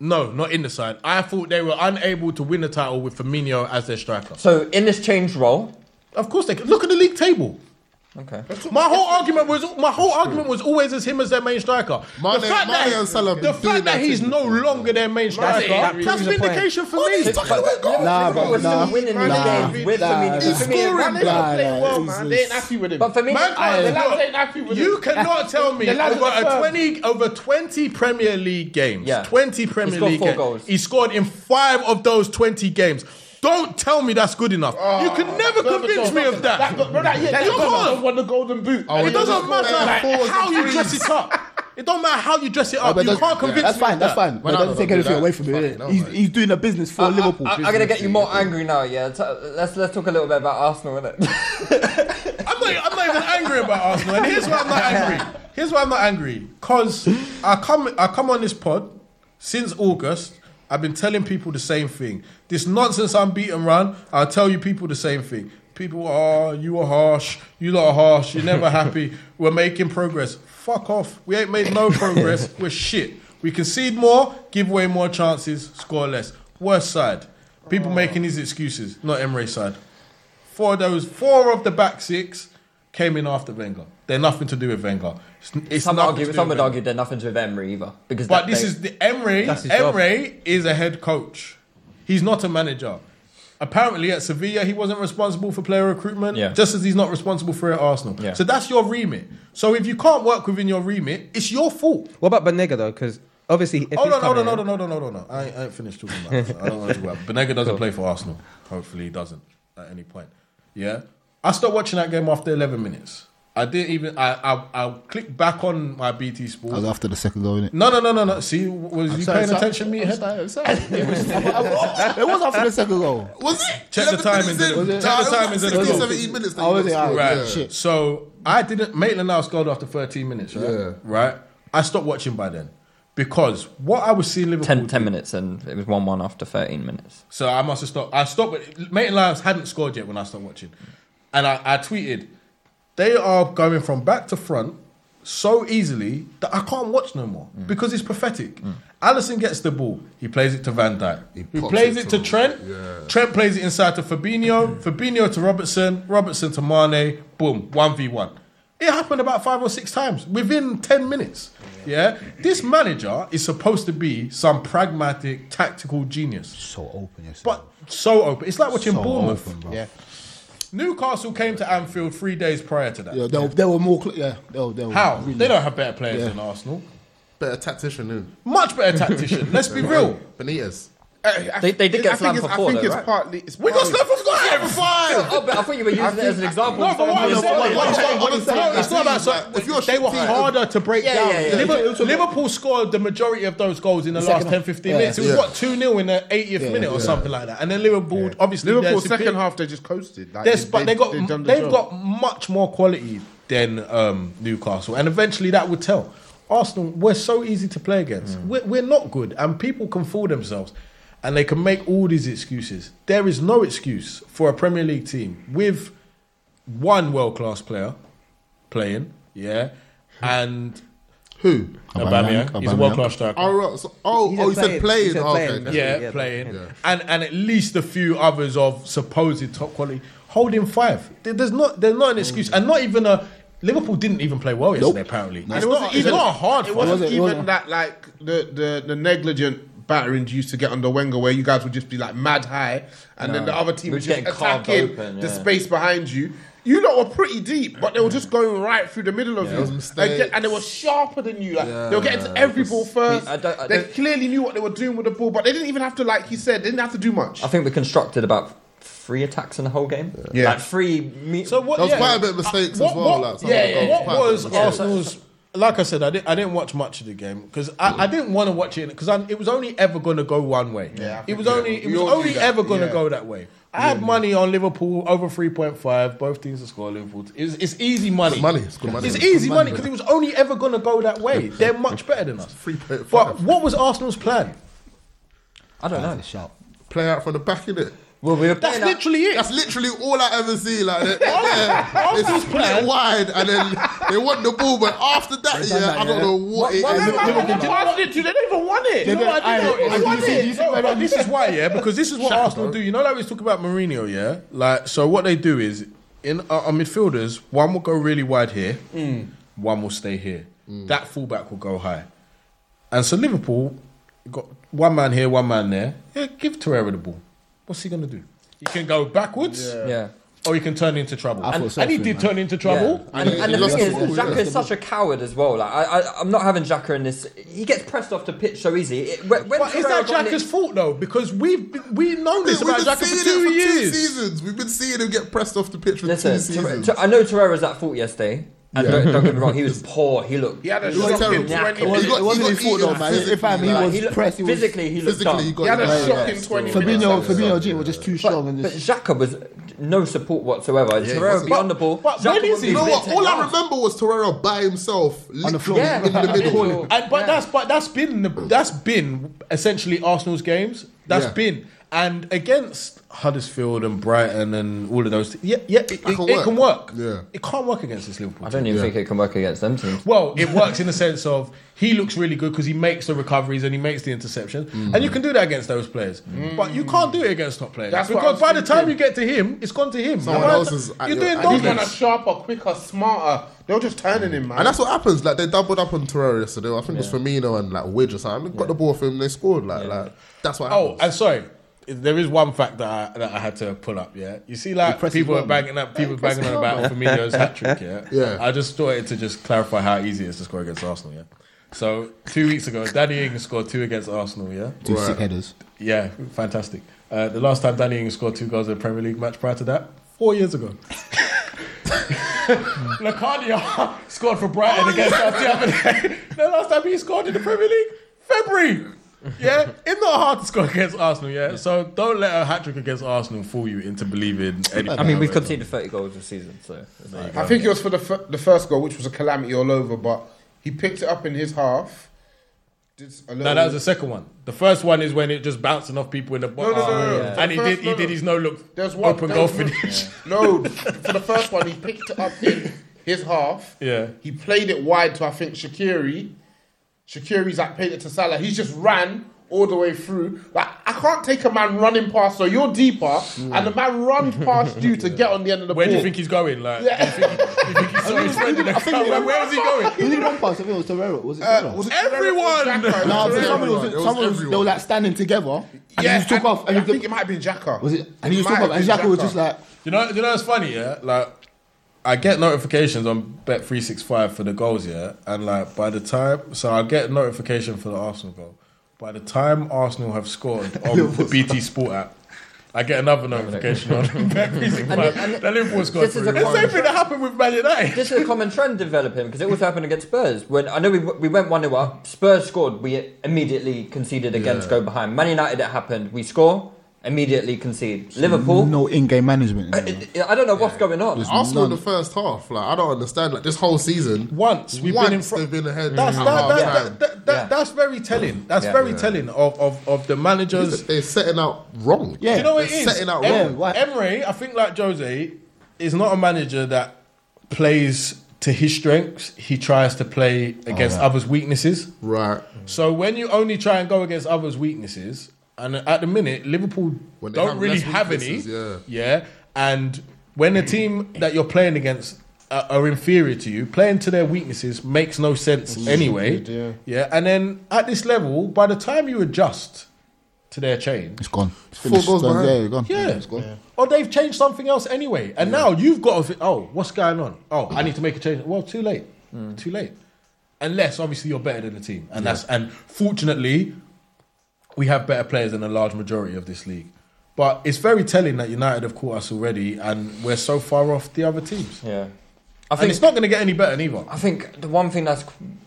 S9: No, not in the side. I thought they were unable to win the title with Firmino as their striker.
S4: So in this change role,
S9: Of course they can. Look at the league table.
S4: Okay.
S9: My whole argument was my whole argument was always as him as their main striker.
S7: Mane-
S9: the fact
S7: Mane
S9: that,
S7: and Salah have been
S9: the
S7: doing
S9: fact that
S7: that
S9: he's
S7: since
S9: no longer their main striker,
S7: that
S9: that's,
S7: proves
S9: that's
S7: the point.
S9: vindication for
S7: What
S9: me.
S7: is he talking about? Liverpool Nah, bro,
S4: was still nah, winning the nah, games with nah, Firmino.
S9: He's
S4: Firmino
S9: scoring,
S4: wasn't
S9: bro.
S4: playing well,
S9: man. They ain't happy with him.
S4: But Firmino-
S9: Man,
S4: I-
S9: look,
S4: the lads ain't
S6: happy with
S9: You
S6: him.
S9: cannot tell me
S6: The lads
S9: over
S6: are the
S9: a
S6: first.
S9: twenty over twenty Premier League games,
S4: Yeah.
S9: twenty
S4: He
S9: Premier
S4: scored
S9: League
S4: four
S9: games,
S4: goals.
S9: he scored in five of those twenty games. Don't tell me that's good enough. you can never convince me of that.
S14: Bro, Ah, that year, that
S9: you can't
S14: won the golden boot. Oh,
S9: and it doesn't matter how you dress it up. It don't matter how you dress it up.
S5: Oh, but
S9: you
S5: that's-
S9: can't convince
S5: That's
S9: me
S5: fine.
S9: of
S5: That's
S9: that.
S5: fine. But doesn't take anything away from it. He's, he's doing a business for Liverpool.
S4: I, am gonna get you more angry now. Yeah, T- let's let's talk a little bit about Arsenal, innit?
S9: I'm not, I'm not even angry about Arsenal. And here's why I'm not angry. Here's why I'm not angry. Cause I come I come on this pod since August. I've been telling people the same thing. This nonsense I'm beaten run, I'll tell you people the same thing. People are you are harsh, you lot are harsh, you're never happy, we're making progress. Fuck off. We ain't made no progress. We're shit. We concede more, give away more chances, score less. Worst side. People making these excuses, not Emre side. Four of those, four of the back six came in after Wenger. They're nothing to do with Wenger. It's, it's
S4: some
S9: nothing
S4: argue,
S9: to do
S4: some
S9: with
S4: would
S9: Wenger.
S4: argue they're nothing to do with Emery either. Because that
S9: But this
S4: they-
S9: is the Emre.
S4: That's his job.
S9: Emre is a head coach. He's not a manager. Apparently at Sevilla, he wasn't responsible for player recruitment,
S4: Yeah.
S9: just as he's not responsible for it at Arsenal.
S4: Yeah.
S9: So that's your remit. So if you can't work within your remit, it's your fault.
S8: What about Benega though? Because obviously, if
S9: Hold
S8: he's
S9: on, hold on,
S8: coming
S9: hold on, hold on, hold on, hold on. I ain't, I ain't finished talking about this. I don't want to talk about it. Benega doesn't play for Arsenal. Hopefully he doesn't at any point. Yeah? I stopped watching that game after 11 minutes. I didn't even... I I, I clicked back on my BT Sport.
S5: I was after the second goal, innit?
S9: No, no, no, no, no. See, was you
S5: sorry,
S9: paying
S5: sorry.
S9: attention, meathead?
S5: It was after the second goal.
S7: Was it?
S9: Check the
S7: 11
S9: timing.
S7: minutes in? Oh,
S9: Check
S7: No, it
S9: the
S7: was like
S9: timing.
S7: 16, 17 minutes that
S5: I
S7: you
S5: was
S7: got
S5: like,
S7: scored.
S5: alright,
S7: Yeah.
S5: shit.
S9: So I didn't. Maitland now scored after 13 minutes, right?
S7: Yeah.
S9: Right. I stopped watching by then because what I was seeing Liverpool.
S4: 10,
S9: do-
S4: 10 minutes and it was 1 1 after 13 minutes.
S9: So I must have stopped. I stopped. But Maitland hadn't scored yet when I stopped watching, and I, I tweeted, "They are going from back to front so easily that I can't watch no more because it's pathetic." Allison gets the ball. He plays it to Van Dijk. Mm. He
S7: pops
S9: plays
S7: it
S9: it to Mm.
S7: to-
S9: Trent. Trent plays it inside to Fabinho. Fabinho to Robertson. Robertson to Mane. Boom, one v one. It happened about five or six times within ten minutes. Yeah, this manager is supposed to be some pragmatic, tactical genius.
S5: So open yourself.
S9: But so open. It's like watching
S5: So
S9: Bournemouth.
S5: open, bro.
S9: yeah. Newcastle came to Anfield three days prior to that.
S5: Yeah, they, were- they were more. Cl- yeah, they were, they were
S9: How?
S5: really-
S9: They don't have better players
S5: Yeah.
S9: than Arsenal.
S7: Better tactician, who?
S9: Much better tactician. Let's be real.
S7: Benitez.
S4: They, they did
S6: I think
S4: get slammed
S6: it's,
S4: for
S6: I
S4: 4
S6: think
S4: though,
S6: it's
S4: right?
S6: partly. It's
S9: We got
S6: partly-
S9: Slap for five.
S4: Oh, but I thought you were using it as an example.
S9: No, but what I'm
S4: Someone
S9: saying,
S4: was-
S9: what I'm saying-
S7: what I'm saying
S9: no, it's not about.
S7: is
S9: So,
S7: that if you're a
S9: they were
S7: shit team-
S9: harder to break
S4: Yeah,
S9: down.
S4: yeah, yeah.
S9: Liver- Liverpool, scored the majority of those goals in the, last 10, 15 minutes. It was
S7: Yeah.
S9: what two 0 in the 80th minute or something like that. And then Liverpool, obviously, they're
S6: Liverpool
S9: superior.
S6: second half they just coasted. Like,
S9: There's, but they, got
S6: they've done the
S9: they've
S6: job.
S9: got much more quality than um, Newcastle, and eventually that will tell. Arsenal, we're so easy to play
S6: Mm.
S9: against. We're, we're not good, and people can fool themselves, and they can make all these excuses. There is no excuse for a Premier League team with one world class player playing, yeah, and
S7: Who?
S9: Aubameyang. He's a
S5: Aubameyang.
S9: world class striker.
S7: Oh, right, so- oh,
S8: He
S7: oh, you
S8: said
S7: said
S8: playing. He
S7: playing.
S8: said
S7: Oh,
S8: playing.
S7: okay.
S9: yeah,
S8: Yeah,
S9: playing,
S7: yeah.
S9: and and at least a few others of supposed top quality holding five. There- There's not there's not an excuse, and not even a Liverpool didn't even play well yesterday. Apparently,
S6: And
S9: it's, not, it's not a hard
S6: It
S9: fight.
S6: wasn't,
S5: wasn't- it
S6: even
S5: wasn't.
S6: that like the, the the negligent batterings used to get under Wenger, where you guys would just be like mad high, and then the other team
S4: We
S6: would
S4: were
S6: just
S4: getting carved
S6: attacking
S4: open,
S6: the
S4: yeah.
S6: space behind you. You lot were pretty deep, but they were just going right through the middle of you,
S7: was
S6: Like,
S7: mistakes.
S6: and they were sharper than you. Like, they were getting to
S7: Yeah,
S6: every
S7: it was-
S6: ball first.
S4: I don't- I
S6: they
S4: don't-
S6: clearly knew what they were doing with the ball, but they didn't even have to, like he said, they didn't have to do much.
S4: I think we constructed about three attacks in the whole game.
S6: Yeah.
S4: Like three. Me-
S9: So what?
S7: There was
S9: yeah.
S7: quite a bit of mistakes
S9: Uh,
S7: as well. like, some of the goals,
S9: What
S7: quite a bit of
S9: was
S7: mistakes.
S9: Arsenal's? Like I said, I didn't. I didn't watch much of the game because I, I didn't want to watch it because it was only ever going to go one way.
S6: Yeah, I
S9: it
S6: think
S9: was
S6: so.
S9: only it
S6: We
S9: was
S6: all knew
S9: only
S6: that,
S9: ever going to
S6: yeah.
S9: go that way. I had money on Liverpool over three point five. Both teams to score. Liverpool. It's, it's easy money.
S7: It's money, it's good money.
S9: It's
S7: It's
S9: easy
S7: good
S9: money
S7: money.
S9: because it was only ever going to go that way. They're much better than us.
S7: 3.5.
S9: But what was Arsenal's plan?
S4: I don't know.
S7: Play out from the back, innit?
S4: Well, we were
S9: That's
S4: playing out-
S9: literally it.
S7: That's literally all I ever see. Like they,
S9: Arsenal-
S7: they, they
S9: Arsenal's
S7: split
S9: plan-
S7: wide and then they want the ball, but after that, yeah, I don't know what it is.
S6: They didn't pass it to- they didn't even want it.
S9: You know what I did notice?
S6: They won it.
S9: No, but This is why, yeah, because this is what Arsenal do. You know, like we was talking about Mourinho, yeah. Like, so what they do is in our, our midfielders, one will go really wide here,
S6: Mm.
S9: one will stay here. That fullback will go high. And so Liverpool got one man here, one man there. Yeah, give Torreira the ball. What's he going to do? He can go backwards.
S4: Yeah. Yeah.
S9: Or he can turn into trouble.
S4: I
S9: And,
S4: thought so
S9: and he
S4: too,
S9: did
S4: man.
S9: turn into trouble.
S4: And, and the thing is, Xhaka is
S9: Yeah.
S4: such a coward as well. Like, I, I, I'm not having Xhaka in this. He gets pressed off the pitch so easy. It, when, when
S9: But is that
S4: Torreira got
S9: Xhaka's
S4: nicked-
S9: fault though? Because we've been- we've known this
S4: We've
S9: about
S4: been
S9: Xhaka for
S4: seeing
S9: two
S4: it for two
S9: years.
S7: seasons. We've been seeing him get pressed off the pitch for
S4: Listen, uh,
S7: two
S4: Torre-
S7: seasons.
S4: Tor- I know Torreira's at fault yesterday. And
S7: Yeah.
S4: don't, don't get me wrong, he was poor. He looked.
S7: He had a
S4: he looked
S7: shocking
S4: knackered.
S7: 20 It wasn't- he got- it wasn't he got his fault, though, eaten man. If I'm- he
S4: Like,
S7: was
S4: looked-
S7: pressed, he was-
S4: Physically, he looked.
S7: physically,
S4: dumb.
S7: he got He had a eaten. shocking Yeah. 20 minutes.
S4: Fabinho,
S5: Fabinho G were just too strong and
S4: But Xhaka was no support whatsoever.
S7: Yeah, he
S4: Torreira
S7: wasn't.
S4: be on the ball.
S7: But
S4: Xhaka
S7: when is
S4: wouldn't
S7: he?
S4: be
S7: You know
S4: fit
S7: what?
S4: to
S7: All
S4: go.
S7: I remember was Torreira by himself, on the floor, in the middle.
S9: And, but that's but that's been the, that's been essentially Arsenal's games. That's
S7: Yeah.
S9: been and against Huddersfield and Brighton and all of those. Yeah, yeah, it, it,
S4: That can
S9: it
S4: work.
S9: can work.
S4: Yeah.
S9: it can't work against this Liverpool.
S4: I don't even think it can work against them teams.
S9: Well, it works in the sense of he looks really good because he makes the recoveries and he makes the interceptions, and you can do that against those players. But you can't do it against top players
S7: Mm. That's what I
S9: because
S7: was
S9: by the time
S7: thinking.
S9: you get to him, it's gone to him.
S7: Someone uh,
S9: By the
S7: else
S9: ti-
S7: is
S9: you're
S7: at your-
S9: doing
S7: at
S9: those
S7: his bench.
S9: kind of
S6: sharper, quicker, smarter. They're just turning him, man.
S7: And that's what happens. Like they doubled up on Torreira yesterday. I think it was Firmino and like Widge or something. Got the ball for him. They scored. Like, like that's what.
S9: Oh, and sorry. There is one fact that I, that I had to pull up. Yeah, you see, like
S7: Impressive
S9: people are
S7: one.
S9: banging up, people
S7: Yeah,
S9: banging on
S7: impressive
S9: about
S7: one.
S9: Firmino's hat trick. Yeah,
S7: Yeah.
S9: I just thought it to just clarify how easy it is to score against Arsenal. Yeah. So two weeks ago, Danny Ings scored two against Arsenal. Yeah.
S5: Two sick headers.
S9: Yeah, fantastic. Uh, the last time Danny Ings scored two goals in a Premier League match prior to that, four years ago. Lacardia scored for Brighton against us the other day. the last time he scored in the Premier League, February. Yeah, it's not hard to score against Arsenal. Yeah, so don't let a hat trick against Arsenal fool you into believing. Anything
S4: I mean, we've
S9: Whatever.
S4: conceded 30 goals this season, so. there you
S6: I
S4: go.
S6: think it was for the f- the first goal, which was a calamity all over. But he picked it up in his half. Did a
S9: No,
S6: little-
S9: that was the second one. The first one is when it just bouncing off people in the box,
S6: no, no, no, no.
S9: and he
S6: The first-
S9: did he
S6: no,
S9: did
S6: no.
S9: his no look
S6: There's one-
S9: open
S6: there
S9: goal
S6: was one-
S9: finish.
S6: No, for the first one, he picked it up in his half.
S9: Yeah.
S6: He played it wide to I think Shakiri. Shakiri's like played it to Salah. He's just ran all the way through. Like I can't take a man running past. So you're deeper, and the man runs past you to get on the end of the
S9: Hmm. Where
S6: ball.
S9: do you think he's going? Like,
S6: Yeah.
S9: Where- where is he going?
S5: Who did run past? I think it was Torreira. Was it Torreira?
S6: Uh, was it
S9: everyone!
S5: No, I'm saying someone
S6: Everyone.
S5: was,
S6: It was
S5: someone was, they were
S6: everyone.
S5: like standing together. And
S6: Yeah,
S5: he just took off. And
S6: I
S5: he
S6: think it might have been Jacka.
S5: Was it? And he just took off. And Xhaka was just like,
S9: You know, you know, it's funny, yeah. Like, I get notifications on Bet three six five for the goals, yeah, and like by the time, so I get notification for the Arsenal goal. By the time Arsenal have scored on the BT Sport app, I get another notification on Bet three six
S4: And it- and
S9: five.
S4: it-
S9: That Liverpool scored
S4: this is
S9: through.
S4: a
S9: The same
S4: common-
S9: thing that happened with Man United.
S4: This is a common trend developing because it also happened against Spurs. When I know we, we went 1 0 up, Spurs scored, we immediately conceded against
S5: Yeah.
S4: go behind. Man United, it happened, we score, immediately concede. Liverpool,
S5: No in-game management. in there.
S4: I don't know what's going on.
S7: Arsenal in the first half. Like I don't understand. Like this whole season,
S9: once
S7: we've been in front, they've been
S4: Mm.
S7: ahead.
S9: That's
S7: at
S9: that, that,
S7: half-time.
S9: that, that, that, that's very telling. That's
S7: Yeah.
S9: very
S7: Yeah.
S9: telling of, of, of the managers.
S7: They're setting out wrong.
S9: Do you know what it
S7: They're
S9: is?
S7: Setting out
S9: Em-
S7: wrong.
S9: Emery, I think like Jose, is not a manager that plays to his strengths. He tries to play against
S7: right.
S9: others' weaknesses.
S7: Right.
S9: So when you only try and go against others' weaknesses, and at the minute Liverpool
S7: When they
S9: don't
S7: have
S9: really
S7: less
S9: have any,
S7: weaknesses, yeah.
S9: yeah. And when the team that you're playing against are, are inferior to you, playing to their weaknesses makes no sense
S7: It's
S9: anyway.
S7: stupid, yeah.
S9: And then at this level, by the time you adjust to their change,
S5: It's gone. It's
S9: Four
S5: finished.
S9: goals
S5: It's gone.
S9: behind.
S5: Yeah, it's gone.
S9: Yeah.
S5: It's gone.
S9: or they've changed something else anyway. And now you've got to think, oh, what's going on? Oh, I need to make a change. Well, too late. Too late. Unless obviously you're better than the team. And that's and fortunately, we have better players than a large majority of this league. But it's very telling that United have caught us already and we're so far off the other teams.
S4: Yeah.
S9: I think it's not going to get any better either.
S4: I think the one thing that's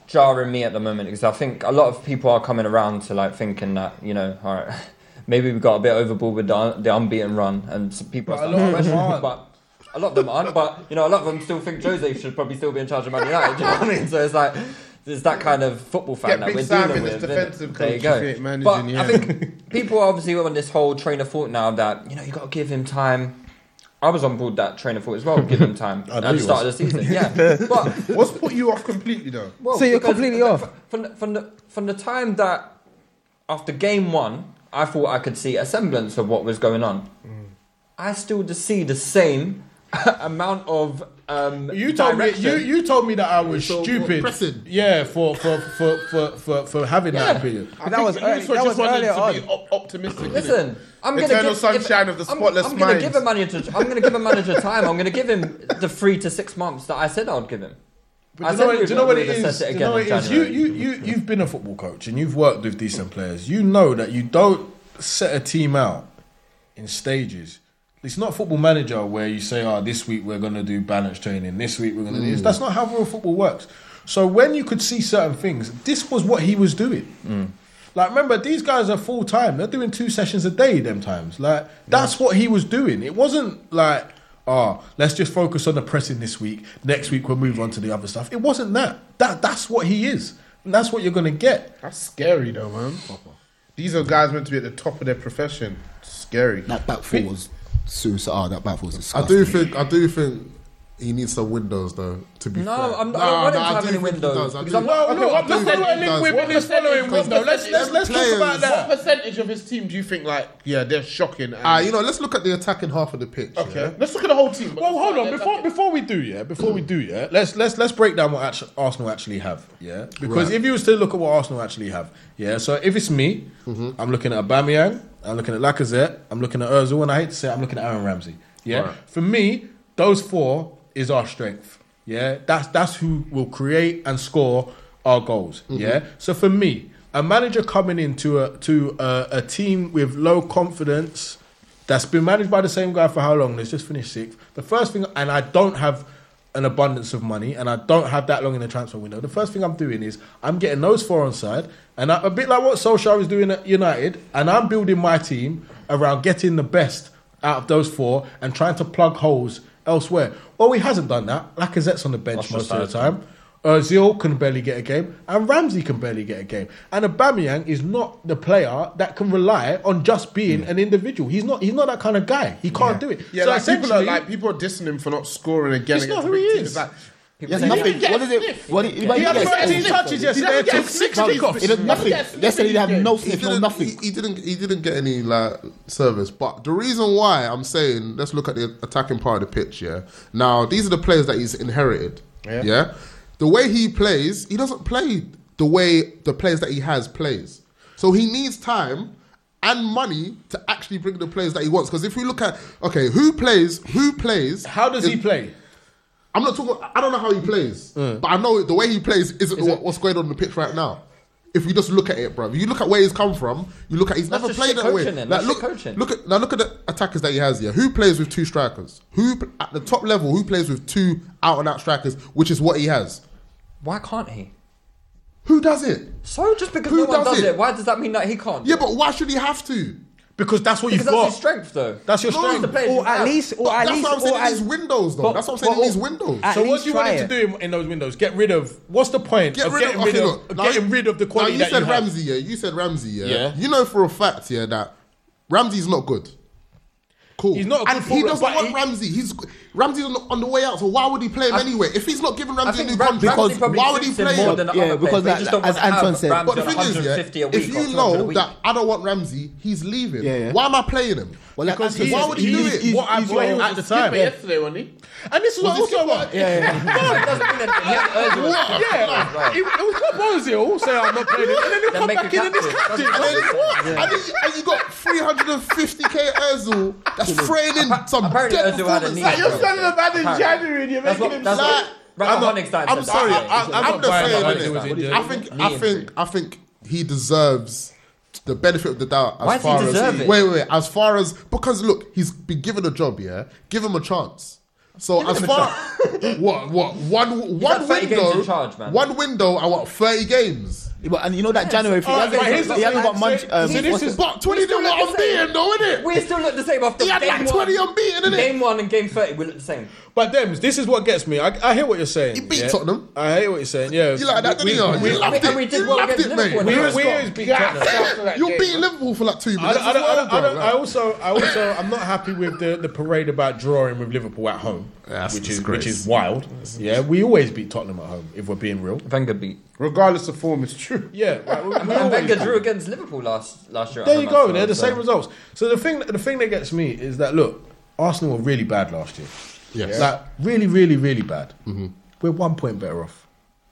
S4: jarring me at the moment is I think a lot of people are coming around to like thinking that you know, all right, maybe we got a bit overboard with the, un- the unbeaten run, and some people
S9: But
S4: are
S9: a lot
S4: starting
S9: of
S4: to
S9: them
S4: question,
S9: aren't.
S4: but. A lot of them aren't, but you know, a lot of them still think Jose should probably still be in charge of Man United. Do you know what I mean? So it's like there's that kind of football fan
S6: Get
S4: that
S6: Big
S4: we're
S6: Sam
S4: dealing
S6: in as
S4: with.
S6: defensive
S4: innit? there you
S6: coach,
S4: go.
S6: if it managing,
S4: but
S6: yeah.
S4: I think people are obviously on this whole train of thought now that you know you got to give him time. I was on board that train of thought as well. Give him time
S6: I
S4: at
S6: know
S4: the
S6: you
S4: start
S6: was.
S4: of the season. Yeah, but
S6: What's put you off completely though?
S8: So you're completely
S4: off from, from, from the from the time that after game one,
S8: Mm.
S4: I thought I could see a semblance of what was going on. I still just see the same amount of um,
S9: You told
S4: direction.
S9: me you, you told me that I was
S4: So,
S9: stupid.
S4: pressing.
S9: Yeah, for for for for for, for having that
S4: Yeah.
S9: opinion.
S4: But that was early- that was earlier
S6: to be
S4: on.
S6: op- optimistic.
S4: Listen, I'm gonna
S6: Eternal
S4: give,
S6: sunshine
S4: if-
S6: of the
S4: I'm-
S6: spotless mind.
S4: I'm, gonna give a manager. I'm gonna give a manager time. I'm gonna give him the three to six months that I said I would give him. I
S9: But do
S4: said
S9: you know,
S4: we
S9: what- do you
S4: would-
S9: know what
S4: we
S9: it
S4: would
S9: is?
S4: assess
S9: Do you
S4: again
S9: know what
S4: in
S9: it is? You,
S4: January.
S9: you, you, you've been a football coach and you've worked with decent players. You know that you don't set a team out in stages. It's not football manager where you say, oh, this week we're going to do balance training, this week we're going to do this.
S7: Mm.
S9: That's not how real football works. So when you could see certain things, this was what he was doing.
S4: Mm.
S9: Like, remember, these guys are full time. They're doing two sessions a day, them times. Like, that's what he was doing. It wasn't like, oh, let's just focus on the pressing this week. Next week, we'll move on to the other stuff. It wasn't that. that that's what he is. And that's what you're going to get.
S6: That's scary, though, man. These are guys meant to be at the top of their profession. Scary.
S5: That back four was suicide. Oh, that back four was
S7: I
S5: disgusting.
S7: do think I do think he needs some windows though. To be
S4: No,
S7: fair.
S4: I'm- I don't want him to have
S7: do
S4: any
S7: think he
S4: windows,
S7: does, I
S4: because
S7: do.
S4: I'm not-
S7: Okay,
S4: look,
S7: what
S4: look,
S7: percentage
S4: look,
S7: he
S4: look,
S7: does? What
S4: look,
S7: percentage
S9: following
S7: does?
S9: window. Let's- let's- let's talk about that.
S6: What percentage of his team do you think, like, yeah, they're shocking? And
S7: Ah, you know, let's look at the attacking half of the pitch.
S6: Okay.
S7: yeah?
S6: Let's look at the whole team.
S9: Well, hold on. Before before we do, yeah, before we do, yeah, let's let's let's break down what actu- Arsenal actually have, yeah. Because
S7: Right.
S9: if you was to look at what Arsenal actually have, yeah. So if it's me,
S6: Mm-hmm.
S9: I'm looking at Aubameyang, I'm looking at Lacazette, I'm looking at Özil, and I hate to say, it, I'm looking at Aaron Ramsey. Yeah.
S7: Right.
S9: For me, those four is our strength. Yeah. That's that's who will create and score our goals. Yeah. So for me, a manager coming into a to a, a team with low confidence that's been managed by the same guy for how long? That's just finished sixth. The first thing, and I don't have an abundance of money, and I don't have that long in the transfer window. The first thing I'm doing is I'm getting those four on side, and I, a bit like what Solskjaer is doing at United, and I'm building my team around getting the best out of those four and trying to plug holes elsewhere. Well, he hasn't done that. Lacazette's on the bench
S4: That's
S9: most
S4: not
S9: of the time. Ozil can barely get a game, and Ramsey can barely get a game. And Aubameyang is not the player that can rely on just being an individual. He's not. He's not that kind of guy. He can't do it.
S6: Mm. Yeah,
S9: so
S6: like people are
S9: essentially,
S6: like people are dissing him for not scoring again.
S9: It's not
S6: against
S9: who
S6: the
S9: he
S6: big teams.
S9: is.
S6: It's like-
S9: He didn't
S5: nothing.
S9: get
S5: What
S9: a
S5: is it?
S9: sniff.
S5: What he,
S9: He had
S5: didn't get a
S9: 13
S5: sniff.
S9: touches
S5: He
S9: yesterday,
S5: didn't get a
S9: took
S5: sniff.
S9: six kickoffs.
S5: He did nothing. Yesterday he didn't have no sniff, no
S7: didn't-
S5: nothing.
S7: He, he didn't. He didn't get any like service. But the reason why I'm saying let's look at the attacking part of the pitch. Yeah. Now these are the players that he's inherited.
S6: Yeah.
S7: Yeah. The way he plays, he doesn't play the way the players that he has plays. So he needs time and money to actually bring the players that he wants. Because if we look at okay, who plays? Who plays?
S9: how does he play?
S7: I'm not talking. I don't know how he plays, but I know the way he plays isn't what, what's going on in the pitch right now. If you just look at it, bro, if you look at where he's come from, you look at he's
S4: That's
S7: never
S4: just
S7: played
S4: shit
S7: that way.
S4: coaching then,
S7: Like,
S4: that's
S7: look,
S4: shit coaching.
S7: look at now. Look at the attackers that he has here. Who plays with two strikers? Who p- at the top level? Who plays with two out and out strikers? Which is what he has.
S4: Why can't he?
S7: Who does it?
S4: So just because
S7: Who
S4: no one
S7: does
S4: does it?
S7: it?
S4: why does that mean that he can't?
S7: Yeah, but why should he have to?
S9: Because that's what
S4: because
S9: you've
S4: that's his
S9: got.
S4: strength, though.
S9: That's your
S7: No,
S9: strength.
S7: the
S4: player-
S8: Or at least, or
S7: But
S8: at
S7: that's
S8: least,
S7: what I'm saying.
S8: or
S7: in
S8: at
S7: these windows, though.
S8: but-
S7: that's what I'm saying.
S8: but-
S7: in these windows.
S8: at
S9: So what
S8: least
S9: do you want
S8: try
S9: him
S8: it.
S9: to do in, in those windows? Get rid of. What's the point
S7: Get
S9: of
S7: rid
S9: getting
S7: of,
S9: rid
S7: okay,
S9: of,
S7: look,
S9: of
S7: now
S9: getting
S7: you-
S9: rid of the quality
S7: now you
S9: that
S7: said
S9: you have?
S7: Ramsey, yeah. You said Ramsey, yeah.
S9: Yeah.
S7: You know for a fact, yeah, that Ramsey's not good. Cool.
S9: He's not a good
S7: and he
S9: footballer,
S7: doesn't
S9: but
S7: want
S9: he-
S7: Ramsey. He's Ramsey's on the, on the way out. So why would he play him
S4: I-
S7: anyway? If he's not giving Ramsey a
S4: think
S7: new
S4: Ram-
S7: contract,
S4: Ramsey probably
S7: why would he
S4: suits him
S7: play
S4: more
S7: him?
S4: than the
S5: Yeah,
S4: other
S5: because
S4: players. They
S5: like-
S4: just don't
S5: as
S4: want to have
S5: Anton said-
S4: Ramsey
S7: But the
S4: on
S7: thing is,
S4: 150
S7: yeah,
S4: a week
S7: if
S4: or
S7: you
S4: 200 a
S7: know
S4: week.
S7: that I don't want Ramsey, he's leaving.
S5: Yeah, yeah.
S7: Why am I playing him?
S5: Well, like
S9: Because
S5: Anton
S9: he's,
S7: why
S5: said,
S7: would he
S9: he's,
S7: do
S9: he's,
S7: it?
S9: what I blame at the time.
S6: yesterday, wasn't he?
S9: And this is what
S7: Was he
S9: also
S7: skipper?
S9: what.
S7: Yeah,
S4: But it doesn't mean anything. He had Ozil as
S9: Yeah,
S4: captain as well.
S9: it, it was Bob Ozil saying I'm not playing it, and then he'll
S4: Then
S9: come
S4: make
S9: back
S4: a
S9: in and he's
S4: captain.
S9: captain.
S7: And, then,
S4: Yeah.
S7: what? and, then, and you got 350k Özil that's throwing in some
S4: apparently
S7: dead
S4: Özil had a
S7: performance.
S4: knee
S7: Like, you're
S4: injury.
S7: selling a man in
S4: Apparently.
S7: January and you're
S4: That's
S7: making
S4: what-
S7: him
S4: that's
S7: like-
S4: what Rafa
S7: I'm not-
S4: Honigstein said.
S7: I'm
S4: That's
S7: sorry.
S4: what he
S7: I,
S4: said.
S7: I, I'm
S9: Not buying that
S7: just
S9: Honigstein
S7: saying.
S9: was
S7: innit?
S9: injured.
S7: I think.
S4: Knee
S7: I think.
S4: injury.
S7: I think he deserves the benefit of the doubt. As
S4: Why does he
S7: far
S4: deserve
S7: as,
S4: it?
S7: Wait, wait, wait. As far as because look, he's been given a job. Yeah, give him a chance. So as
S4: him a
S7: far what what one
S4: had
S7: one
S4: 30 games in
S7: window
S4: charge, man.
S7: one window I want thirty games.
S5: But, and you know that January thing.
S9: All
S5: he
S9: right,
S5: hasn't
S9: but here's
S5: got-
S9: the
S5: he hasn't
S9: thing.
S5: got munch.
S9: So-
S5: um,
S9: so this
S5: what's
S9: is
S5: the-
S7: But twenty did what I'm being though, innit?
S4: We still look the same after
S7: He had
S4: game
S7: like
S4: one.
S7: 20 unbeaten, innit?
S4: Game one and game 30, we look the same.
S9: But Dems, this is what gets me. I, I hear what you're saying.
S7: He beat
S9: yeah?
S7: Tottenham.
S9: I hear what you're saying. Yeah,
S7: You like that,
S9: We-
S7: didn't you?
S9: we-
S7: You loved
S4: we- and we
S7: it.
S4: did
S7: You
S4: well
S7: loved
S4: against
S7: it,
S4: Liverpool.
S9: we
S7: mate.
S9: always- we
S4: Scott.
S9: always beat Tottenham.
S7: You beat Liverpool for like two
S9: I,
S7: minutes.
S9: don't, I, don't, I, don't, I,
S7: as well,
S9: don't,
S7: bro.
S9: I also, I also, I'm not happy with the, the parade about drawing with Liverpool at home,
S7: That's
S9: which is
S7: disgrace.
S9: which is wild. Yeah, we always beat Tottenham at home if we're being real.
S4: Wenger beat.
S6: Regardless of form, it's true.
S9: Yeah, like, we- we
S4: And
S9: always
S4: Wenger
S9: do.
S4: drew against Liverpool last, last year. at
S9: There
S4: home
S9: you
S4: as
S9: go.
S4: well,
S9: They're the
S4: so-
S9: same results. So the thing, the thing that gets me is that look, Arsenal were really bad last year. Yes. Mm-hmm.
S7: Yeah.
S9: Like really, really, really bad. We're one point better off.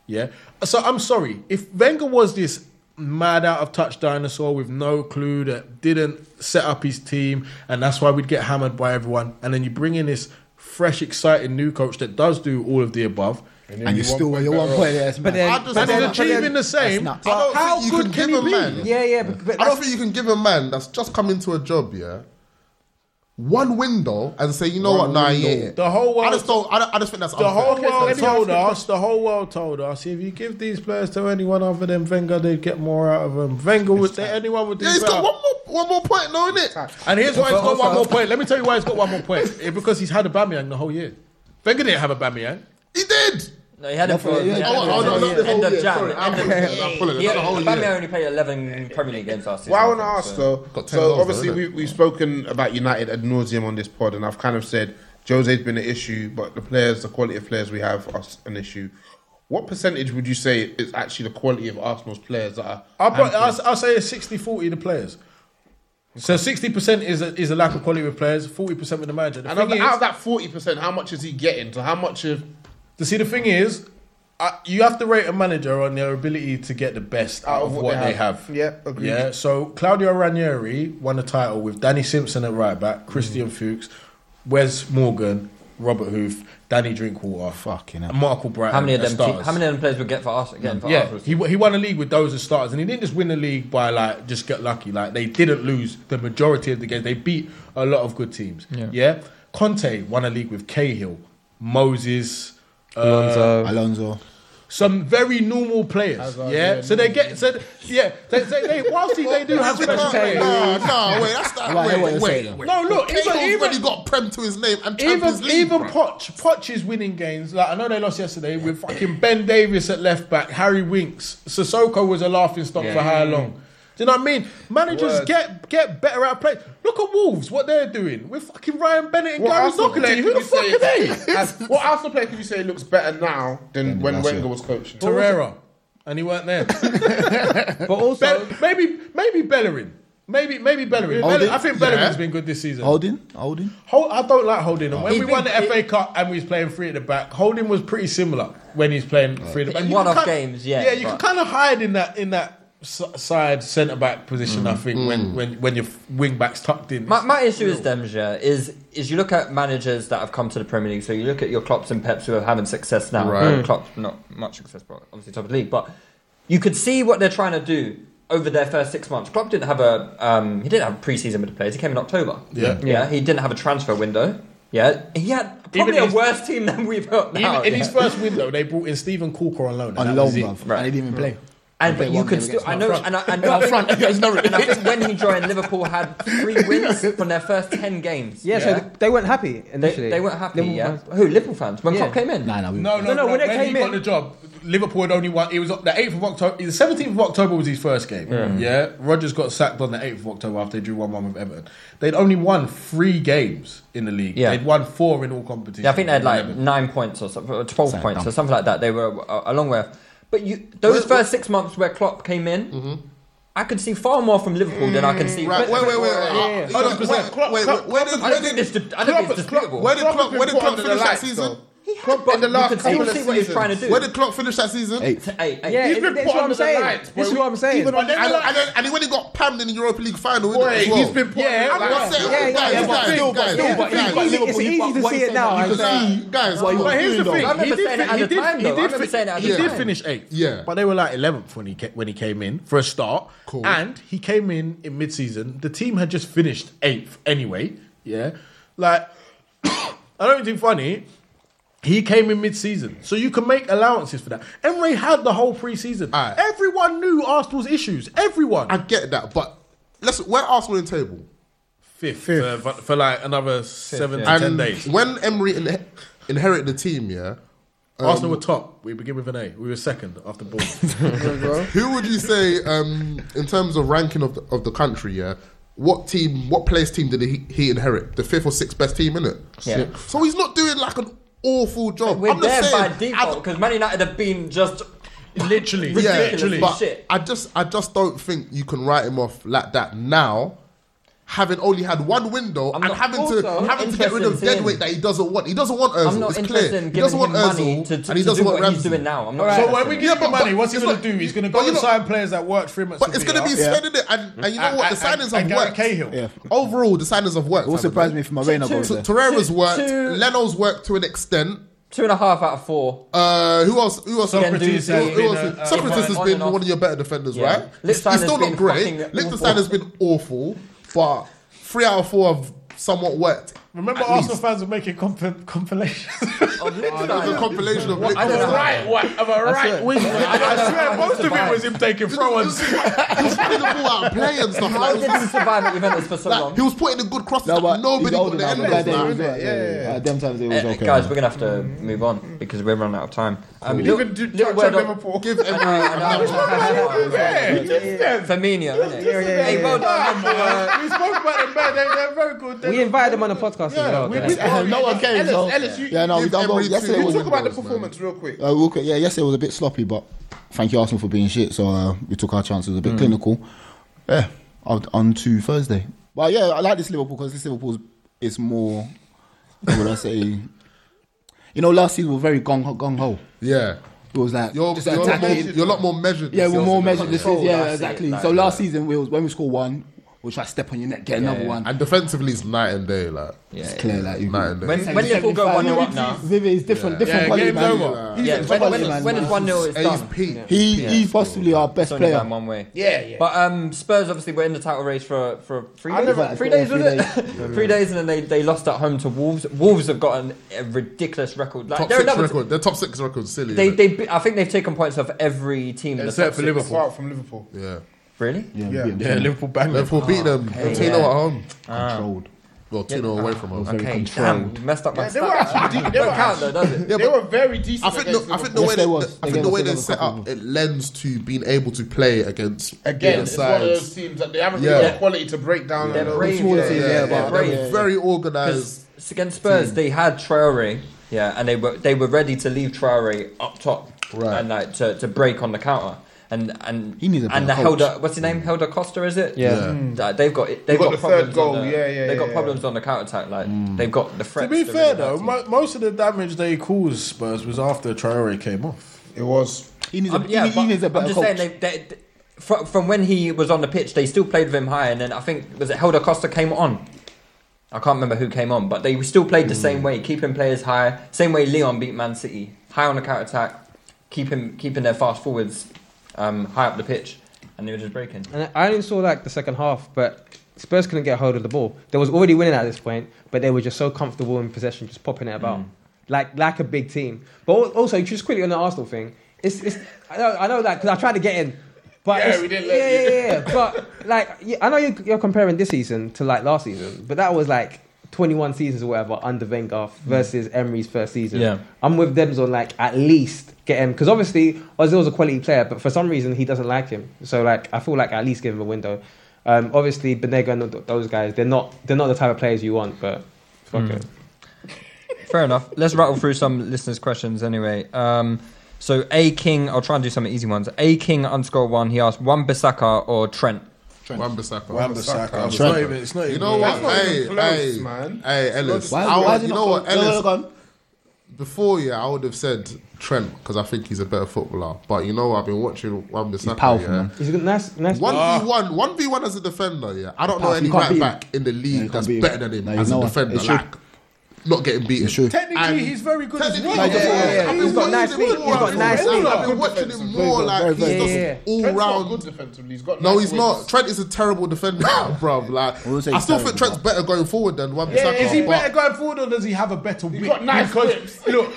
S9: Yeah. So I'm sorry if Wenger was this mad out of touch dinosaur with no clue that didn't set up his team, and that's why we'd get hammered by everyone. And then you bring in this fresh, exciting new coach that does do all of the above.
S5: And you're still you're one point. Yeah, it's mad.
S9: But then- I just- but then- achieving the same.
S5: That's nuts.
S7: I don't
S9: How
S7: think you
S9: good
S7: can,
S9: can
S7: give
S9: he
S7: a
S9: be?
S7: man.
S9: Yeah, yeah, but- but
S7: I don't think you can give a man that's just come into a job, yeah, one window and say, you know
S9: One
S7: what, nah,
S9: window.
S7: yeah.
S9: The whole world.
S7: I just don't. I, don't- I just think that's
S9: The
S7: unfair.
S9: whole world
S7: So-
S9: told us. The whole world told us. If you give these players to anyone other than Wenger, they'd get more out of them. Wenger would. Anyone would do
S7: Yeah, he's got
S9: better.
S7: one more, one more point, though, innit?
S9: And here's why he's
S7: But
S9: got one
S7: also-
S9: more point. Let me tell you why he's got one more point. It's because he's had a Bamiyang the whole year. Wenger didn't have a Bamiyang.
S7: Oh,
S4: No, he had him
S9: Not
S4: for
S9: for the-
S4: he had
S9: Oh,
S4: him
S9: oh,
S4: for
S9: no,
S4: the
S9: not
S4: end
S9: the whole
S4: of
S9: year.
S4: Jan.
S9: Sorry, I'm
S4: end of-
S9: fully- I'm fully-
S4: Yeah,
S9: not the whole year.
S4: Aubameyang only played 11 Premier League games last season.
S6: Well, I want to
S4: think,
S6: ask
S4: so-
S6: though.
S4: ten
S6: So
S4: goals,
S6: obviously
S4: though,
S6: we,
S4: isn't
S6: we've spoken about United ad nauseum on this pod, and I've kind of said Jose's been an issue, but the players, the quality of players we have, are s- an issue. What percentage would you say is actually the quality of Arsenal's players that are?
S9: I'll, put,
S6: hampered?
S9: I'll, I'll say it's 60 40 the players. So 60% is a, is a lack of quality with players, 40% with the manager. The
S6: and of,
S9: thing
S6: out
S9: is-
S6: of that forty percent, how much is he getting? So how much of?
S9: To see, the thing is, uh, you have to rate a manager on their ability to get the best out, of, what, they have.
S6: Yeah, agreed.
S9: Yeah, so Claudio Ranieri won the title with Danny Simpson at right back,
S6: Mm.
S9: Christian Fuchs, Wes Morgan, Robert Hoof, Danny Drinkwater, fucking
S4: hell.
S9: Markle Brighton.
S4: How many of
S9: as
S4: them? Te-
S9: starters.
S4: how many of them players would get for us again? For
S9: yeah,
S4: Arsenal?
S9: he, he won a league with those as starters, and he didn't just win the league by like just get lucky. Like they didn't lose the majority of the games. They beat a lot of good teams.
S4: Yeah.
S9: Conte won a league with Cahill, Moses, uh,
S5: Alonso.
S9: some very normal players.
S7: Hazard,
S9: yeah?
S7: yeah,
S9: so they get so th- yeah. They, they, they whilst they- they do have special players.
S7: No, no, wait, that's not.
S9: Right,
S7: Wait,
S9: what you're
S7: wait,
S9: saying.
S7: wait,
S9: No, look,
S7: Cahill's
S9: even even
S7: already got prem to his name and
S9: even
S7: Champions League,
S9: even
S7: bruv.
S9: Poch Poch is winning games. Like I know they lost yesterday with fucking Ben Davis at left back, Harry Winks, Sissoko was a laughing stock
S7: Yeah.
S9: for how long? Do you know what I mean? Managers
S7: Word.
S9: get get better at play. Look at Wolves, what they're doing with fucking Ryan Bennett and
S6: What
S9: Gary
S6: Arsenal player
S9: Doherty. Who the
S6: can
S9: fuck
S6: you
S9: are
S6: say-
S9: they?
S6: as- what Arsenal player can you say looks better now than when
S9: last
S6: Wenger
S9: year.
S6: was coaching?
S9: Torreira, and he weren't there. but also, maybe maybe Bellerin, maybe maybe Bellerin.
S5: Holding?
S9: Bellerin- I think Bellerin's
S5: Yeah.
S9: been good this season.
S5: Holding, holding.
S9: Hold, I don't like Holding. And when
S5: He's
S9: we
S5: been-
S9: won the FA Cup and we was playing three at the back, Holding was pretty similar when he's playing three at the back. You
S4: One-off
S9: can kinda-
S4: games, yeah,
S9: Yeah, you
S4: but-
S9: can kind of hide in that in that s- side centre back position. I think when when when your wing backs tucked in.
S4: My, my issue is Demja is is you look at managers that have come to the Premier League. So you look at your Klopps and Peps who are having success now. Mm.
S7: Right.
S4: Klopp's not much success, but obviously top of the league. But you could see what they're trying to do over their first six months. Klopp didn't have a um, he didn't have preseason with the players. He came in October.
S9: Yeah.
S4: yeah. He didn't have a transfer window. Yeah, he had probably
S9: Even
S4: a
S9: his-
S4: worse team than we've got
S9: Even
S4: now.
S9: in
S4: Oh, yeah.
S9: his first window, they brought in Stephen Corker on loan. and
S5: On
S9: that
S5: loan,
S9: was it.
S5: bruv. And they didn't even play.
S4: And
S5: They
S4: but
S5: played
S4: you
S5: one
S4: could
S5: game
S4: still,
S5: against
S4: I know,
S5: Norwich.
S4: and I, and, I
S5: Front,
S4: think,
S5: against Norwich.
S4: and I think when he joined, Liverpool had three wins from their first ten games.
S8: Yeah, so th- they weren't happy initially.
S4: They, they weren't happy.
S8: Liverpool
S4: yeah,
S8: fans-
S4: who Liverpool fans? When
S8: Yeah.
S4: Klopp came in,
S5: no,
S9: No, no, no.
S8: when
S9: when
S8: they
S9: when
S8: came
S9: he
S8: in-
S9: got the job, Liverpool had only won. It was the eighth of October. The seventeenth of October was his first game. Yeah.
S4: Mm.
S9: Rogers got sacked on the eighth of October after they drew one-one with Everton. They'd only won three games in the league.
S4: Yeah.
S9: They'd won four in all competitions.
S4: Yeah, I think they had like
S9: Eleven.
S4: nine points or something, or twelve
S9: Sound
S4: points
S9: dumb.
S4: or something like that. They were a, a long way off. But you, those first six months where Klopp came in, I could see far more from Liverpool than I can see.
S7: Mm, Right, wait, wait, wait, wait.
S4: I don't
S7: Wait, wait, wait, wait, Where did
S4: I
S7: where
S4: don't think
S7: did
S4: this. I don't think it's disputable.
S7: where did
S4: Klopp
S7: Klopp
S4: has
S7: where
S4: been
S7: did
S4: put
S7: Klopp
S4: under
S7: finish
S4: the
S7: that
S4: lights,
S7: season?
S4: Klopp in the last couple of seasons.
S7: Where did Klopp finish that season?
S4: Eight. To eight, eight.
S7: Yeah,
S4: He's been
S7: this is
S4: put
S7: what I'm
S4: under the
S7: saying.
S4: lights,
S7: This is
S4: boy.
S7: what I'm saying.
S4: Even on the
S7: and,
S4: lights.
S7: and, then, and then when he got pammed in the Europa League final, innit,
S4: Boy,
S7: as well.
S4: he's been put
S7: yeah,
S4: on the
S7: like I
S4: lights.
S7: said,
S4: Yeah, yeah,
S7: guys,
S4: yeah, but
S7: guys,
S4: still, but
S7: guys,
S4: still, but
S7: guys,
S4: he's got
S7: guys,
S4: Liverpool,
S7: guys,
S4: he's got
S7: guys,
S4: one thing now,
S7: You
S4: I
S7: can see,
S4: think.
S7: guys.
S4: But
S7: what
S9: here's
S7: you're
S9: the
S7: doing,
S9: thing.
S7: though.
S9: He did, fin- he
S4: time,
S9: did, he
S4: though. I
S9: did
S4: remember
S9: fin-
S4: saying it at
S9: he
S4: the
S9: did
S4: time.
S9: finish eighth.
S7: Yeah.
S9: but they were like eleventh when he ca- when he came in for a start.
S7: Cool.
S9: And he came in in mid-season. The team had just finished eighth anyway. Yeah, like I don't think funny. He came in mid-season, so you can make allowances for that. Emre had the whole pre-season. Everyone knew Arsenal's issues. Everyone. I
S7: get that, but let's. Where Arsenal in the table?
S9: Fifth, For, for, like another seven to ten
S7: And um,
S9: days.
S7: When Emery in- inherited the team, yeah, um,
S9: Arsenal were top. We begin with an A. We were second after Bournemouth.
S7: Who would you say, um, in terms of ranking of the, of the country, yeah? What team, what players team did he, he inherit? The fifth or sixth best team, innit?
S4: Yeah.
S7: Sixth. So he's not doing like an awful job.
S4: We're
S7: I'm just
S4: there
S7: saying,
S4: by default because Man United have been just
S9: literally
S4: ridiculous
S7: but
S4: shit.
S7: I just, I just don't think you can write him off like that now. having only had one window and
S4: not-
S7: having
S4: also,
S7: to
S4: I'm
S7: having to get rid of
S4: interested in
S7: dead
S4: seeing-
S7: weight that he doesn't want. He doesn't want Ozil.
S4: I'm not
S7: it's
S4: interested
S7: clear.
S4: in
S7: he
S4: giving
S7: doesn't
S4: him
S7: want Ozil
S4: money to- to-
S7: and he
S4: to do
S7: doesn't want
S4: what
S7: Ramsey.
S4: he's doing now. I'm not
S9: So when we
S4: interested.
S9: give
S4: Yeah,
S9: him
S4: but-
S9: money, what's he
S4: it's
S9: going
S4: not-
S9: to do? He's going to
S4: but
S9: go
S4: you
S9: and
S4: know-
S9: sign players that worked for him. At
S7: But it's
S9: going to
S7: be spending it, and, and you know what? The signings have
S9: and Gareth
S7: worked.
S9: Cahill.
S7: Overall, the signings have worked.
S5: It will surprise me if Moreno
S7: T-
S5: goes there.
S7: Torreira's
S4: Two-
S7: worked.
S4: two-
S7: Leno's worked to an extent.
S4: Two and a half out of four.
S7: Uh, who else? Who else?
S4: Socrates
S7: who,
S4: has
S7: who
S4: been
S7: else-
S4: a-
S7: Socrates has
S4: on
S7: been
S4: and off.
S7: one of your better defenders,
S4: Yeah.
S7: right? He's,
S4: Lichtstein has
S7: he's still
S4: been
S7: not great.
S4: fucking
S7: Lichtenstein
S4: awful.
S7: has been awful, but three out of four have somewhat worked.
S9: Remember,
S7: At
S9: Arsenal
S7: least.
S9: fans were making comp- compilations.
S7: It was a compilation of
S9: Of a
S7: Lichtenstein.
S9: right, one- of a right wing. I swear, most of it was him taking throw-ons.
S7: He was putting the ball out and playing and stuff.
S4: How
S7: Like,
S4: did he survive at Juventus for so
S7: like,
S4: long?
S7: he was putting the good crosses.
S5: No,
S7: that
S5: but
S7: nobody
S5: he's
S7: got
S5: older
S7: the
S5: now.
S7: end
S5: but That
S7: of
S5: day he
S7: now,
S5: was
S7: innit?
S5: right. Yeah, yeah, yeah. At them times it was
S4: Eh,
S5: okay.
S4: guys,
S5: man.
S4: we're gonna have to move on because we're running out of time. Um,
S6: We
S4: little-
S6: didn't even do
S4: little
S6: touch
S4: word
S6: on
S4: on-
S6: Liverpool.
S7: Give everyone
S4: I know, I know. Firmino, innit? Hey, well done.
S7: Ah,
S9: We spoke about them, man. They, they're very good. They-
S8: We invited them on the podcast as well.
S9: we-
S8: didn't
S9: we-
S8: we?
S9: Oh,
S5: no one came.
S6: Ellis,
S5: so-
S6: Ellis, you-
S5: yeah, no,
S7: you
S5: we
S7: give
S5: done well.
S7: every two-
S5: Yesterday
S7: you
S5: was
S6: Talk about the
S7: Windows, man.
S6: performance real quick.
S5: Uh, we'll, yeah, yesterday was a bit sloppy, but thank you Arsenal for being shit. So uh, we took our chances a bit clinical. Yeah, on, on to Thursday. But yeah, I like this Liverpool because this Liverpool is more. What would I say? You know, last season we were very gung gung ho.
S7: Yeah.
S5: It was like
S7: You're,
S5: just
S7: you're, a lot more,
S5: attacking.
S7: you're a lot more measured.
S5: yeah,
S7: this
S5: we're
S7: season
S5: more
S7: than
S5: measured.
S7: last
S5: This
S7: year.
S5: is, yeah,
S4: that's it,
S5: exactly.
S4: like,
S5: so last season we was when we score one, we try to step on your neck, get another
S4: yeah.
S5: one.
S7: And defensively, it's night and day. Like,
S4: Yeah,
S5: It's clear, like you.
S7: night and day.
S4: When, when Liverpool go 1 0 up now,
S5: Vivi is different, different
S9: Yeah,
S5: quality,
S9: game's
S5: man.
S9: over.
S5: He's
S4: yeah,
S5: a
S4: when,
S5: quality
S4: when,
S5: man,
S4: when
S5: man.
S4: it's 1 0, it's
S7: Hey, he's
S4: done.
S7: peak.
S5: He he's possibly our best
S4: It's only
S5: player.
S4: going one way.
S9: Yeah, yeah.
S4: But um, Spurs obviously were in the title race for for three
S5: I
S4: days.
S5: never-
S4: three
S5: yeah,
S4: days,
S5: three
S4: was it? three days, and then they, they lost at home to Wolves. Wolves have got an, a ridiculous record. Like,
S7: Top
S4: they're
S7: six
S4: another-
S7: record. Their top six record's silly.
S4: They,
S7: innit?
S4: they be- I think they've taken points off every team in the top
S9: Except for
S4: six.
S9: Liverpool.
S6: Apart from Liverpool.
S7: Yeah.
S4: Really?
S6: Yeah.
S5: beat him.
S9: Yeah, Liverpool banged them.
S7: Liverpool beat them. and Tino
S4: yeah. Ah.
S7: at home.
S5: Controlled.
S7: Well, Tino away from home.
S4: Okay, damn,
S5: controlled.
S4: you messed up my
S6: They were
S4: stats.
S6: actually deep. They were
S4: Don't count though,
S6: actually-
S4: does it?
S7: Yeah,
S6: they
S7: but
S6: were very decent.
S7: I think
S6: against
S7: the, I think
S6: Liverpool.
S7: the way
S5: Yes, they
S7: they,
S5: was.
S7: I
S5: They
S7: think
S5: gave
S7: the
S5: us
S7: way
S5: a
S7: they're
S5: little
S7: set
S5: couple.
S7: up, it lends to being able to play against
S6: Again,
S7: bigger
S6: it's one of those
S7: sides.
S6: teams that they haven't
S7: Yeah.
S6: really got quality to break down.
S4: They're
S6: those
S4: brave,
S6: small
S4: yeah,
S6: teams.
S4: yeah,
S7: Yeah,
S4: yeah,
S7: but
S4: brave.
S7: they're very organised.
S4: Because against Spurs, they had Traore, yeah, and they were they were ready to leave Traore up top,
S7: Right.
S4: and like to, to break on the counter, and and
S5: He needs a
S4: and the
S5: better coach. Mm.
S4: Helder, what's his name, Helder Costa, is it?
S8: Yeah.
S4: That- they've got they've
S6: got
S4: got,
S6: the third
S4: problems.
S6: goal,
S4: on the,
S6: yeah, yeah,
S4: They've got
S6: yeah,
S4: problems on the counter attack. Like they've got the threat.
S9: To be fair though, mo- most of the damage they caused Spurs was after Traore came off.
S6: It was.
S5: He needs a,
S4: yeah,
S5: he, he
S4: but
S5: needs a
S4: I'm
S5: better
S4: just
S5: coach.
S4: saying they. they, they from, from when he was on the pitch, they still played with him high, and then I think was it Helder Costa came on. I can't remember who came on, but they still played the
S5: Hmm.
S4: same way, keeping players high, same way Leon beat Man City, high on the counter attack, keeping keeping their fast forwards um, high up the pitch, and they were just breaking.
S8: And I only saw like the second half, but Spurs couldn't get hold of the ball. They was already winning at this point, but they were just so comfortable in possession, just popping it
S4: Mm.
S8: about, like like a big team. But al- also, just quickly on the Arsenal thing, it's it's I know, I know that because I tried to get in, but
S6: Yeah,
S8: it's-
S6: we didn't
S8: yeah,
S6: let
S8: yeah,
S6: you.
S8: yeah, yeah. But like, yeah, I know you're, you're comparing this season to like last season, but that was like. 21 seasons or whatever under Wenger versus Emery's first season.
S4: Yeah.
S8: I'm with them on like at least get him because obviously Ozil's a quality player, but for some reason he doesn't like him. So like I feel like at least give him a window. Um, obviously Benega and th- those guys, they're not they're not the type of players you want, but fuck it.
S4: Fair enough. Let's rattle through some listeners' questions anyway. Um, so A King, I'll try and do some easy ones. A King underscore one, he asked one Bissaka or Trent.
S7: Wan-Bissaka.
S9: Wan-Bissaka.
S7: It's
S9: It's
S7: not
S9: not even- it's not
S7: You
S9: even-
S7: know
S6: That's
S7: what?
S6: not
S7: Hey,
S6: even close,
S7: hey,
S6: man.
S7: hey, Ellis.
S5: Why-
S7: I would-
S5: why is it
S7: you
S5: not
S7: know what,
S5: close? No,
S7: Ellis?
S5: no, no, go on.
S7: Before, yeah, I would have said Trent because I think he's a better footballer. But you know, what? I've been watching Wan-Bissaka.
S5: He's powerful,
S7: yeah.
S5: man.
S8: He's a good- nice nice.
S7: One v one, one v one as a defender. Yeah, I don't know
S5: Powerful.
S7: any
S5: You can't
S7: right
S5: beat
S7: back in the
S5: you
S7: league
S5: can't
S7: that's
S5: beat him.
S7: better than him
S5: No, you
S7: as
S5: know
S7: a
S5: what?
S7: defender.
S5: It's true.
S7: Like, not getting beaten.
S5: It's true.
S9: Technically, he's very good as
S7: Technically,
S9: well.
S7: he's
S5: Yeah,
S7: good.
S5: yeah, yeah.
S7: I've been
S8: He's got
S7: watching
S8: nice
S7: him
S8: feet.
S7: more.
S8: He's got
S7: I've been
S8: nice
S7: watching-
S8: feet.
S7: I've been watching him more like he's
S5: very
S7: just
S8: good.
S7: all
S6: Trent's not
S7: round
S6: good defensively. He's got
S7: no,
S6: nice
S7: he's
S6: legs.
S7: not. Trent is a terrible defender, bro. Like,
S5: I would say
S7: I
S5: he's
S7: still think
S5: terrible,
S7: Trent's
S5: bruv.
S7: better going forward than Wan Bissaka.
S9: Is he
S7: but
S9: better going forward or does he have a better whip?
S6: got nice
S9: because,
S6: whips.
S9: Look,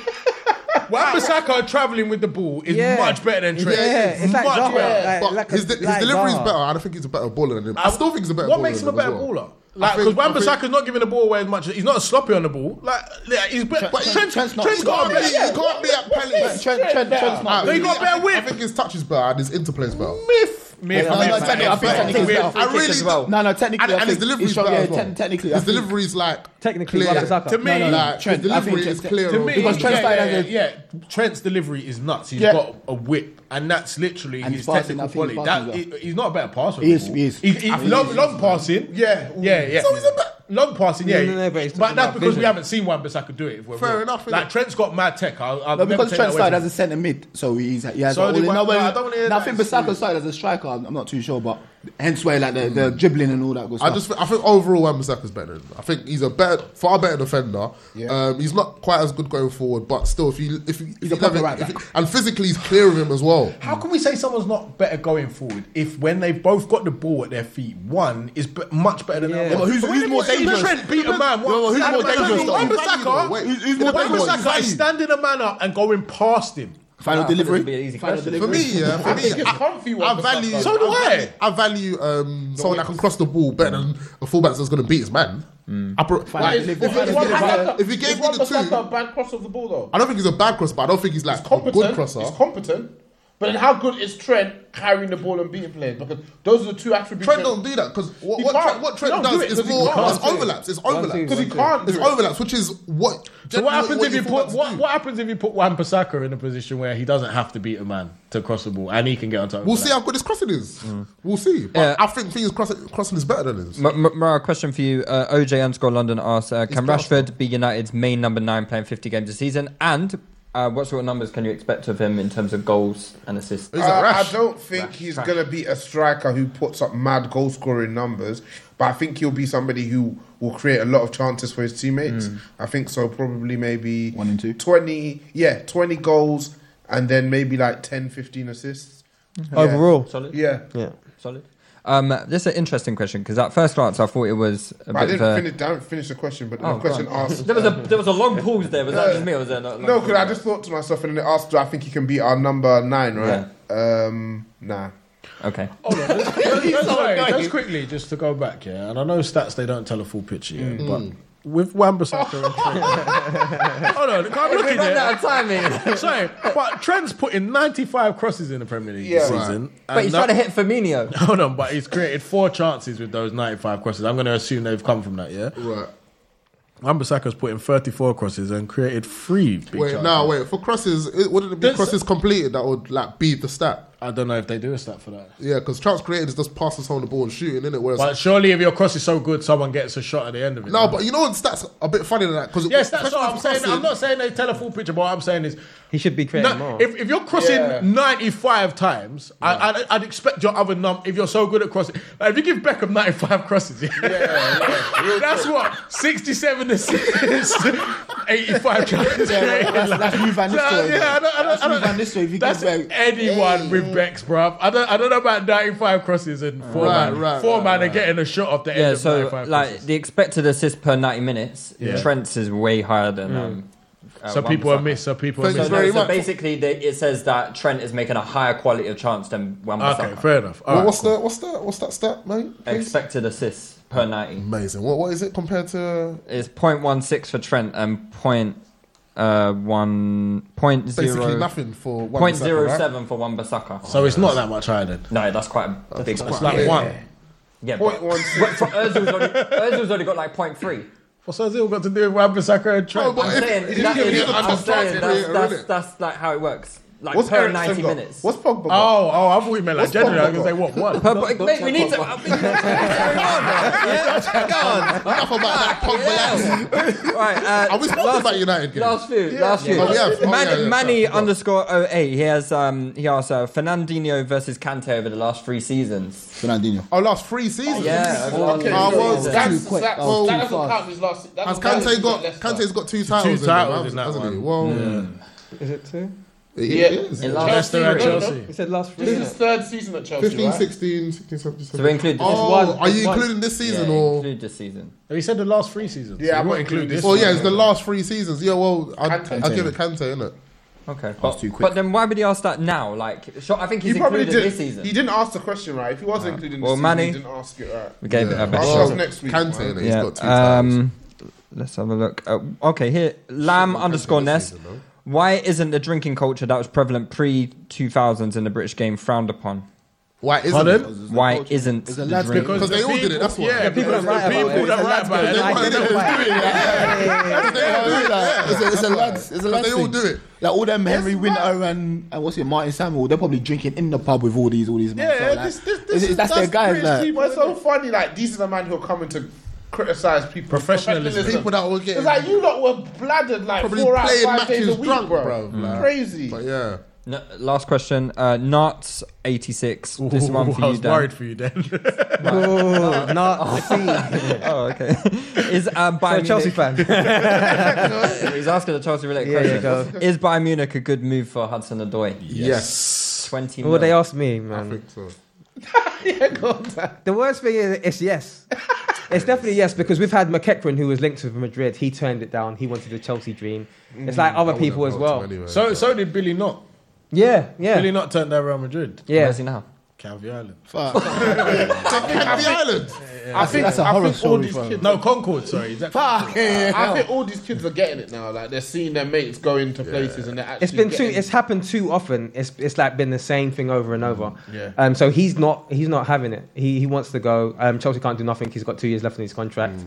S9: Wan-Bissaka travelling with the ball is
S8: Yeah.
S9: much better than Trent.
S8: Yeah, it's like
S9: much
S8: Zaha.
S9: better.
S8: Like,
S7: But
S8: like a-
S7: his, de- his
S8: like
S7: delivery is
S8: Zaha.
S7: better. I don't think he's a better baller than him. I still think he's a better.
S9: What
S7: baller
S9: makes him a
S7: than
S9: better
S7: as well.
S9: baller?
S7: I
S9: Like,
S7: think-
S9: because Wan
S7: I think-
S9: Bissaka's not giving the ball away as much. He's not sloppy on the ball. Like, yeah, he's better. But Trent,
S7: Trent-
S5: Trent's
S9: Trent's
S5: not- he
S9: got
S7: can't
S9: a
S7: be,
S9: better.
S7: he can't be at Palace.
S5: Trent, Trent, Trent's not.
S9: They got a better
S7: I
S9: whip.
S7: think his touch is better and his interplay is better.
S9: Myth. Mere
S5: no, no,
S9: commitment.
S5: technically, I think technically,
S9: Mere
S5: it's
S9: focus
S5: I really
S9: as well.
S5: No, no, technically,
S9: And-
S5: I
S9: and his
S5: think
S9: delivery's
S5: it's-
S9: better
S5: yeah,
S9: as well.
S5: te- technically,
S9: His
S7: delivery's like
S8: technically
S9: clear. To me,
S5: no, no, Trent,
S9: the
S5: I think
S9: delivery
S5: Trent's
S9: is
S5: Trent-
S9: clear.
S5: to me,
S9: because Trent's
S5: yeah,
S9: like,
S5: yeah,
S9: yeah, Trent's delivery is nuts. He's
S5: Yeah.
S9: got a whip, and that's literally
S5: And
S9: his
S5: he's passing, I
S9: technical
S5: think he's
S9: quality.
S5: passing
S9: That,
S5: as
S9: he- he's not a better passer.
S5: He is-
S9: at all.
S5: he is.
S9: He, he,
S5: I think
S9: long,
S5: he is.
S9: long passing. Yeah, yeah, yeah. So he's a long passing. Yeah,
S5: No, no, no, but he's
S9: but,
S5: talking
S9: that's
S5: about
S9: because we
S5: vision.
S9: haven't seen one Bissaka do it. if we're
S5: Fair
S9: real.
S5: enough, innit?
S9: Like Trent's got mad tech. I'll, I'll
S5: No,
S9: never
S5: because
S9: take that
S5: Trent
S9: away
S5: started
S9: from
S5: as a centre mid, so he's he has
S9: So
S5: all
S9: did
S5: in-
S9: one-
S5: no, well,
S9: no, I don't wanna hear
S5: no, I
S9: that
S5: think Bissaka started as a striker. I'm, I'm not too sure, but hence where like the, the dribbling and all that good
S7: I
S5: stuff.
S7: just think, I think overall Wan-Bissaka's better. Than him. I think he's a better, far better defender.
S5: Yeah.
S7: Um, he's not quite as good going forward, but still, if you if, you- if
S9: a
S7: you have
S9: proper
S7: it-
S9: right
S7: if
S9: back.
S7: you- and physically he's clear of him as well.
S9: How can we say someone's not better going forward if when they've both got the ball at their feet, one is be- much better than the other?
S7: Yeah, but who's- who's
S9: when
S7: more
S9: Trent
S7: dangerous?
S9: Trent beat a man.
S7: Yeah, well, who's
S9: Wan-
S7: more dangerous, though?
S9: Wan-Bissaka-
S7: Wait, who's- who's more dangerous?
S9: Wan-Bissaka is standing a man up and going past him.
S5: Final delivery. Final
S7: For me, yeah, for me, I value.
S9: So do I.
S7: value- I value um, someone that can cross the ball better than a fullback that's going to beat his man.
S5: Hmm.
S7: I pro- like, if, if, if, if, you gave me the two,
S19: a bad cross of the ball though?
S7: I don't think he's a bad cross, but I don't think he's like a
S19: competent.
S7: good crosser.
S19: He's competent. But then how good is Trent carrying the ball and beating players? Because those are the two attributes.
S7: Trent don't do that because what,
S19: He
S7: what,
S19: can't.
S7: Trent, what Trent
S19: He don't
S7: does
S19: do it
S7: is
S19: 'cause he
S7: more
S19: can't.
S7: it's overlaps. It's
S19: One, two,
S7: overlaps
S19: one, two.
S7: It's
S19: One, two.
S7: overlaps, which is what.
S9: So what happens if you
S7: fullbacks
S9: put
S7: do.
S9: what, what happens if you put Wan Bissaka in a position where he doesn't have to beat a man to cross the ball and he can get on top?
S7: We'll see how good his crossing is.
S6: Mm.
S7: We'll see. But I think things crossing, crossing is better than his.
S4: M- M- Mara, question for you. Uh, OJ underscore London asks uh, Can Rashford be United's main number nine playing 50 games a season? And uh, what sort of numbers can you expect of him in terms of goals and assists?
S6: Uh, I don't think he's going to be a striker who puts up mad goal scoring numbers, but I think he'll be somebody who will create a lot of chances for his teammates.
S5: Mm.
S6: I think so, probably maybe one and two. 20, yeah, 20 goals and then maybe like 10, 15 assists. Yeah.
S4: Overall. Solid.
S6: Yeah.
S4: Yeah. Solid. Um, this is an interesting question because at first glance I thought it was a
S6: But I
S4: bit
S6: didn't,
S4: of a-
S6: finish, I didn't finish the question, but
S4: Oh,
S6: the question
S4: go on.
S6: asked. uh,
S4: There was a there was a long pause there. Was that just me or was there not? a long
S6: No,
S4: pause?
S6: because I just thought to myself, and then it asked, "Do I think he can beat our number nine? Right? Um, nah.
S4: Okay.
S6: Oh,
S9: just, just quickly, just to go back, yeah, and I know stats they don't tell a full picture, yeah,
S4: Mm.
S9: but with Wan-Bissaka and Trent, hold on, I'm
S4: We've run
S9: looking here.
S4: out of time here.
S9: Sorry, but Trent's putting 95 crosses in the Premier League this
S4: Yeah. Right.
S9: season,
S4: But he's trying to hit Firmino.
S9: Hold on, but he's created four chances with those 95 crosses. I'm going to assume they've come from that, yeah.
S7: Right.
S9: Wan-Bissaka's put in 34 crosses and created three. Big
S7: Wait,
S9: chances.
S7: no, wait. For crosses, it, wouldn't it be crosses completed that would like be the stat?
S9: I don't know if they do a stat for that.
S7: Yeah, because chance created is just passing someone the ball and shooting, isn't it? Whereas
S9: But surely, if your cross is so good, someone gets a shot at the end of it.
S7: no, but you know what? Stats are a bit funny than that because
S9: Yes, that's what I'm saying. I'm not saying they tell a full picture, but what I'm saying is
S8: he should be
S7: creating more.
S9: If, if you're crossing
S7: Yeah.
S9: 95 times, I, I'd, I'd expect your other num. If you're so good at crossing, like, if you give Beckham 95 crosses, yeah, that's what 67 assists, 85 chances.
S5: Yeah, that's- that's
S9: new
S5: Ruud van Nistelrooy.
S9: Yeah, I don't, I don't,
S5: That's
S9: I don't,
S5: Ruud van Nistelrooy if you
S9: that's
S5: give
S9: anyone with Beck's, bruv. I don't, I don't know about 95 crosses and four
S4: Right,
S9: man,
S4: right,
S9: four man are getting a shot off the end
S4: Yeah,
S9: of
S4: so
S9: 95
S4: like
S9: crosses.
S4: the expected assist per ninety minutes,
S9: Yeah.
S4: Trent's is way higher than. Um, uh,
S9: Hmm. So people
S4: Wan-Bissaka.
S9: are miss- so people are
S4: So,
S9: miss-
S4: no,
S9: Very
S4: so
S9: much.
S4: basically, they, it says that Trent is making a higher quality of chance than one.
S9: Okay, fair enough. All right,
S7: what's the what's that what's that stat, mate? Please?
S4: expected assists per ninety?
S7: Amazing. What what is it compared to?
S4: It's 0.16 for Trent and point uh one point
S7: Basically
S4: zero-
S7: nothing for Wan-Bissaka,
S4: point zero seven
S7: right?
S4: for one Basaka.
S9: So it's not that much higher then.
S4: No, that's quite a big.
S9: quite- It's like yeah. one.
S4: Yeah, but, but for Ozil's only, Ozil's only got like point three.
S9: What's Ozil got to do with Wan-Bissaka and Trent?
S4: I'm saying, that is, I'm saying that's, that's, that's like how it works. Like
S9: What's
S4: per
S9: Eriksen
S4: ninety
S9: got?
S4: minutes.
S9: What's Pogba? Oh, oh, I thought you meant like
S4: What's
S9: generally. I was
S4: Pogba
S9: gonna say what one.
S4: Per, but, mate, we need to. Right, uh,
S7: Are we talking
S4: last-
S7: about United game?
S4: Last few,
S7: Yeah.
S4: last few.
S7: No, we have. Oh,
S4: Man-
S7: yeah, yeah,
S4: Manny
S7: sorry, go on.
S4: underscore 08, he has um, he asked uh, Fernandinho versus Kante over the last three seasons.
S5: Fernandinho.
S7: Oh, last three seasons.
S4: Yeah,
S7: Okay.
S4: last three
S7: Oh, well,
S4: seasons.
S7: that's-
S4: Too quick.
S7: that-
S4: That was
S7: well,
S4: too fast.
S19: That was last- that
S7: Has
S19: was last
S7: Kante
S19: season
S7: got
S19: at Leicester.
S7: Kante's got two titles? in
S9: titles
S7: there,
S9: in that
S7: hasn't he? Well,
S9: one.
S8: Is it two?
S7: it
S19: Yeah.
S7: is.
S19: In last Leicester season, and no, no. Chelsea.
S8: He said last three.
S19: This is his third season at Chelsea.
S7: 15,
S19: right?
S7: 16, 16, 17.
S4: So we include this
S7: oh,
S4: one.
S7: Are you
S4: This one.
S7: including this season
S4: Yeah,
S7: or?
S4: Include this season.
S9: He said the last three seasons.
S7: Yeah,
S9: I won't include this.
S7: Well,
S9: one.
S7: Oh, yeah, it's the last three seasons. Yeah, well, I'd,
S4: Kante.
S7: I'd give it Kante, innit?
S4: Okay, but, but then why would he ask that now? Like, sure, I think he's
S6: He probably
S4: included
S6: did.
S4: this season.
S6: He didn't ask the question right. If he was including
S4: Well,
S6: this
S4: Manny-
S6: season, he didn't ask it right.
S4: We gave it a bit.
S6: Ask us next week.
S7: Kante,
S6: man.
S7: innit? He's got two
S4: um, let's have a look. Uh, okay, here Lamb underscore Ness. Why isn't the drinking culture that was prevalent pre 2000s in the British game frowned upon?
S7: Why isn't
S4: Pardon?
S7: it?
S4: Why isn't
S7: a lads
S4: the drink?
S7: because they all did it. That's why.
S4: Yeah, The people that write about it. It's a lads
S7: They
S4: thing.
S7: wanted
S4: They
S7: it.
S4: don't
S7: It's doing it.
S5: It's a- it's a lads. It's a lads.
S7: They all
S5: thing.
S7: do it.
S5: Like all them Henry Winter and, and what's it, Martin Samuel. They're probably drinking in the pub with all these, all these men.
S19: Yeah,
S5: so, like,
S19: this, this,
S5: it's-
S19: this
S5: it's-
S19: is,
S5: that's, their guys.
S19: British
S5: Like,
S19: people. It's so funny. Like these are the man who are coming to criticize people.
S7: Professionalism. People that were getting-
S19: It's like you lot were bladdered like
S7: Probably
S19: four out of
S7: playing
S19: five days a
S7: matches
S19: week,
S7: drunk,
S19: bro.
S7: bro,
S5: Mm.
S7: like.
S19: Crazy.
S7: But yeah.
S4: No, last question. Uh, Narts eighty six. This
S9: Ooh,
S4: one for
S9: I
S4: you,
S9: was
S4: Dan.
S9: worried for you, Dan.
S4: Ooh,
S8: not
S4: oh, okay. Is
S8: So
S4: um,
S8: a
S4: Bayern
S8: Chelsea
S4: Munich- He's asking a Chelsea related
S8: Yeah, yeah,
S4: question.
S8: go.
S4: Is Bayern Munich a good move for Hudson Odoi?
S8: Yes.
S4: Twenty.
S8: Well, they
S4: mil.
S8: asked me, man.
S19: yeah, go on.
S8: The worst thing is, it's yes. It's definitely yes because we've had McEachran, who was linked with Madrid. He turned it down. He wanted the Chelsea dream. It's like
S9: Mm,
S8: other
S9: I
S8: people as
S9: wouldn't
S8: well.
S9: vote him anyway, So- but- so did Billy Knott.
S8: Yeah, yeah.
S9: Really not turned down Real Madrid.
S8: Yeah. Where's he
S4: now?
S9: Canvey Island.
S5: Fuck.
S9: Canvey Island.
S19: I think
S9: That's a
S19: I
S9: horror
S19: think all
S9: story,
S19: these
S9: fam.
S19: kids.
S9: No, Concord. Sorry, is that
S19: Fuck.
S9: yeah,
S19: I
S9: yeah.
S19: think all these kids are getting it now. Like they're seeing their mates go into places and they're actually.
S8: It's been too.
S19: getting-
S8: It's happened too often. It's it's like been the same thing over and over.
S19: Mm, Yeah.
S8: Um. So he's not he's not having it. He he wants to go. Um. Chelsea can't do nothing. He's got two years left on his contract.
S9: Mm.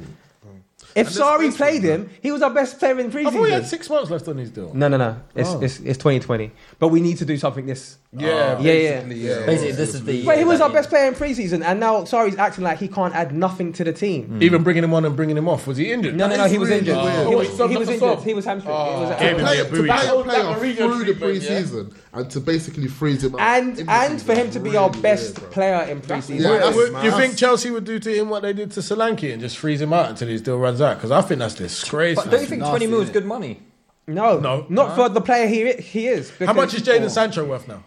S8: If Sari played him, he was our best player in
S9: I thought he had
S8: preseason.
S9: six months left on his deal.
S8: No, no, no. It's,
S9: Oh.
S8: it's it's 2020. But we need to do something this. Oh.
S9: Yeah,
S8: yeah, yeah.
S9: basically, yeah. Basically, this is the
S8: But he
S9: year
S8: was
S9: that
S8: our best player in preseason, and now Sari's acting like he can't add nothing to the team.
S9: Even bringing him on and bringing him off. Was he injured?
S8: No, no, no. He was injured. He was, he was injured. He was hamstring. It was-
S7: To play, to play a
S8: That
S7: player
S8: Mourinho
S7: through the
S8: treatment, yeah.
S7: preseason and to basically freeze him out.
S8: And and for him to be our best player in preseason.
S9: Would- would- do you think Chelsea would do to him what they did to Solanke and just freeze him out until his deal runs out? Because I think that's disgraceful.
S8: But don't you think 20 mil is
S4: good money?
S8: No, no, not for the player he he is.
S9: How much is
S8: because- Oh.
S9: Jaden Sancho worth now?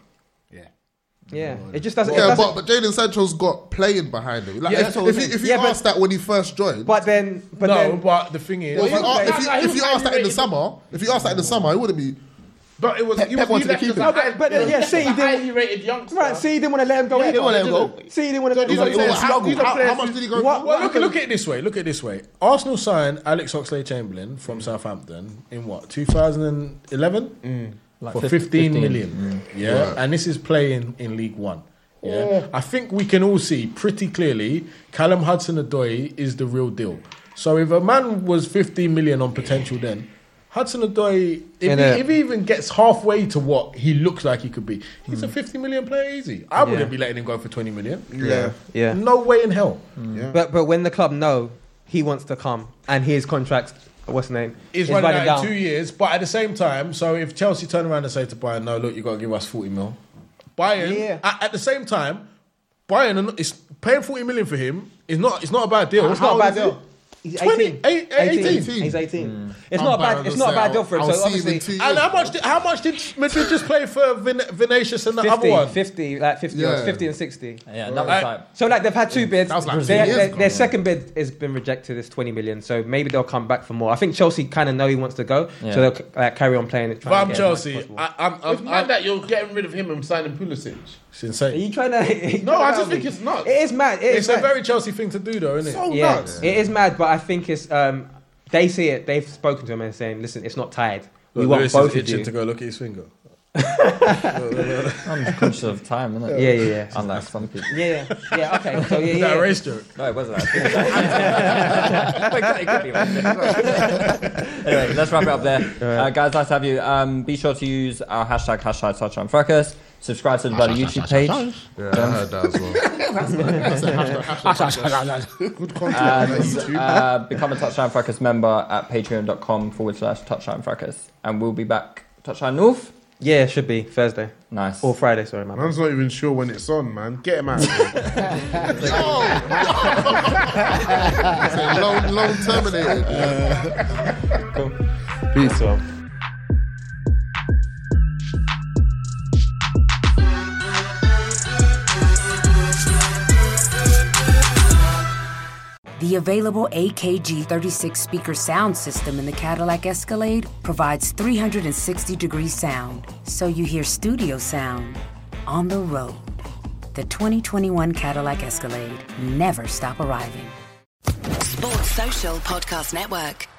S8: Yeah, it just doesn't. it
S7: Yeah,
S8: doesn't-
S7: but, but Jaden Sancho's got playing behind him. Like,
S9: Yeah,
S7: if,
S9: that's what
S7: if
S9: I'm
S7: you,
S9: saying.
S7: if you
S9: Yeah, but-
S7: asked that when he first joined,
S8: but then, but
S9: no,
S7: then-
S9: but the thing is,
S7: well, if you, asked, if you, if you asked that in the summer, if you asked that in the summer, it wouldn't be.
S19: But it was
S7: Pep,
S19: you
S7: Pep
S19: was-
S7: wanted
S19: you
S7: to
S19: left
S7: keep
S19: us
S7: him.
S19: out.
S8: But, but then, yeah, see, he didn't.
S19: Highly rated youngster.
S8: Right, see, he didn't want to let him go.
S19: Yeah, he
S8: either,
S19: didn't wanna let him
S8: did he? See, he didn't want to let him
S19: these
S8: go.
S19: are players- how- these are players who-
S8: What-
S9: Well,
S8: what
S9: look, look at it this way. Look at it this way. Arsenal signed Alex Oxlade-Chamberlain
S8: Mm.
S9: from Southampton in what 2011
S8: Mm.
S4: Like
S9: for
S4: 50
S9: 15
S4: 15.
S9: million. Yeah,
S4: Right.
S9: and this is playing in League One. Yeah?
S4: Yeah.
S9: I think we can all see pretty clearly Callum Hudson-Odoi is the real deal. So if a man was 15 million on potential, then Hudson-Odoi, if,
S8: In
S9: he,
S8: a-
S9: if he even gets halfway to what he looks like he could be, he's a 50 million player easy. I
S8: Mm. Yeah.
S9: wouldn't be letting him go for 20 million.
S8: Yeah. Yeah.
S9: No way in hell.
S8: Mm. But but when the club know he wants to come and his contract, what's the name?
S9: It's
S8: is
S9: running, out in two years, but at the same time, so if Chelsea turn around and say to Bayern, "No, look, you got to give us forty mil," Bayern at, at the same time, Bayern are not- is paying forty million for him. It's not. It's not a bad deal. It's
S8: How
S9: not a bad
S8: bad is
S9: deal.
S8: He's
S9: 20,
S8: 18.
S9: eight- eight-
S8: 18.
S9: 18.
S8: He's 18. It's not a bad. It's not a bad deal for him. so obviously,
S9: and how much? Did, how much did Madrid just play for Vin, Vinicius and the
S8: 50,
S9: other one?
S8: 50, like 50,
S9: Yeah.
S8: 50 and 60.
S4: Yeah, that was like-
S8: So, like, they've had two bids.
S4: was like
S8: Their-
S4: two years
S8: their-
S4: ago.
S8: their second bid has been rejected, it's 20 million. So, maybe they'll come back for more. I think Chelsea kind of know he wants to go,
S9: Yeah.
S8: so they'll like, carry on playing it.
S9: If I'm Chelsea, I, I'm, I'm,
S19: It's mad that you're getting rid of him and signing Pulisic.
S9: It's insane. Are
S8: you trying to?
S19: No, I just think it's not.
S8: It is mad. It is
S9: It's a
S8: mad.
S9: very Chelsea thing to do, though, isn't it?
S19: So
S8: yeah, it is mad, but I think it's. Um, they see it, they've spoken to him and saying, listen, it's not tied. We
S9: Look,
S8: want
S9: Lewis is
S8: both of
S9: itching
S8: you.
S9: to go look at his finger.
S4: I'm conscious of time, isn't it?
S8: Yeah, yeah, yeah.
S4: Unlike some people.
S8: Yeah, yeah, yeah. Okay, so yeah,
S4: Is
S8: yeah.
S4: that a
S8: yeah.
S4: race joke? No, it wasn't. It could be one. anyway, let's wrap it up there. Uh, guys, nice to have you. Um, be sure to use our hashtag, hashtag such on Fracas. Subscribe to the bloody YouTube page.
S7: Yeah, I heard that as well.
S19: Good
S9: Ah,
S4: And,
S19: content.
S4: uh, become a Touchdown Fracas member at patreon.com forward slash Touchdown Fracas. And we'll be back. Touchdown North?
S8: Yeah, it should be Thursday.
S4: Nice.
S8: Or Friday, sorry, man.
S19: Man's not even sure when it's on, man. Get
S9: ah,
S19: him out. of here.
S7: long, long terminated.
S8: Peace out.
S20: The available AKG 36 speaker sound system in the Cadillac Escalade provides 360 degree sound, so you hear studio sound on the road. The 2021 Cadillac Escalade never stop arriving.
S21: Sports Social Podcast Network.